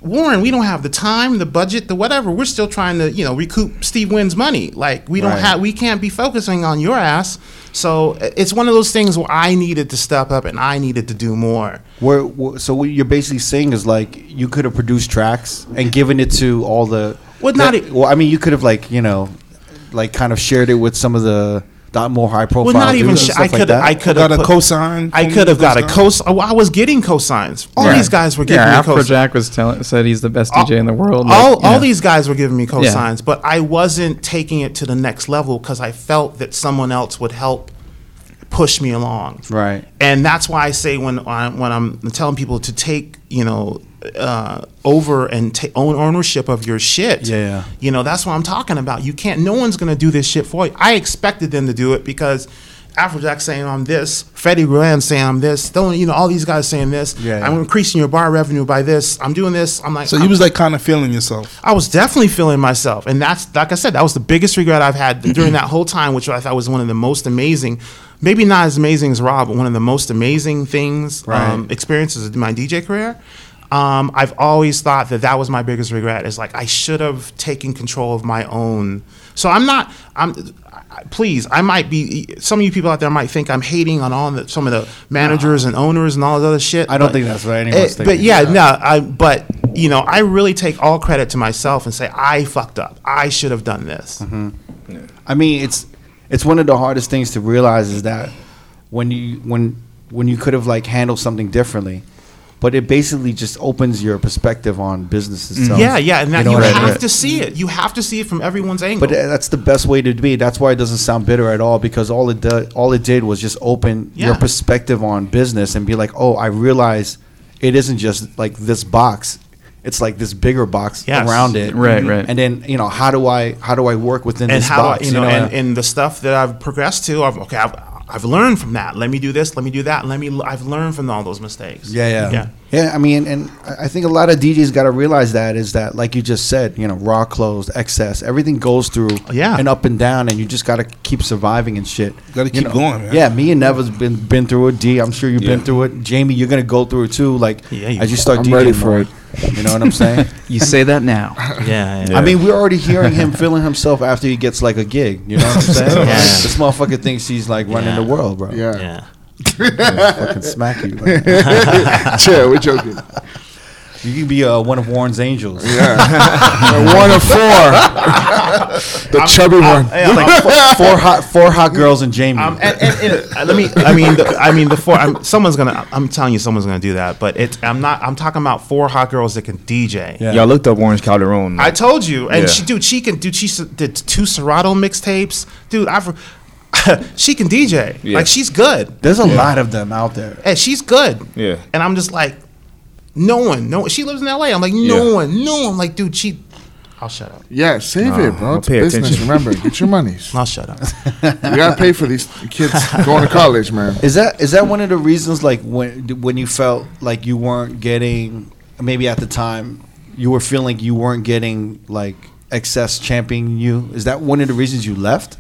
Warren, we don't have the time, the budget, the whatever. We're still trying to, you know, recoup Steve Wynn's money. Like we don't
Right.
have, we can't be focusing on your ass. So i- it's one of those things where I needed to step up and I needed to do more.
Where, wh- so what you're basically saying is like you could have produced tracks and given it to all the.
Well, not
the-
e-
well, I mean, you could have like you know, like kind of shared it with some of the dot more high
Well,
profile.
not
dudes
even.
and
Sh-
stuff
I
like
could.
that.
I could
Got
have
a cosign
I
from
could have got a
those
cos. oh, I was getting cosigns. All
Yeah.
these guys were giving
yeah,
me cosigns.
Afrojack was telling said he's the best DJ in the world. like,
all,
you know.
all these guys were giving me cosigns, but I wasn't taking it to the next level because I felt that someone else would help push me along.
Right.
And that's why I say when I, when I'm telling people to take you know uh, over and ta- own ownership of your shit.
Yeah, yeah.
You know that's what I'm talking about. You can't. No one's gonna do this shit for you. I expected them to do it because. Afrojack saying I'm this, Freddie Grand saying I'm this, Stone, you know, all these guys saying this.
Yeah, yeah.
I'm increasing your bar revenue by this. I'm doing this. I'm like,
So you
I'm-
was like kind of feeling yourself.
I was definitely feeling myself, and that's like I said, that was the biggest regret I've had during that whole time, which I thought was one of the most amazing, maybe not as amazing as Rob, but one of the most amazing things, um, experiences of my DJ career. Um, I've always thought that that was my biggest regret. Is like I should have taken control of my own. So I'm not. I'm. I- Please, I might be. Some of you people out there might think I'm hating on all the, some of the managers and owners and all this other shit.
I don't
but-
think that's what anyone's
Eh, But
thinking.
yeah, no, I but you know, I really take all credit to myself and say I fucked up. I should have done this.
Mm-hmm. I mean, it's it's one of the hardest things to realize is that when you when when you could have like handled something differently, but it basically just opens your perspective on business
Mm-hmm.
itself.
Yeah, yeah, and that
know
you,
what I
have
mean?
to see it. You have to see it from everyone's angle.
But tha- that's the best way to be. That's why it doesn't sound bitter at all because all it do, all it did was just open your
Yeah.
perspective on business and be like, "Oh, I realize it isn't just like this box. It's like this bigger box
Yes. Mm-hmm.
around it."
Right, right.
And then, you know, how do I how do I work within
and
this
how
box,
I, you know, and, and the stuff that I've progressed to, I've okay, I've, I've learned from that. Let me do this. Let me do that. Let me. I've learned from all those mistakes.
Yeah, yeah,
yeah.
yeah. I mean, and I I think a lot of DJs got to realize that is that, like you just said, you know, raw closed, excess, everything goes through,
Yeah.
and up and down, and you just got to keep surviving and shit.
Gotta
You
keep
know?
going, man.
Yeah, me and Neva's been been through it. D, I'm sure you've been through it. Jamie, you're gonna go through it too. Like
Yeah, you-
as you start
I'm
DJing
ready for
more.
it.
You know what I'm saying?
you say that now.
yeah,
I mean, we're already hearing him feeling himself after he gets like a gig. You know what I'm saying? Like, this motherfucker thinks he's like
Yeah.
running the world, bro.
Yeah.
yeah.
fucking smack you. like,
Chill, we're joking.
you can be uh, one of Warren's angels.
one of four. the chubby one.
Hey, I'm like,
four, four hot four hot girls and Jamie.
Um, and, and, and, uh, let me. I mean, the, I mean, the four. I'm, someone's gonna. I'm telling you, someone's gonna do that. But it's. I'm not. I'm talking about four hot girls that can DJ.
Yeah.
Y'all looked up Orange Calderon.
I told you, and
Yeah.
she, dude, she can, dude, she s- did two Serato mixtapes, dude. I've, she can DJ,
Yeah.
like she's good,
There's a lot of them out there.
and she's good,
Yeah.
And I'm just like, no one, no, she lives in L.A. I'm like, no
Yeah.
one, no one, like, dude, she, I'll shut up,
Yeah, save it, bro.
I'll
It's
pay
business.
attention.
Remember, get your monies.
I'll shut up.
You gotta pay for these kids going to college, man.
Is that is that one of the reasons like when when you felt like you weren't getting maybe at the time you were feeling you weren't getting like excess championing you? Is that one of the reasons you left?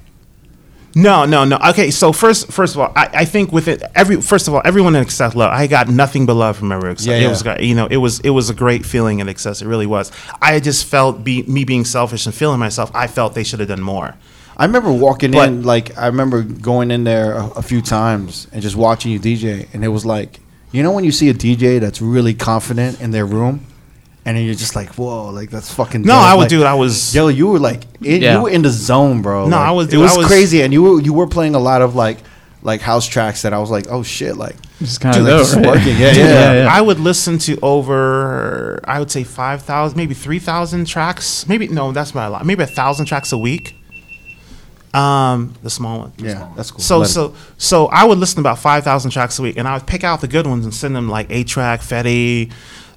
No, no, no. Okay, so first, first of all, I, I think with it, every first of all, everyone in excess love. I got nothing but love from every excess.
Yeah,
it
yeah.
was, got- you know, it was it was a great feeling in excess. It really was. I just felt be, me being selfish and feeling myself. I felt they should have done more.
I remember walking
But-
in, like I remember going in there a, a few times and just watching you DJ, and it was like, you know, when you see a DJ that's really confident in their room, and then you're just like, whoa, like that's fucking.
No,
dope.
I would,
like,
dude. I was.
Yo, you were like, it,
Yeah.
you were in the zone, bro.
No,
Like,
I was-
it
dude, I
was,
was-
crazy, and you were you were playing a lot of like like house tracks that I was like, oh shit, like
Just kind
dude,
of
like, this is working, yeah, yeah.
yeah, yeah.
I would listen to over, I would say five thousand, maybe three thousand tracks. Maybe no, that's not a lot. Maybe a thousand tracks a week. Um, the small one.
yeah, that's cool.
So
Let it-
so so I would listen to about five thousand tracks a week, and I would pick out the good ones and send them like A Track, Fetty,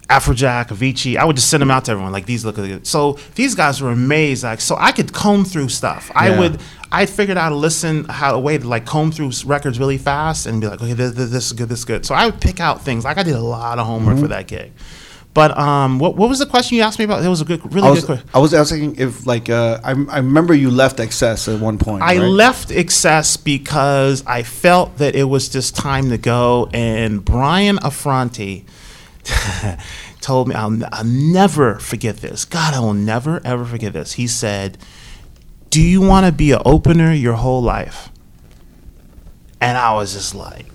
Afrojack, Avicii. I would just send them out to everyone like these look good. So these guys were amazed. Like so, I could comb through stuff. I
Yeah.
would I figured out a listen how a way to like comb through s- records really fast and be like, okay, this, this, this is good, this is good. So I would pick out things. Like I did a lot of homework
Mm-hmm.
for that gig. But um, what, what was the question you asked me about? It was a good, really
I was,
good question.
I was asking if like uh, I, I remember you left excess at one point.
I
right?
left Excess because I felt that it was just time to go. And Brian Affronti told me, I'll, I'll never forget this. God, I will never, ever forget this. He said, Do you want to be an opener your whole life? And I was just like,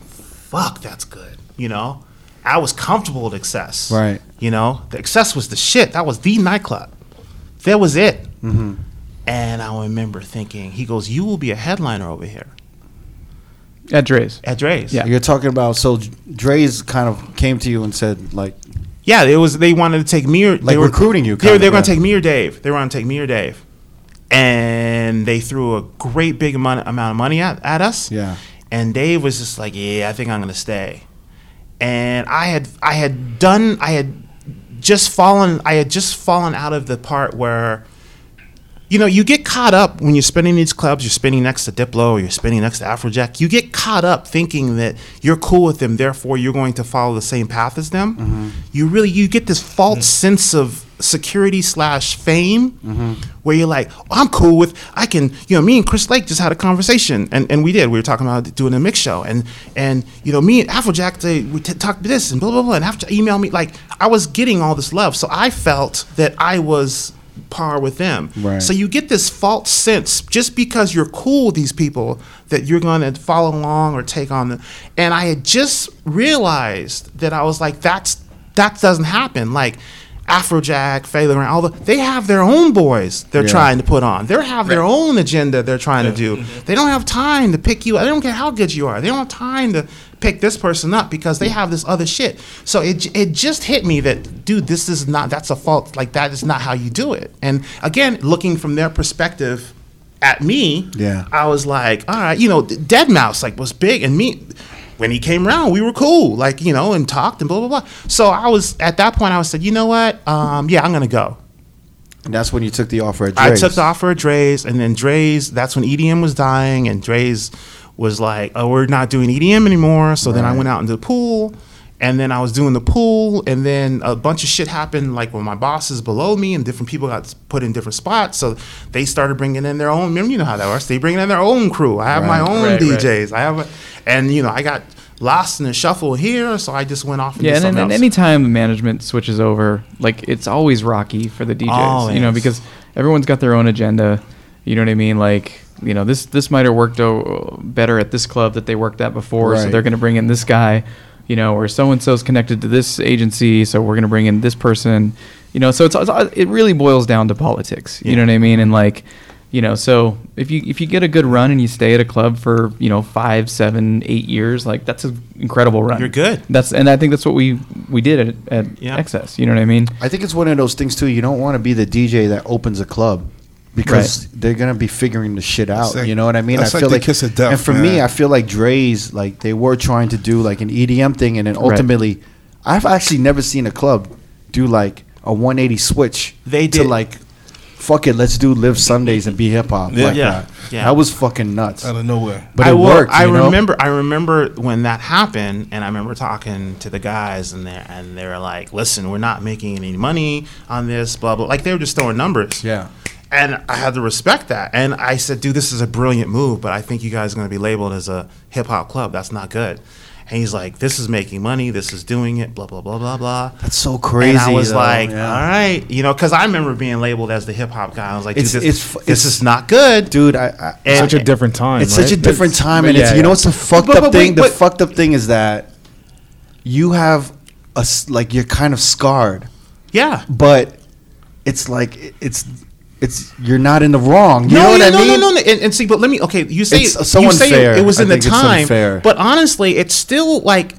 Fuck, that's good. You know? I was comfortable with Excess.
Right.
You know? The Excess was the shit. That was the nightclub. That was it. And I remember thinking, he goes, You will be a headliner over here
At Dre's.
at Dre's.
Yeah.
You're talking about so Dre's kind of came to you and said like
Yeah, it was they wanted to take me or they
Like
were
recruiting you,
They, were-
kind
they
of,
were gonna
yeah.
take me or Dave. They were gonna take me or Dave. And they threw a great big mon- amount of money at, at us.
Yeah.
And Dave was just like, Yeah, I think I'm gonna stay. And I had I had done I had just fallen I had just fallen out of the part where you know, you get caught up when you're spinning these clubs, you're spinning next to Diplo, or you're spinning next to Afrojack. You get caught up thinking that you're cool with them, therefore you're going to follow the same path as them. You really you get this false sense of security slash fame where you're like, "Oh, I'm cool with I can, you know, me and Chris Lake just had a conversation and, and we did. We were talking about doing a mix show and and you know, me and Afrojack they we t- talked this and blah blah blah and Afrojack emailed me like I was getting all this love. So I felt that I was par with them.
Right.
So you get this false sense just because you're cool with these people that you're going to follow along or take on them. And I had just realized that I was like, that's that doesn't happen. Like Afrojack, Faye Laurent, all the they have their own boys they're trying to put on. They have their own agenda they're trying to do. They don't have time to pick you. I don't care how good you are. They don't have time to pick this person up because they have this other shit. So it j- it just hit me that dude, this is not that's a fault. Like that is not how you do it. And again, looking from their perspective at me,
Yeah.
I was like, all right, you know, Dead Mouse like was big, and me when he came around, we were cool, like you know, and talked and blah blah blah. So I was at that point, I was said, you know what, um, yeah, I'm gonna go.
and that's when you took the offer at
I
Dre's.
took the offer of Dre's, and then Dre's. That's when EDM was dying, and Dre's was like, "Oh, we're not doing EDM anymore." So then I went out into the pool, and then I was doing the pool, and then a bunch of shit happened, like when my bosses below me and different people got put in different spots. So they started bringing in their own. Remember, you know how that works. They bringing in their own crew. I have my own
Right, right.
DJs. I have, a, and you know, I got lost in the shuffle here, so I just went off and
Yeah,
did
and, and,
something
and
else.
anytime management switches over, like it's always rocky for the DJs, you know,
Always.
because everyone's got their own agenda. You know what I mean? Like, you know, this this might have worked o- better at this club that they worked at before, so
Right.
they're going to bring in this guy, you know, or so and so's connected to this agency, so we're going to bring in this person, you know. So it's, it's it really boils down to politics. You know what I mean? And like, you know, so if you if you get a good run and you stay at a club for you know five, seven, eight years, like that's an incredible run.
You're good.
That's and I think that's what we we did at, at
Yeah.
Excess. You know what I mean?
I think it's one of those things too. You don't want to be the DJ that opens a club because they're gonna be figuring the shit out.
like-
you know what I mean?
that's
I
like the kiss of death,
And for me,
man.
I feel like Dre's like they were trying to do like an EDM thing, and then ultimately, I've actually never seen a club do like a 180 switch.
They
to
did.
like. Fuck it, let's do live Sundays and be hip hop.
Yeah.
like
Yeah.
that.
Yeah.
that was fucking nuts.
out of nowhere.
But
I
it
will-
worked.
I
you know?
remember. I remember when that happened, and I remember talking to the guys, and they and they were like, "Listen, we're not making any money on this, blah blah." Like they were just throwing numbers.
Yeah.
and I had to respect that. And I said, dude, this is a brilliant move, but I think you guys are going to be labeled as a hip hop club. That's not good. And he's like, this is making money. This is doing it. Blah blah blah blah blah.
That's so crazy,
And I was
though,
like,
yeah.
all right, you know, because I remember being labeled as the hip hop guy. I was like, dude,
It's-
this,
it's-
this
it's-
is not good.
dude. I, I
And-
such a different time.
It's
right?
such a different
That's-
time, and
yeah,
it's you
yeah.
know what's the fucked
But-
up
but
thing.
wait,
the
but-
fucked up thing is that you have a s- like you're kind of scarred,
yeah.
but it's like it- it's it's you're not in the wrong. You
no,
know what
yeah,
I
no,
mean?
No, no, no, and, and see, but let me. Okay, you say
It's so
you say
unfair.
it, was
I
in the
think it's
time,
unfair.
but honestly, it's still like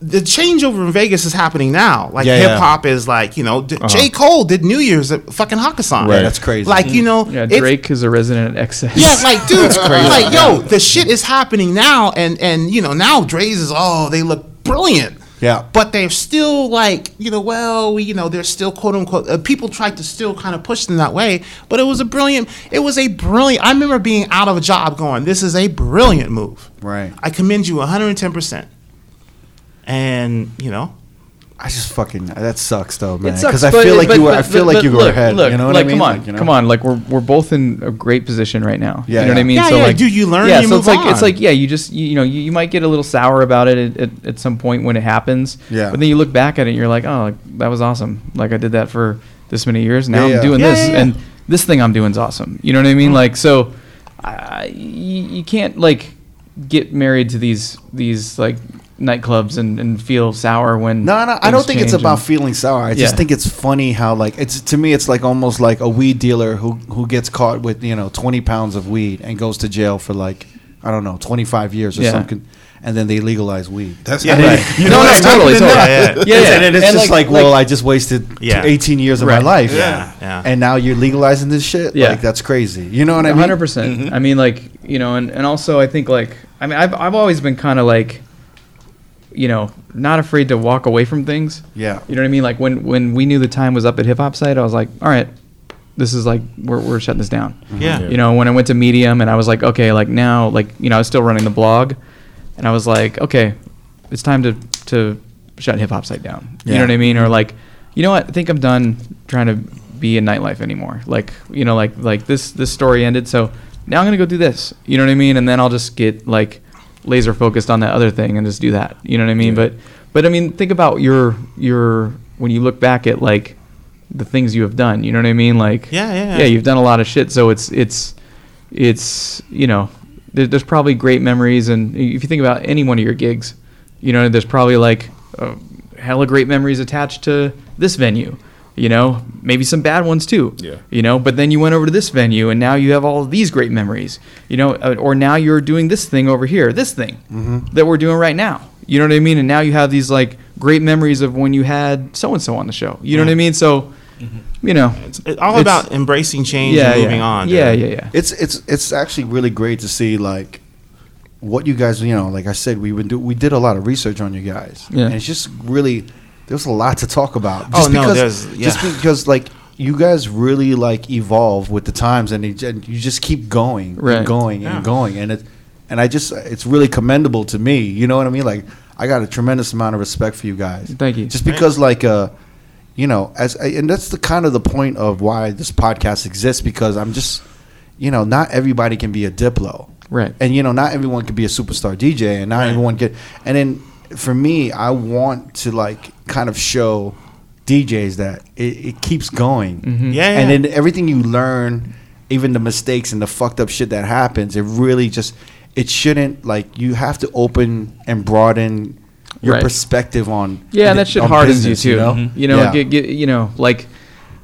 the changeover in Vegas is happening now. Like
Yeah, yeah. Uh-huh.
hip hop is like you know d- J Cole did New Year's at fucking Hakkasan.
Right. That's crazy.
Like you know,
Mm. Yeah,
it's-
Drake is a resident excess.
Yeah, like dude, like yo, the shit is happening now, and and you know now Dre's is oh they look brilliant.
Yeah.
but they're still like you know well we- you know they're still quote unquote uh, people tried to still kind of push them that way, but it was a brilliant. It was a brilliant. I remember being out of a job going, this is a brilliant move.
Right.
I commend you 110. percent And you know,
I just fucking that sucks though, Oh, man.
It sucks,
Because I
but-
feel like
but-
you were I
but-
feel
but
like you were
look,
ahead.
Look,
You know what
like,
I mean?
Come on,
Like, you know?
come on. Like we're we're both in a great position right now.
Yeah,
you know what
yeah.
I mean?
Yeah,
so
yeah,
like,
you- you learn
Yeah,
and you
so it's
move
like it's
on.
like yeah, you just you, you know you, you might get a little sour about it at, at, at some point when it happens.
Yeah.
But then you look back at it, and you're like, oh, like, that was awesome. Like I did that for this many years. Now
Yeah, yeah.
I'm doing
Yeah,
this,
yeah, yeah.
and this thing I'm doing is awesome. You know what I mean?
Mm-hmm.
Like so, I, you, you can't like get married to these these like nightclubs and, and feel sour when
No, no, I
things
don't think it's
change
about
and-
feeling sour. I just
Yeah.
think it's funny how like it's to me it's like almost like a weed dealer who who gets caught with you know twenty pounds of weed and goes to jail for like I don't know twenty five years or
Yeah.
something, and then they legalize weed.
That's
Yeah,
not
they-
right.
You
no,
know
no,
what I'm
totally,
talking
totally.
about?
Yeah, yeah.
Yeah, yeah.
And it's
And
just like,
like-
well, I just wasted
Yeah.
18 years of
Right.
my life.
Yeah, yeah.
And now you're legalizing this shit?
Yeah.
Like, that's crazy. You know what I
A
mean? Mm-hmm.
hundred percent. I mean, like you know, and, and also I think like I mean I've I've always been kind of like, you know, not afraid to walk away from things.
Yeah.
You know what I mean? Like when when we knew the time was up at Hip Hop Site, I was like, all right, this is like we're we're shutting this down.
Mm-hmm.
Yeah.
You know, when I went to Medium and I was like, okay, like now, like you know, I was still running the blog, and I was like, okay, it's time to to shut Hip Hop Site down. You
Yeah.
know what I mean? Or like, you know what? I think I'm done trying to be in nightlife anymore. Like, you know, like like this this story ended, so now I'm gonna go do this. You know what I mean? And then I'll just get like laser focused on that other thing and just do that. You know what I mean? But but I mean, think about your your when you look back at like the things you have done. You know what I mean? Like
Yeah, yeah, yeah.
yeah. You've done a lot of shit, so it's it's it's you know there, there's probably great memories, and if you think about any one of your gigs, you know there's probably like uh, hella great memories attached to this venue. You know, maybe some bad ones too.
Yeah.
You know, but then you went over to this venue, and now you have all of these great memories. You know, uh, or now you're doing this thing over here, this thing
Mm-hmm.
that we're doing right now. You know what I mean? And now you have these like great memories of when you had so and so on the show. You know what I mean? So, you know,
Mm-hmm. it's all
it's-
about embracing change and moving on.
Yeah,
dude.
yeah, yeah.
It's, it's, it's actually really great to see, like, what you guys, you know, like I said, we would do, we did a lot of research on you guys.
Yeah.
And it's just really, there's a lot to talk about.
Oh, no, there's-
Just
yeah.
because, like, you guys really, like, evolve with the times and, it, and you just keep going
Right.
and going and
Yeah.
going. And it, and I just, it's really commendable to me. You know what I mean? Like, I got a tremendous amount of respect for you guys.
Thank you.
Just because, like, uh, you know, as and that's the kind of the point of why this podcast exists because I'm just, you know, not everybody can be a Diplo,
Right.
And you know, not everyone can be a superstar DJ, and not everyone get. And then for me, I want to like kind of show DJs that it, it keeps going,
Mm-hmm.
Yeah, yeah.
and then everything you learn, even the mistakes and the fucked up shit that happens, it really just it shouldn't like you have to open and broaden your
Right.
perspective on
Yeah, and that shit
on
hardens
business,
you too. You know,
Yeah.
get, get, you know, like,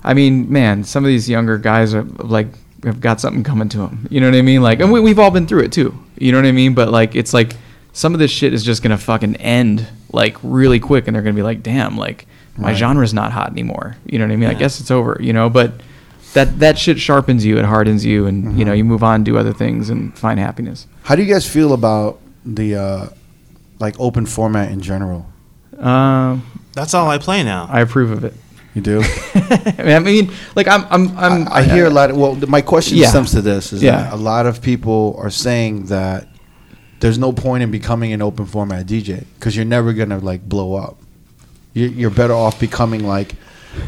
I mean, man, some of these younger guys are like have got something coming to them. You know what I mean? Like, and we, we've all been through it too. You know what I mean? But like, it's like some of this shit is just gonna fucking end like really quick, and they're gonna be like, damn, like my genre's not hot anymore. You know what I mean? I guess it's over. You know, but that that shit sharpens you, it hardens you, and you know,
Mm-hmm.
you move on, do other things, and find happiness.
How do you guys feel about the uh, like open format in general?
Um,
That's all I play now.
I approve of it.
You do?
I mean, like I'm, I'm, I'm
I hear a lot. Of, well, th- my question
Yeah.
stems to this: is
Yeah.
that a lot of people are saying that there's no point in becoming an open format DJ because you're never gonna like blow up. You're, you're better off becoming like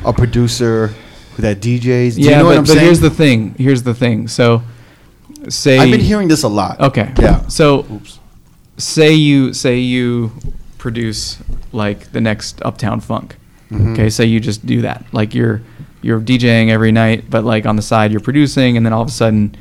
a producer that DJs. Do
yeah,
you know
but,
what I'm
but
saying?
here's the thing. Here's the thing. So, say
I've been hearing this a lot.
Okay.
Yeah.
So, say you say you produce like the next Uptown Funk.
Mm-hmm.
Okay. Say you just do that. Like you're you're DJing every night, but like on the side you're producing, and then all of a sudden,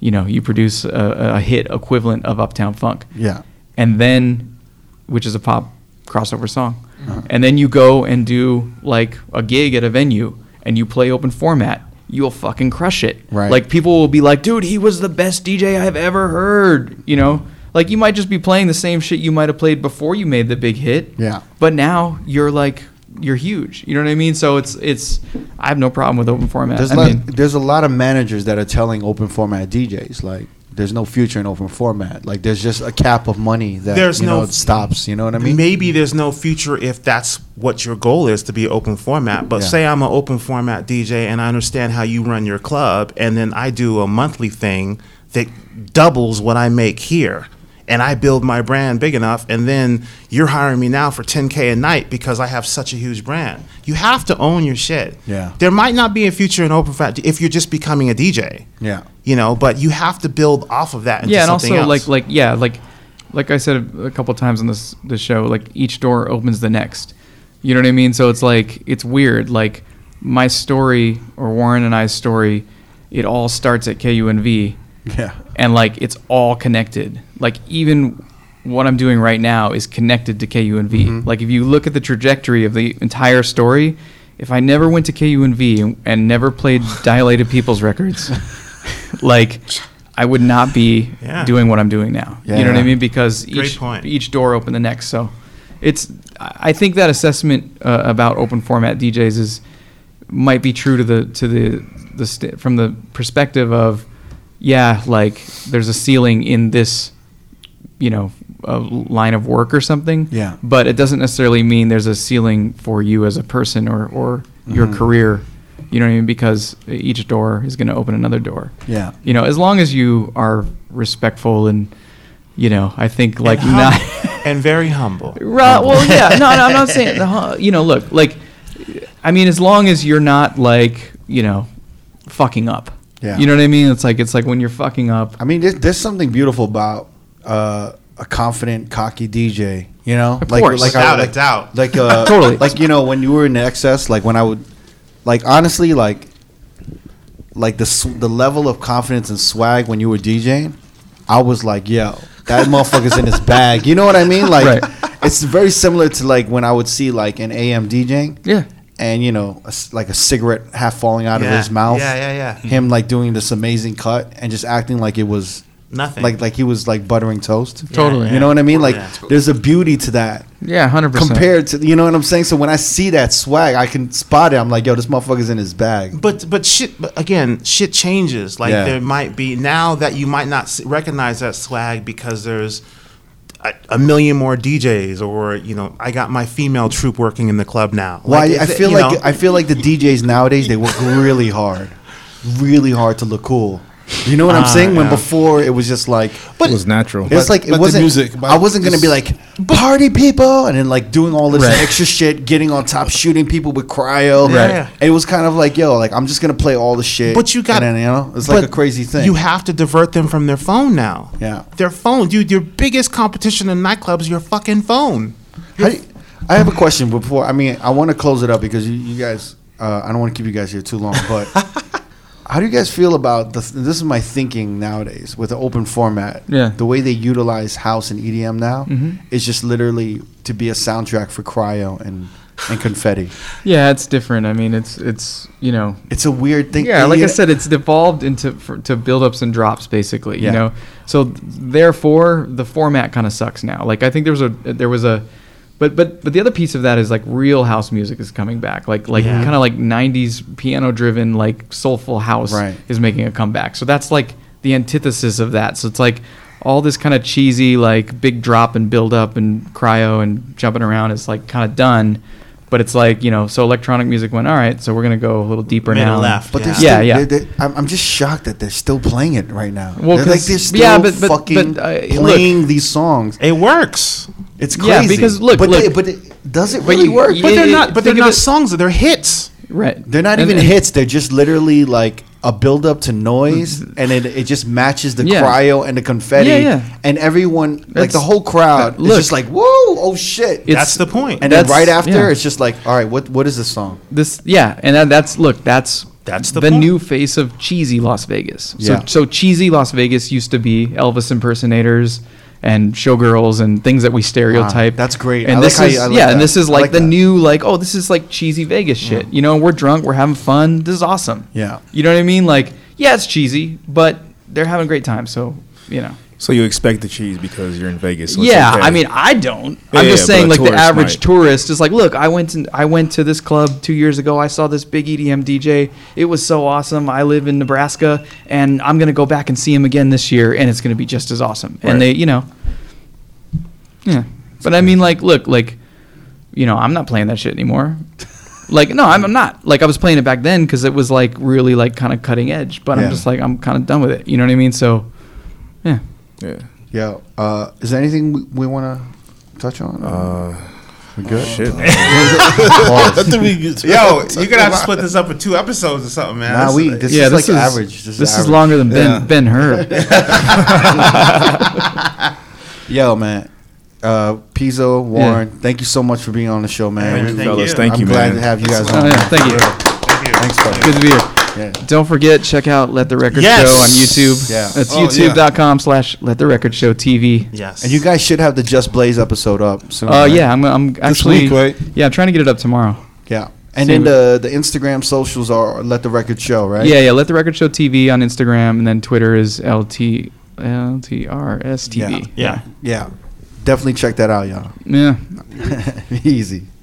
you know, you produce a, a hit equivalent of Uptown Funk.
Yeah.
And then, which is a pop crossover song,
Uh-huh.
and then you go and do like a gig at a venue, and you play open format. You'll fucking crush it.
Right.
Like people will be like, dude, he was the best DJ I've ever heard. You know, like you might just be playing the same shit you might have played before you made the big hit.
Yeah.
But now you're like, you're huge. You know what I mean? So it's it's. I have no problem with open format.
There's,
I
lot,
mean,
there's a lot of managers that are telling open format DJs like there's no future in open format. Like there's just a cap of money that
There's
you
no
know it
f-
stops. You know what I mean?
Maybe there's no future if that's what your goal is to be open format. But
Yeah.
say I'm an open format DJ and I understand how you run your club, and then I do a monthly thing that doubles what I make here. And I build my brand big enough, and then you're hiring me now for 10K a night because I have such a huge brand. You have to own your shit.
Yeah.
There might not be a future in open format if you're just becoming a DJ.
Yeah.
You know, but you have to build off of that. Into
yeah, and
something
also
else.
like like yeah, like like I said a, a couple times on this this show, like each door opens the next. You know what I mean? So it's like it's weird. Like my story or Warren and I's story, it all starts at KUNV.
Yeah.
And like it's all connected. Like even what I'm doing right now is connected to KUNV.
Mm-hmm.
Like if you look at the trajectory of the entire story, if I never went to KUNV and, and never played Dilated People's Records, like I would not be
Yeah.
doing what I'm doing now. you know what I
Yeah.
mean? Because each
point.
each door opened the next. So it's I I think that assessment uh, about open format DJs is might be true to the to the the st- from the perspective of yeah, like there's a ceiling in this you know uh, line of work or something.
Yeah.
But it doesn't necessarily mean there's a ceiling for you as a person or or your career. You know what I mean? Because each door is going to open another door
Yeah.
you know, as long as you are respectful and, you know, I think like
hum-
not.
and very humble.
right. Well, yeah. No, no, I'm not saying. uh, You know, look, like, I mean, as long as you're not like, you know, fucking up.
Yeah.
You know what I mean? It's like it's like when you're fucking up.
I mean, there's, there's something beautiful about uh, a confident, cocky DJ. You know,
Of
like
course.
like
Without
I,
a
like,
doubt.
like uh,
Totally.
like you know when you were in excess, like when I would, like honestly, like like the sw- the level of confidence and swag when you were DJing, I was like, yo, that motherfucker's in his bag. You know what I mean? Like,
Right.
it's very similar to like when I would see like an AM DJing.
Yeah.
And you know, a s like a cigarette half falling out
Yeah.
of his mouth.
Yeah, yeah, yeah.
Him like doing this amazing cut and just acting like it was
Nothing.
like like he was like buttering toast.
Totally.
You know what I mean? Like
Yeah.
there's a beauty to that
Yeah, hundred percent.
compared to you know what I'm saying. So when I see that swag, I can spot it. I'm like, yo, this motherfucker's in his bag.
But but shit. But again, shit changes. Like
Yeah.
there might be now that you might not s- recognize that swag because there's a, a million more DJs, or you know, I got my female troupe working in the club now.
Why?
is
I
it-
feel
you
like
know,
I feel like the DJs nowadays they work really hard, really hard to look cool. You know what I'm saying? When
Ah, yeah.
before it was just like,
it was natural.
it's like
but
it
the
wasn't.
music, but
I wasn't gonna be like party people and then like doing all this
Right.
extra shit, getting on top, shooting people with cryo.
Right. Yeah.
It was kind of like yo, like I'm just gonna play all the shit.
But you got.
and then, you know, it's
but
like a crazy thing.
You have to divert them from their phone now.
Yeah.
Their phone, dude. Your biggest competition in nightclubs is your fucking phone.
How do you- I have a question before. I mean, I want to close it up because you, you guys. Uh, I don't want to keep you guys here too long, but how do you guys feel about the, this? Is my thinking nowadays with the open format.
Yeah. Mm-hmm.
The way they utilize house and EDM now is just literally to be a soundtrack for cryo and and confetti.
Yeah, it's different. I mean, it's it's you know
It's a weird thing.
Yeah, like I said, it's devolved into for, to build-ups and drops, basically.
Yeah.
You know, so th- therefore the format kind of sucks now. Like I think there was a there was a, but but but the other piece of that is like real house music is coming back. Like like
Yeah.
kind of like '90s piano-driven like soulful house
Right.
is making a comeback. So that's like the antithesis of that. So it's like all this kind of cheesy like big drop and build up and cryo and jumping around is like kind of done. But it's like you know, so electronic music went all right. So we're gonna go a little deeper
Middle
now.
left,
But
yeah.
they're still,
Yeah, yeah.
They're, they're, I'm, I'm just shocked that they're still playing it right now.
Well,
they're like
'cause-
they're still
yeah, but- but-
fucking
but, uh,
playing these songs.
It works.
It's crazy.
Yeah, because look,
but
look-
they, but it, does it
But
really
you-
work?
you-
But
Yeah,
they're
yeah,
not. But they're
think of
not
it-
songs. They're hits.
Right.
They're not
And-
even
and-
hits. They're just literally like a buildup to noise, and it, it just matches the
Yeah.
cryo and the confetti,
Yeah, yeah.
and everyone, like
That's-
the whole crowd,
that-
is
look.
just like, "Whoa, oh shit!"
It's-
That's the point.
and then
that's-
right after,
yeah.
it's just like, "All right, what what is this song?"
This yeah, and that, that's look, that's
That's the point.
new face of cheesy Las Vegas. So
Yeah.
so cheesy Las Vegas used to be Elvis impersonators and showgirls and things that we stereotype.
that's great.
And
I
this
like how
is
you- I like
yeah,
that.
and this is
I
like,
like
the
that.
new like oh this is like cheesy Vegas shit. You know, we're drunk, we're having fun. This is awesome.
Yeah.
You know what I mean? Like yeah, it's cheesy, but they're having a great time. So you know.
So you expect the cheese because you're in Vegas. so it's
Yeah,
okay.
I mean, I don't.
Yeah,
I'm just
yeah,
saying, like
but a
the
tourist
average
might.
tourist is like, look, I went to I went to this club two years ago. I saw this big E EDM DJ. It was so awesome. I live in Nebraska, and I'm gonna go back and see him again this year, and it's gonna be just as awesome.
Right.
And they, you know, yeah. But I mean, like, look, like, you know, I'm not playing that shit anymore. Like, no, I'm, I'm not. Like, I was playing it back then because it was like really like kind of cutting edge. But
Yeah.
I'm just like, I'm kind of done with it. You know what I mean? So, yeah.
yeah.
Yeah. Uh, is there anything we, we want to touch on?
Uh,
we good.
shit. man.
That's the way you-
Yo, you're gonna have to split this up in two episodes or something, man.
Nah,
This
we.
is-
This
yeah,
is
this
like
is-
average. This,
This is
average.
longer than Ben
Yeah.
Ben Hur. Oh,
Yo, man. Uh, Pizzo, Warren, thank you so much for being on the show, man.
Thank you,
fellas.
you.
Thank
I'm
you,
glad
man.
to have you guys
Oh,
on.
yeah, thank you.
Thank you.
Thanks, buddy.
Good to be here.
Yeah.
Don't forget, check out Let the Record
Yes.
Show on YouTube.
Yeah.
That's
Oh, yeah.
youtube.com slash Let the Record Show TV.
Yes.
And you guys should have the Just Blaze episode up soon.
Uh,
right?
yeah, I'm, I'm actually.
week, right?
Yeah, I'm trying to get it up tomorrow.
Yeah. And
Same
then the the Instagram socials are Let the Record Show, right?
Yeah, yeah, Let the Record Show TV on Instagram, and then Twitter is LT, LTRS TV.
Yeah. Yeah. Definitely check that out, y'all.
yeah.
Easy.